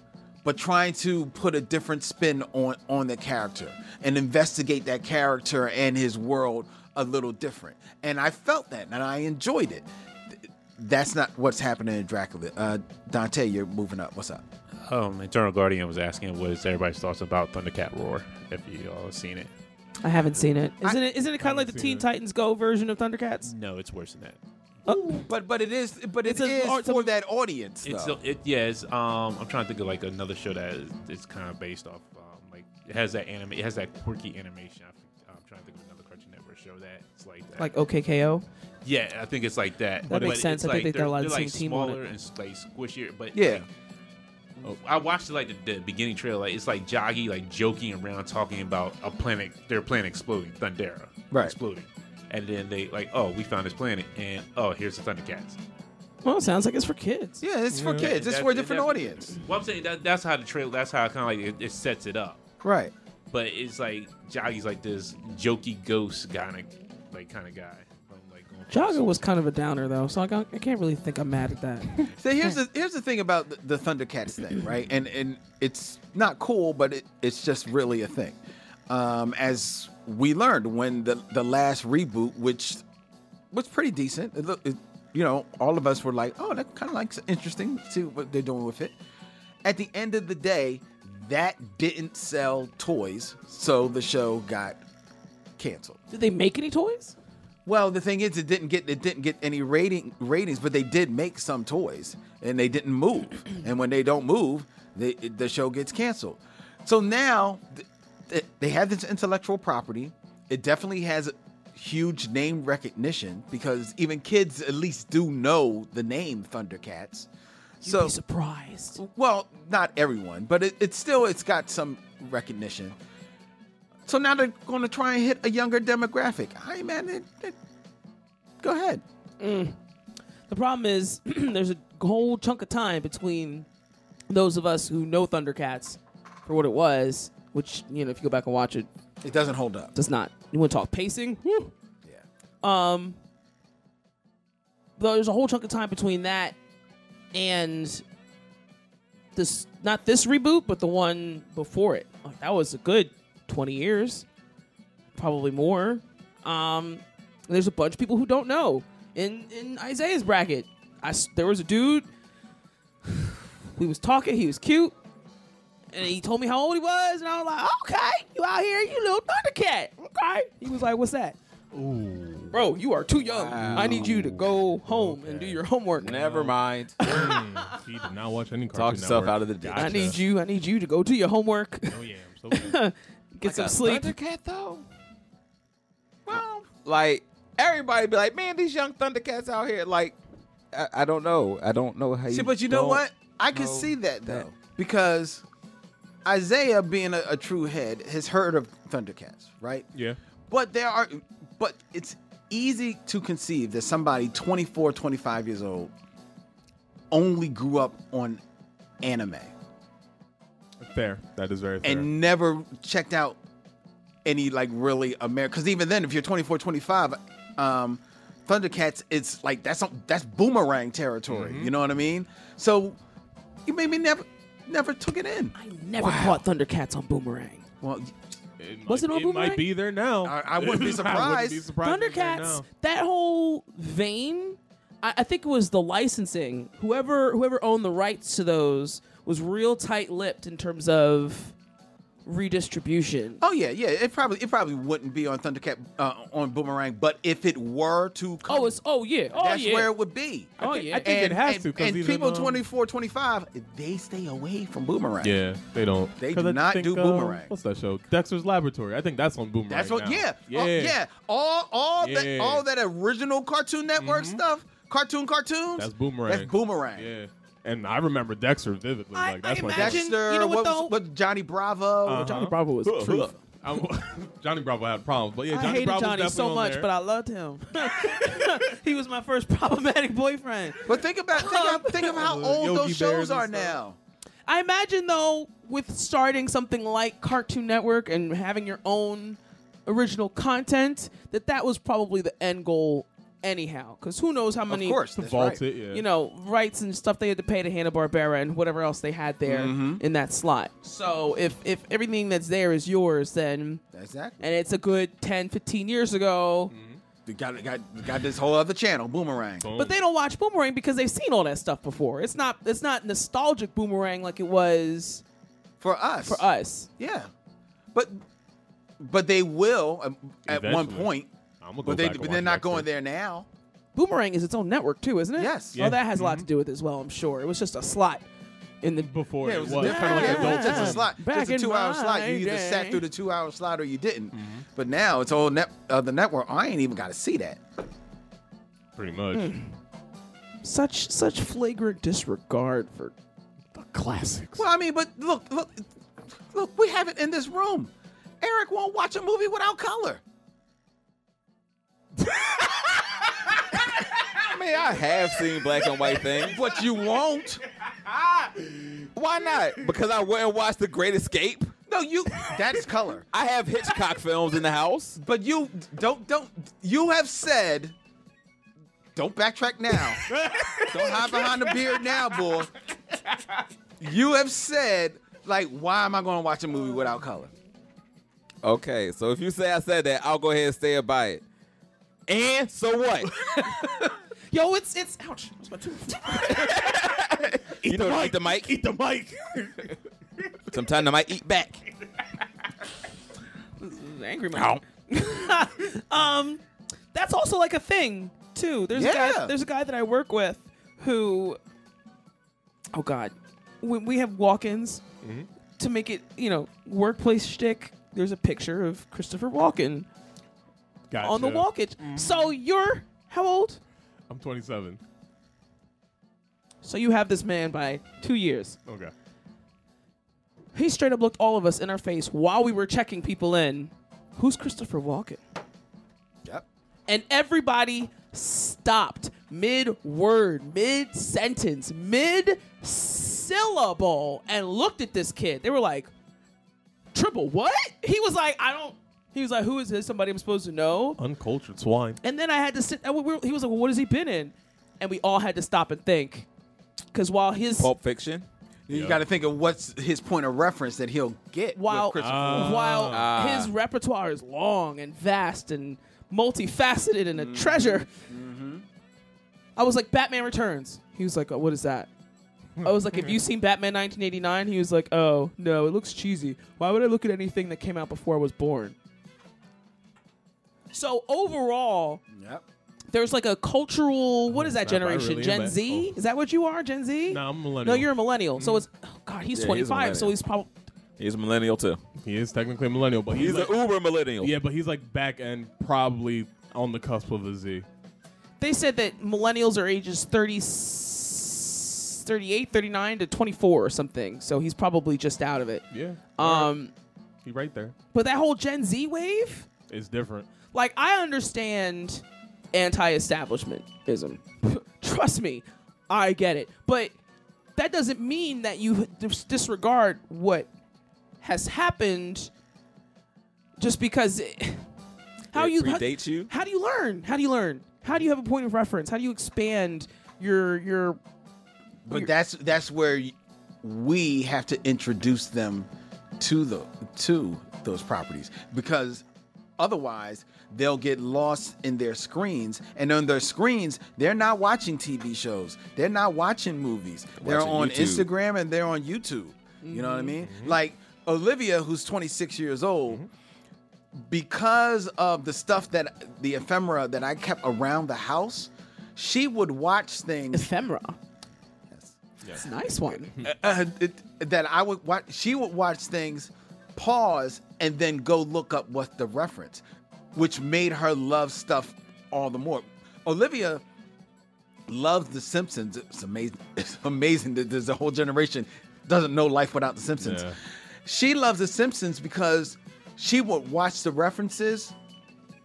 I: but trying to put a different spin on on the character and investigate that character and his world a little different and i felt that and i enjoyed it Th- that's not what's happening in dracula uh, dante you're moving up what's up
A: Um, Eternal Guardian was asking what is everybody's thoughts about Thundercat Roar, if you all have seen it.
E: I haven't seen it. Isn't it? Isn't it kind of like the
A: seen
E: Teen
A: it.
E: Titans Go version of Thundercats? Uh,
A: No, it's worse than that.
I: but but it is but it
E: a-
I: is
E: it's a-
I: for that audience
A: It's
I: though.
A: it, yeah, it's um I'm trying to think of like another show that is, it's kind of based off um like it has that anime, it has that quirky animation. I, I'm trying to think of another Cartoon Network show that it's like that.
E: Like OKKO.
A: yeah, I think it's like that.
E: That makes sense.
A: it's,
E: I think they got
A: they're-
E: a lot of
A: they're,
E: the
A: like
E: same team on
A: smaller
E: it.
A: and s- like squishier, but
I: Yeah.
A: like, I watched like the, the beginning trailer. Like, it's like Joggy like joking around, talking about a planet, their planet exploding, Thundera,
I: Right.
A: exploding, and then they like, oh, we found this planet, and oh, here's the Thundercats.
E: Well, it sounds like it's for kids.
I: Yeah, it's for kids. It's
A: That-
I: for a different
A: that-
I: audience.
A: Well, I'm saying that, that's how the trailer. That's how kind of like it, it sets it up.
I: Right.
A: But it's like Joggy's like this jokey ghost kind of like kind of guy. From, like, going
E: Jogger was kind of a downer though, so I, got, I can't really think I'm mad at that.
I: So here's the here's the thing about the, the Thundercats thing, right? And and it's not cool, but it, it's just really a thing. Um, as we learned when the the last reboot, which was pretty decent, it, look- it, you know, all of us were like, oh, that kind of like interesting. See what they're doing with it. At the end of the day, that didn't sell toys, so the show got canceled.
E: Did they make any toys?
I: Well, the thing is, it didn't get it didn't get any rating ratings, but they did make some toys, and they didn't move. and when they don't move, they, it- the show gets canceled. So now th- th- they have this intellectual property. It definitely has huge name recognition because even kids at least do know the name Thundercats. You'd so
E: be surprised.
I: Well, not everyone, but it, it's still it's got some recognition. So now they're going to try and hit a younger demographic. Hey man, it, it, go ahead.
E: The problem is there's a whole chunk of time between those of us who know Thundercats for what it was, which you know if you go back and watch it,
I: it doesn't hold up.
E: Does not. You want to talk pacing? Woo. Yeah. Um. though There's a whole chunk of time between that and this, not this reboot, but the one before it. Like that was a good 20 years, probably more. Um, there's a bunch of people who don't know. In in Isaiah's bracket, I s- there was a dude. We was talking. He was cute and he told me how old he was, and I was like, okay, you out here, you little Thundercat. Okay. He was like, what's that? Ooh. Bro, you are too young. I need you to go home and do your homework.
H: Never mind.
B: He did not watch any
H: Talk
B: Cartoon
H: yourself
B: Network.
H: out of the ditch.
E: I need you. I need you to go do your homework. Oh yeah, I'm so get some sleep.
H: Thundercat though. Well, like everybody be like, man, these young Thundercats out here. Like, I, I don't know. I don't know how you.
I: See, but you know
H: don't
I: what? I can
H: know
I: see that though because Isaiah, being a, a true head, has heard of Thundercats, right?
B: Yeah.
I: But there are, but it's easy to conceive that somebody 24, 25 years old only grew up on anime
B: Fair. That is very fair.
I: and never checked out any like really American. Because even then, if you're 24, 25, um, Thundercats, it's like that's some- that's boomerang territory. You know what I mean? So you maybe never never took it in. I
E: Never caught Thundercats on Boomerang.
I: Well,
E: was it on Boomerang?
B: might be there now.
I: I, I wouldn't be surprised.
B: wouldn't be surprised if it's there
E: Thundercats.
B: now.
E: That whole vein, I, I think it was the licensing. Whoever whoever owned the rights to those was real tight-lipped in terms of redistribution.
I: Oh yeah, yeah. It probably it probably wouldn't be on Thundercat uh, on Boomerang, but if it were to come,
E: Oh, it's oh yeah, oh
I: that's
E: yeah.
I: where it would be.
E: Oh, I think- yeah. I think
I: and,
E: it has
I: and,
E: to, 'cause
I: And
E: even,
I: people
E: um,
I: 24, 25, they stay away from Boomerang.
B: Yeah, they don't.
I: They
B: 'Cause
I: do
B: I
I: not
B: think,
I: do
B: uh,
I: Boomerang.
B: what's that show? Dexter's Laboratory. I think that's on Boomerang.
I: That's what.
B: now.
I: Yeah. Oh, yeah. All all
B: Yeah.
I: that all that original Cartoon Network
E: Mm-hmm.
I: stuff, cartoon cartoons.
B: That's Boomerang.
I: That's Boomerang.
B: Yeah. And I remember Dexter vividly. like that's my
I: Dexter. what, was- what Johnny Bravo.
B: Uh-huh. Huh, huh. I'm- Johnny Bravo had problems, but yeah, Johnny
E: I hated
B: Bravo's
E: Johnny so
B: definitely on
E: much,
B: there.
E: but I loved him. he was my first problematic boyfriend.
I: But think about think, of, think of how old
E: Yogi
I: those
E: Bears
I: shows
E: and
I: are
E: stuff.
I: now.
E: I imagine though, with starting something like Cartoon Network and having your own original content, that that was probably the end goal, anyhow. Because who knows how many
I: course, that's Vault right. it, yeah.
E: you know rights and stuff they had to pay to Hanna Barbera and whatever else they had there
I: Mhm.
E: in that slot. So if if everything that's there is yours, then
I: Exactly.
E: and it's a good 10, 15 years ago.
I: We got we got we got this whole other channel, Boomerang.
E: But they don't watch Boomerang because they've seen all that stuff before. It's not it's not nostalgic Boomerang like it was
I: for us.
E: For us,
I: yeah. But but they will um, at one
E: Eventually.
I: point.
E: go
I: but they
E: back and
I: but
E: watch
I: they're not
E: Dexter.
I: going there now.
E: Boomerang is its own network too, isn't it?
I: Yes.
E: Oh, that has a lot
I: Mm-hmm.
E: to do with it as well. I'm sure it was just a slot in the
B: before
I: Yeah, it was, just kind of like a, just a slot, just a two-hour slot. You either sat through the two-hour slot or you didn't. But now it's all net, uh, the network. I ain't even got to see that.
B: Pretty much.
H: Hmm.
E: such such flagrant disregard for the classics.
I: Well, I mean, but look, look, look. We have it in this room. Eric won't watch a movie without color.
H: I mean, I have seen black and white things.
I: But you won't.
H: Why not? Because I wouldn't watch The Great Escape.
I: No, you. That's color.
H: I have Hitchcock films in the house.
I: But you don't don't. You have said Don't backtrack now. Don't hide behind the beard now, boy. You have said, like, why am I going to watch a movie without color?
H: Okay, so if you say I said that, I'll go ahead and stand by it. And so what?
E: Yo, it's it's ouch. It's my tooth.
H: you know, eat the mic. Eat the mic. Sometimes I might eat back.
E: Angry man. um, that's also like a thing too. There's a
S: Yeah.
E: guy, there's a guy that I work with who, oh god, when we have walk-ins to make it you know workplace shtick. There's a picture of Christopher Walken on the
B: Gotcha.
E: walk-in. So you're how old?
B: I'm 27.
E: So you have this man by two years.
B: Okay.
E: He straight up looked all of us in our face while we were checking people in. Who's Christopher Walken?
I: Yep.
E: And everybody stopped mid word, mid sentence, mid syllable and looked at this kid. They were like, Triple, what? He was like, I don't. He was like, who is this? Somebody I'm supposed to know?
B: Uncultured swine.
E: And then I had to sit. and we were- He was like, well, what has he been in? And we all had to stop and think. Because while his.
H: Pulp Fiction.
I: You
E: Yeah.
I: got to think of what's his point of reference that he'll get.
E: while uh,
I: with Christopher Walken.
E: while
H: Ah.
E: his repertoire is long and vast and multifaceted and a
H: Mm-hmm.
E: treasure. I was like Batman Returns. He was like, oh, "What is that?" I was like, "Have you seen Batman 1989?" He was like, "Oh no, it looks cheesy. Why would I look at anything that came out before I was born?" So overall,
I: Yep.
E: there's like a cultural. What is that
B: snap, I
E: generation?
B: really
E: Gen
B: am
E: Z? Is that what you are? Gen Z? No,
B: I'm a millennial.
E: No, you're a millennial. So it's oh God, he's
H: Mm-hmm. Yeah, he's
E: 25.
H: a
E: so
H: millennial.
E: he's probably
H: He's a millennial too.
B: He is technically a millennial, but
H: he's,
B: he's like-
H: an uber millennial.
B: Yeah, but he's like back end, probably on the cusp of a Z.
E: they said that millennials are ages 30, 38, 39 to 24 or something. So he's probably just out of it.
B: Yeah.
E: Um,
B: He right there.
E: but that whole Gen Z wave,
B: It's different.
E: like I understand anti-establishmentism. Trust me, I get it. But that doesn't mean that you dis- disregard what has happened just because it- how
H: It
E: you
H: predates
E: how,
H: you?
E: How do you learn? How do you learn? How do you have a point of reference? How do you expand your your
I: But that's that's where y- we have to introduce them to the to those properties because otherwise they'll get lost in their screens and on their screens they're not watching TV shows they're not watching movies they're
H: Watching
I: on
H: YouTube. Mm-hmm.
I: Instagram and they're on YouTube you know what I mean like Olivia who's 26 years old
H: Mm-hmm.
I: because of the stuff that the ephemera that I kept around the house she would watch things
E: ephemera
I: Yes.
E: nice one.
I: Uh, uh, it- that I would watch. She would watch things, pause, and then go look up what the reference, which made her love stuff all the more. Olivia loves The Simpsons. It's amazing. It's amazing that there's a whole generation doesn't know life without The Simpsons.
B: Yeah.
I: She loves The Simpsons because she would watch the references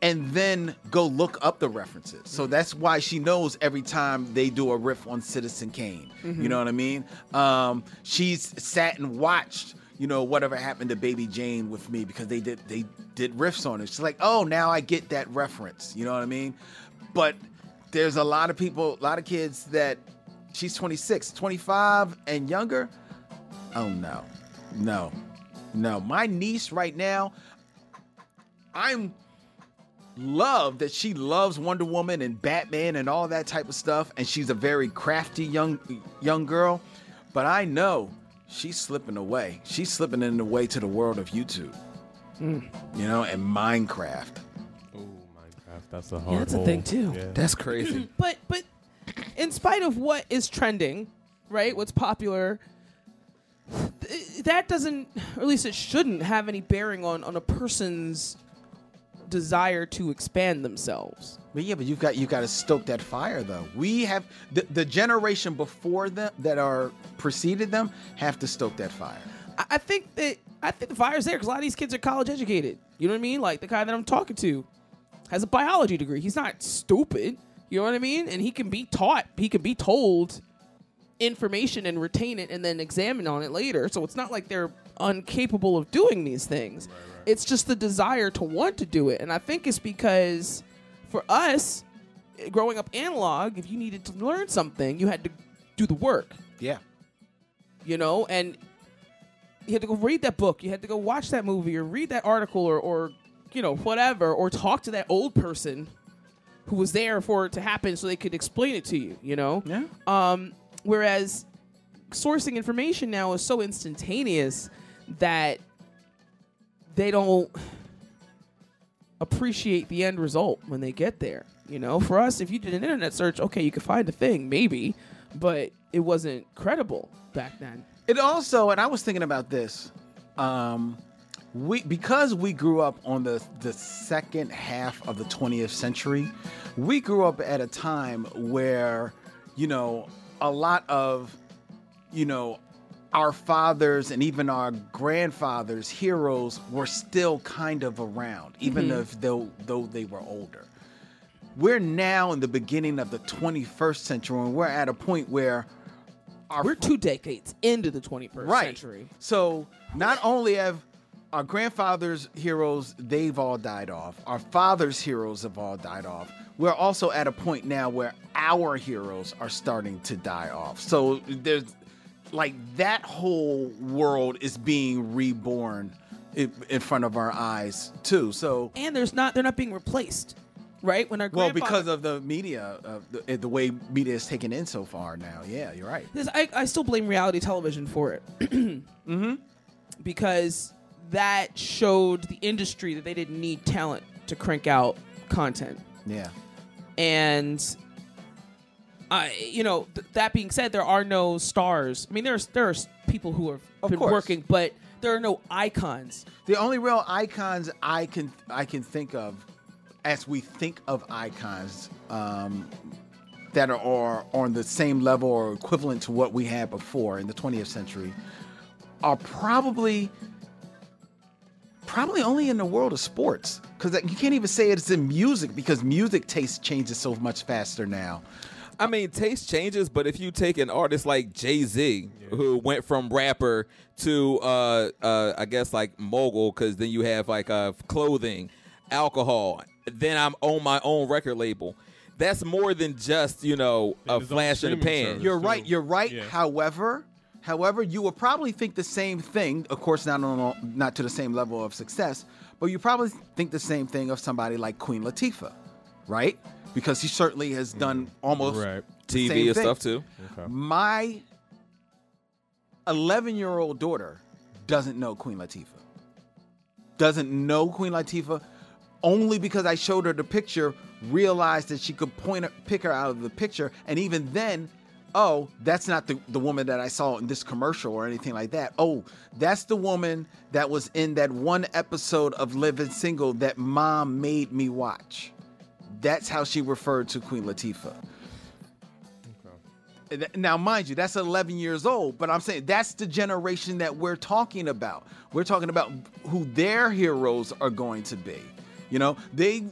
I: and then go look up the references. So that's why she knows every time they do a riff on Citizen Kane. You
T: Mhm.
I: know what I mean? Um, she's sat and watched, you know, whatever happened to Baby Jane with me because they did they did riffs on it. She's like, oh, now I get that reference. You know what I mean? But there's a lot of people, a lot of kids that she's 26, 25 and younger. Oh no, no, no. My niece right now, I'm love that she loves Wonder Woman and Batman and all that type of stuff, and she's a very crafty young young girl. But I know she's slipping away. She's slipping in the way to the world of YouTube, you know, and Minecraft.
B: That's a hard.
E: Yeah, that's a
B: hole.
E: thing, too.
B: Yeah.
I: That's crazy.
E: but but in spite of what is trending, right? What's popular th- that doesn't or at least it shouldn't have any bearing on on a person's desire to expand themselves.
I: But yeah, but you've got you got to stoke that fire though. We have the, the generation before them that are preceded them have to stoke that fire.
E: I, I think that I think the fire's there because a lot of these kids are college educated. You know what I mean? Like the guy that I'm talking to has a biology degree. He's not stupid. You know what I mean? And he can be taught. He can be told information and retain it and then examine on it later. So it's not like they're incapable of doing these things. It's just the desire to want to do it. And I think it's because for us, growing up analog, if you needed to learn something, you had to do the work.
I: Yeah.
E: You know, and you had to go read that book, you had to go watch that movie or read that article or, or you know, whatever, or talk to that old person who was there for it to happen so they could explain it to you, you know?
I: Yeah.
E: Um, whereas sourcing information now is so instantaneous that they don't appreciate the end result when they get there. You know, for us, if you did an internet search, okay, you could find a thing, maybe, but it wasn't credible back then.
I: It also, and I was thinking about this, um, we because we grew up on the the second half of the 20th century, we grew up at a time where, you know, a lot of, you know, our fathers and even our grandfathers' heroes were still kind of around, even
S: Mhm.
I: if though though they were older we're now in the beginning of the 21st century and we're at a point where our we're
E: two decades into the 21st century.
I: so not only have our grandfathers heroes they've all died off our fathers heroes have all died off we're also at a point now where our heroes are starting to die off so there's like that whole world is being reborn in, in front of our eyes too so
E: And there's not they're not being replaced, right? When our
I: well,
E: grandfather-
I: because of the media, uh, the, the way media is taken in so far now. Yeah, you're right.
E: This, I, I still blame reality television for it. mm-hmm. Because that showed the industry that they didn't need talent to crank out content.
I: Yeah.
E: And I, you know, th- that being said, there are no stars. I mean, there's there's people who have been
I: course.
E: working, but there are no icons.
I: The only real icons I can I can think of, as we think of icons, um, that are, are on the same level or equivalent to what we had before in the 20th century, are probably probably only in the world of sports because you can't even say it's in music because music taste changes so much faster now.
H: I mean, taste changes, but if you take an artist like Jay Z, who went from rapper to, uh, uh, I guess, like mogul, because then you have like uh, clothing, alcohol, then I'm on my own record label. That's more than just, you know, a flash in the pan.
I: You're right. You're right. However, however, you will probably think the same thing. Of course, not on not to the same level of success, but you probably think the same thing of somebody like Queen Latifah, right? Because she certainly has done almost
H: Right.
I: the
H: TV
I: same
H: and
I: thing.
H: stuff, too. Okay.
I: My 11 year old daughter doesn't know Queen Latifah. Doesn't know Queen Latifah only because I showed her the picture, realized that she could point her, pick her out of the picture. And even then, oh, that's not the, the woman that I saw in this commercial or anything like that. Oh, that's the woman that was in that one episode of Living Single that mom made me watch. That's how she referred to Queen Latifah. And th- Now, mind you, that's 11 years old, but I'm saying that's the generation that we're talking about. We're talking about who their heroes are going to be. You know, they,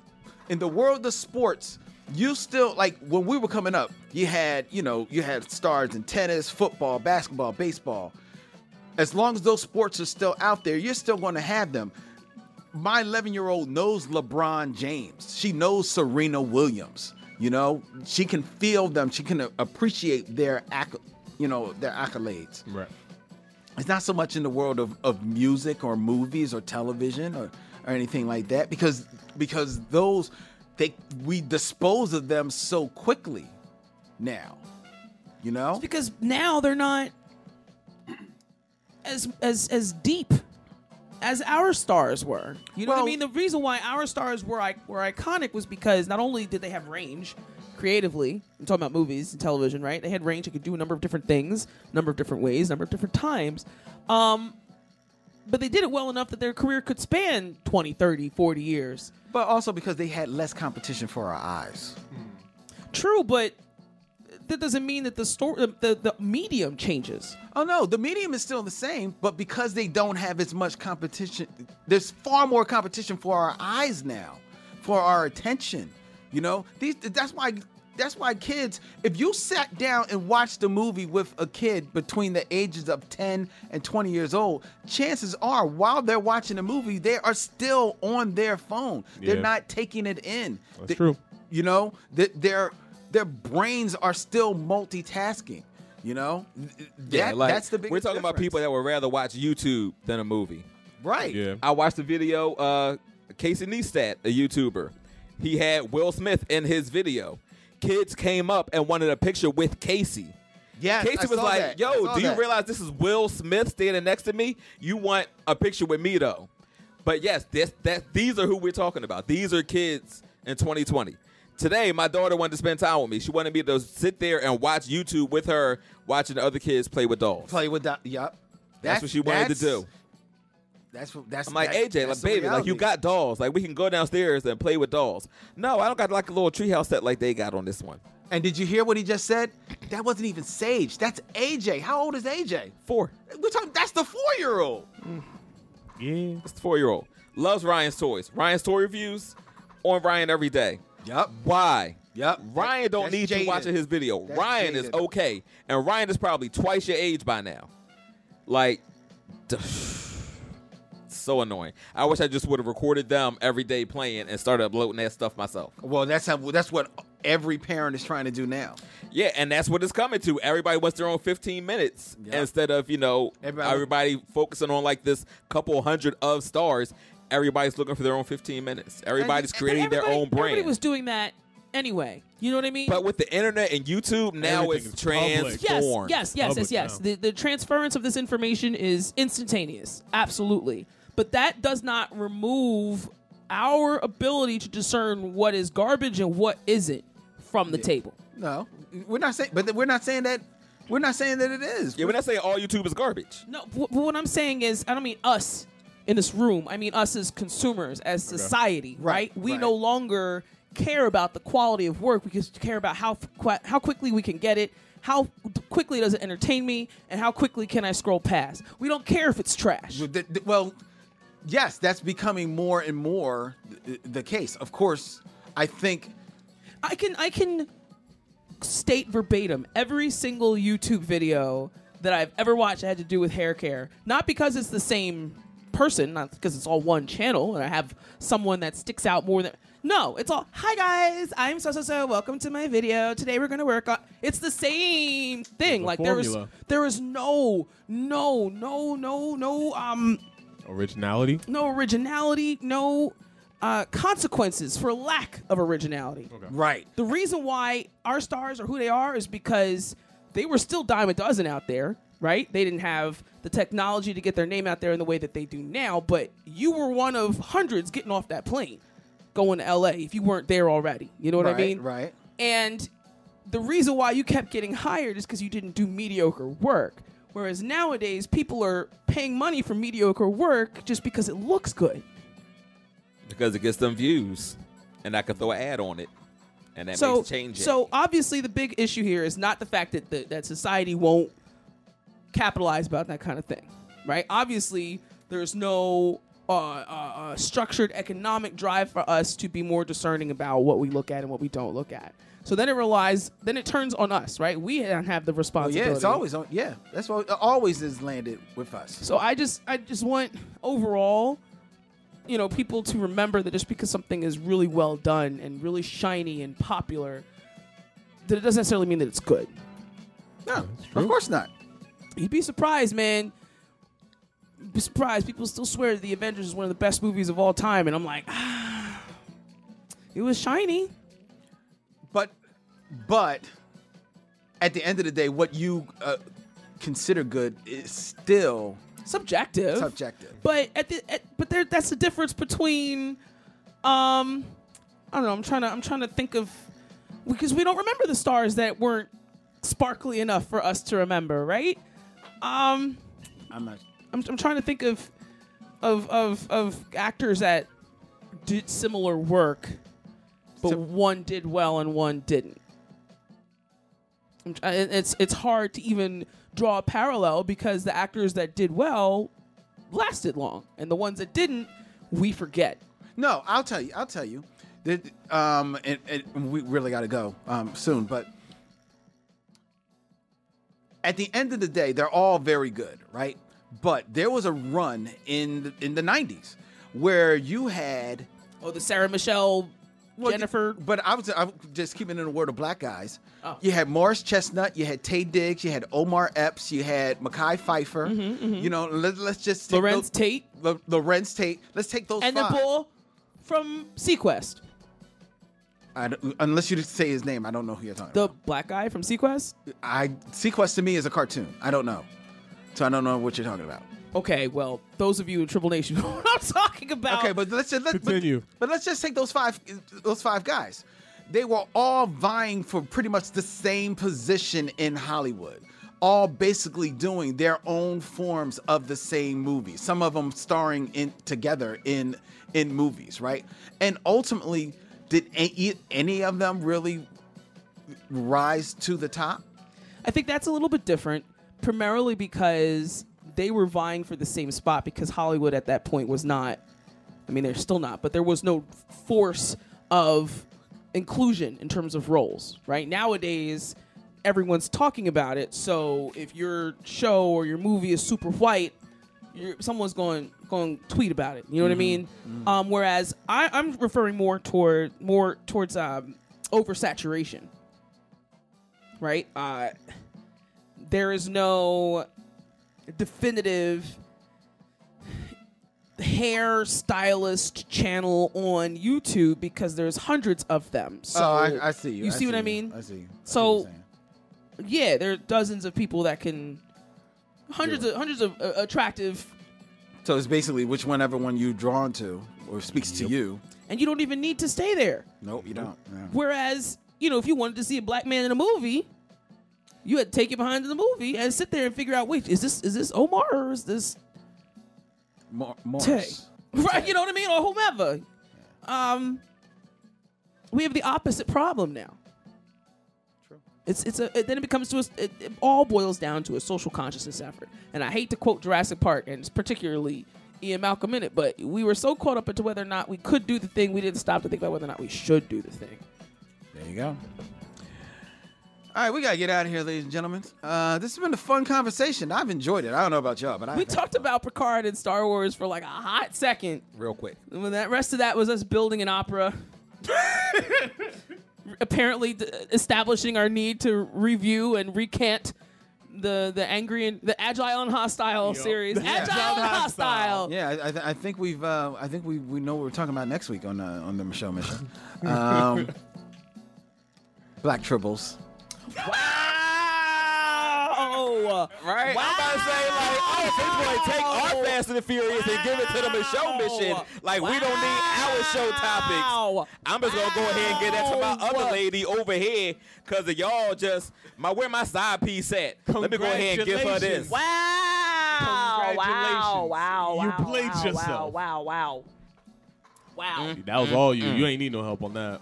I: in the world of sports, you still, like when we were coming up, you had, you know, you had stars in tennis, football, basketball, baseball. As long as those sports are still out there, you're still going to have them my 11 year old knows LeBron James. She knows Serena Williams. You know, she can feel them. She can appreciate their, acc- you know, their accolades.
B: Right.
I: It's not so much in the world of, of music or movies or television or, or anything like that because because those they we dispose of them so quickly now. You know,
E: because now they're not as as as deep as our stars were. You know what I mean? The reason why our stars were I- were iconic was because not only did they have range creatively, I'm talking about movies and television, right? They had range; they could do a number of different things, number of different ways, number of different times. Um, but they did it well enough that their career could span 20, 30, 40 years.
I: But also because they had less competition for our eyes.
E: True, but that doesn't mean that the story, the, the medium changes.
I: Oh no, the medium is still the same, but because they don't have as much competition, there's far more competition for our eyes now, for our attention. You know, these that's why that's why kids. If you sat down and watched a movie with a kid between the ages of 10 and 20 years old, chances are while they're watching a movie, they are still on their phone. They're
B: Yeah.
I: not taking it in.
B: That's true.
I: You know, that their their brains are still multitasking. You know, Th- that- that's the big.
B: We're talking about people that would rather watch YouTube than a movie.
I: Right. Yeah.
B: I watched a video. Uh, Casey Neistat, a YouTuber, he had Will Smith in his video. Kids came up and wanted a picture with Casey.
I: Yes,
B: Casey
I: I
B: was
I: saw
B: like,
I: that. I
B: "Yo,
I: saw
B: do you
I: that."
B: realize this is Will Smith standing next to me? You want a picture with me though?" But yes, this that these are who we're talking about. These are kids in 2020. Today, my daughter wanted to spend time with me. She wanted me to sit there and watch YouTube with her, watching the other kids play with dolls.
I: play with that. Yup.
B: That's, what she wanted to
I: that's-
B: do.
I: That's what that's.
B: I'm like
I: that-
B: AJ,
I: that's
B: like
I: the
B: baby, like you
I: reality.
B: got dolls. Like we can go downstairs and play with dolls. No, I don't got like a little treehouse set like they got on this one.
I: And did you hear what he just said? That wasn't even Sage. That's AJ. How old is AJ?
B: Four.
I: We're talking. That's the four-year-old.
B: Yeah. It's the four year old. Loves Ryan's toys. Ryan's toy reviews on Ryan every day.
I: Yup.
B: Why?
I: Yup.
B: Ryan don't
I: That's
B: need
I: jaded.
B: you watching his video.
I: That's
B: Ryan is
I: jaded.
B: okay. And Ryan is probably twice your age by now. Like d- so annoying. I wish I just would have recorded them every day playing and started uploading that stuff myself.
I: Well, that's how. That's what every parent is trying to do now.
B: Yeah, and that's what it's coming to. Everybody wants their own 15 minutes instead of, you know, everybody,
I: Everybody-
B: focusing on like this couple hundred of stars. Everybody's looking for their own 15 minutes. Everybody's
E: But
B: creating their
E: everybody-
B: own brand.
E: Everybody was doing that anyway. You know what I mean?
B: but with the internet and YouTube, now
E: Everything
B: it's
E: is
B: transformed.
E: Yes, yes, yes, yes, yes. The, the transference of this information is instantaneous, absolutely. But that does not remove our ability to discern what is garbage and what isn't from the table.
I: No, we're not saying. But we're not saying that. We're not saying that it is.
B: Yeah, we're not saying all YouTube is garbage.
E: No, wh- wh- what I'm saying is, I don't mean us in this room. I mean us as consumers, as society, right? We no longer care about the quality of work. We just care about how f- qui- how quickly we can get it, how quickly does it entertain me, and how quickly can I scroll past. We don't care if it's trash.
I: Th- th- Well, yes, that's becoming more and more th- the case. Of course, I think
E: I can I can state verbatim every single YouTube video that I've ever watched that had to do with hair care. Not because it's the same person, not because it's all one channel and I have someone that sticks out more than no, it's all hi guys, I'm so so so. Welcome to my video. Today we're gonna work on it's the same thing.
U: The
E: like
U: formula.
E: there is there is no no no no no um
U: Originality.
E: no originality, no uh, consequences for lack of originality.
I: Right.
E: The reason why our stars are who they are is because they were still dime a dozen out there, right? They didn't have the technology to get their name out there in the way that they do now, but you were one of hundreds getting off that plane going to LA if you weren't there already. You know what I
I: Right,
E: mean?
I: Right.
E: And the reason why you kept getting hired is because you didn't do mediocre work. Whereas nowadays, people are paying money for mediocre work just because it looks good.
B: Because it gets them views. And I can throw an ad on it. And that
E: so,
B: makes changes.
E: so obviously, the big issue here is not the fact that the, that society won't capitalize about that kind of thing, right? Obviously, there's no uh, uh, uh, structured economic drive for us to be more discerning about what we look at and what we don't look at. So then it relies, then it turns on us, right? We don't have the
I: Well,
E: responsibility.
I: Oh, yeah, it's always on. Yeah, that's what it always is landed with us.
E: So I just I just want overall, you know, people to remember that just because something is really well done and really shiny and popular, that it doesn't necessarily mean that it's good.
I: No, of course not.
E: You'd be surprised, man. You'd Be surprised. People still swear that The Avengers is one of the best movies of all time, and I'm like, ah, it was shiny.
I: But but at the end of the day, what you uh, consider good is still
E: subjective.
I: Subjective.
E: But at the at, but there that's the difference between um I don't know, I'm trying to I'm trying to think of because we don't remember the stars that weren't sparkly enough for us to remember, right? Um
I: I'm not.
E: I'm, I'm trying to think of of of of actors that did similar work but one did well and one didn't. I'm tr- I- It's it's hard to even draw a parallel because the actors that did well lasted long, and the ones that didn't, we forget.
I: No, I'll tell you. I'll tell you. That, um, and, and we really got to go um, soon. But at the end of the day, they're all very good, right? But there was a run in the, in the '90s where you had
E: Oh, the Sarah Michelle
I: Jennifer. But I was, I was just keeping in the word of black guys.
E: Oh.
I: You had Morris Chestnut, you had Tay Diggs, you had Omar Epps, you had Mackay Pfeiffer. You know, let, let's just take
E: Mm-hmm, Lorenz
I: tho-
E: Tate.
I: Lo- Lorenz Tate. Let's take those
E: and
I: five.
E: the bull from Sequest.
I: I don't- unless you just say his name, I don't know who you're talking
E: The black guy from Sequest?
I: about. I Sequest to me is a cartoon. I don't know, so I don't know what you're talking about.
E: Okay, well, those of you in Triple Nation know what I'm talking about.
I: Okay, but let's just, let,
B: continue.
I: But, but let's just take those five those five guys. They were all vying for pretty much the same position in Hollywood. All basically doing their own forms of the same movie. Some of them starring in together in in movies, right? And ultimately, did any, any of them really rise to the top?
E: I think that's a little bit different, primarily because they were vying for the same spot because Hollywood at that point was not, I mean, they're still not, but there was no force of inclusion in terms of roles, right? Nowadays, everyone's talking about it. So if your show or your movie is super white, you're, someone's going going to tweet about it. You know what I
S: Mhm.
E: mean? Um, whereas I, I'm referring more toward more towards um, oversaturation right? Uh, there is no definitive hair stylist channel on YouTube because there's hundreds of them. So
I: oh, I, I see you.
E: You see what I
I: you.
E: mean?
I: I see.
E: So yeah, there are dozens of people that can hundreds of hundreds of uh, attractive,
I: So it's basically which one, ever one you drawn to or speaks to you.
E: and you don't even need to stay there.
I: Nope, you don't. Yeah.
E: Whereas, you know, if you wanted to see a black man in a movie, you had to take it behind the movie and sit there and figure out, wait, is this is this Omar or is this
I: Mor-
E: Tay?
I: Morris.
E: Right, you know what I mean, or whomever. Um, we have the opposite problem now. It's it's a it, then it becomes to us. It, it all boils down to a social consciousness effort. And I hate to quote Jurassic Park and particularly Ian Malcolm in it, but we were so caught up into whether or not we could do the thing, we didn't stop to think about whether or not we should do the thing.
I: There you go. All right, we gotta get out of here, ladies and gentlemen. Uh, this has been a fun conversation. I've enjoyed it. I don't know about y'all, but I
E: We talked about Picard and Star Wars for like a hot second.
I: real quick.
E: And When that rest of that was us building an opera, apparently d- establishing our need to review and recant the the angry and the agile and hostile series. Agile and hostile.
I: Yeah, I, I, th- I think we've uh, I think we we know what we're talking about next week on uh, on the Michelle Mission. Um, Black triples.
E: Wow.
H: Right? I'm about to say, like, oh, this boy take our Fast and the Furious and give it to the show mission. Like, we don't need our show topics. I'm just going to go ahead and get that to my other lady over here because of y'all just, my where my side piece at. Let me go ahead and give her this.
E: Congratulations. Wow. Wow. Wow.
B: You
E: wow,
B: played
E: wow,
B: yourself.
E: Wow. Wow. Wow. wow.
H: Mm.
B: That was all you. You ain't need no help on that.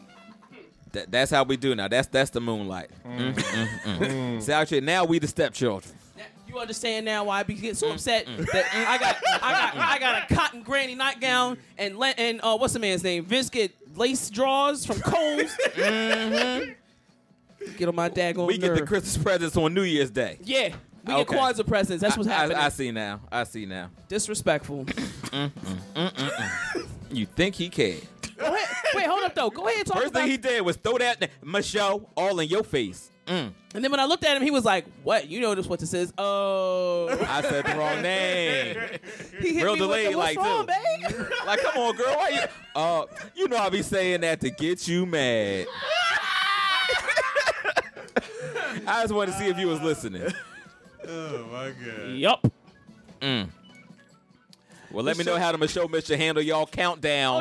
H: That, that's how we do now. That's that's the moonlight. Mm, mm, mm. See, out here, now we the stepchildren.
E: You understand now why I be getting so
H: Mm,
E: upset that I got I got I got a cotton granny nightgown and le- and uh, what's the man's name? Vince get lace drawers from Kohl's. Get on my daggone
H: Mm-hmm. We get the
E: nerve.
H: Christmas presents on New Year's Day.
E: Yeah, we
H: Okay.
E: get Kwanzaa presents. That's what's
H: I- I-
E: happening.
H: I see now. I see now.
E: Disrespectful.
H: Mm-mm-mm-mm-mm. you think he cared?
E: Go ahead. Wait, hold up though. Go ahead and talk
H: First
E: about.
H: thing he did was throw that Michelle all in your face. Mm.
E: and then when I looked at him, he was like, "What? You notice what this is? Oh,
H: I said the wrong name.
E: He hit
H: Real
E: me with the,
H: delayed,
E: what's
H: like
E: wrong,
H: too.
E: babe?
H: Like, come on, girl, why you? Uh, you know I be saying that to get you mad. I just wanted to see if you was listening.
A: Oh my god.
E: Yup.
H: Mm. Well, let me
E: Michelle-
H: know how the Michelle Mitchell handle y'all countdown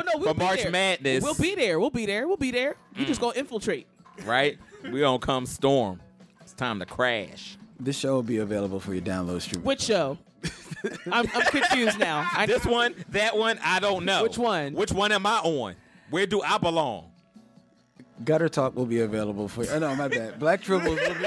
E: Oh no, we'll
H: for
E: be
H: March
E: there.
H: Madness. Mm.
E: We'll be there. We'll be there. We'll be there. You just gonna infiltrate.
H: right? We don't come storm. It's time to crash.
I: This show will be available for your download stream.
E: Which show? I'm, I'm confused now. I,
H: this one, that one, I don't know. Which one? Which one am I on? Where do I belong?
I: Gutter Talk will be available for you. Oh, no, my bad. Black Tribbles will be.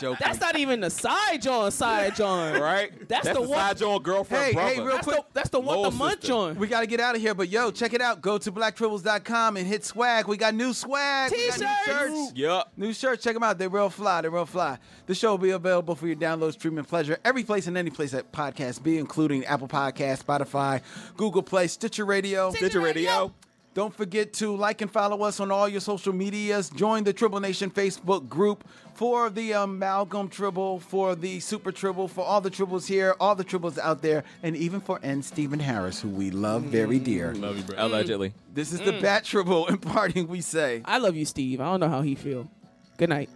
I: Joking.
E: That's not even the side John, side John.
H: Right?
E: That's, the, one.
H: John girlfriend
I: Hey, hey, real
E: That's
I: quick.
E: the- that's the one to munch on.
I: We got to get out of here, but yo, check it out. Go to blacktribbles.com and hit swag. We got new swag. We got
E: T-shirts.
I: new shirts.
H: Yup.
I: New shirts. Check them out. They're real fly. They're real fly. The show will be available for your download, stream, and pleasure every place and any place that podcasts be, including Apple Podcasts, Spotify, Google Play, Stitcher Radio.
H: Stitcher Radio.
I: Don't forget to like and follow us on all your social medias. Join the Tribble Nation Facebook group for the Amalgam Tribble, for the Super Tribble, for all the Tribbles here, all the Tribbles out there, and even for N. Stephen Harris, who we love very dear.
H: Mm. Love you, bro. Mm. Allegedly.
I: This is the Bat Tribble imparting, we say.
E: I love you, Steve. I don't know how he feel. Good night.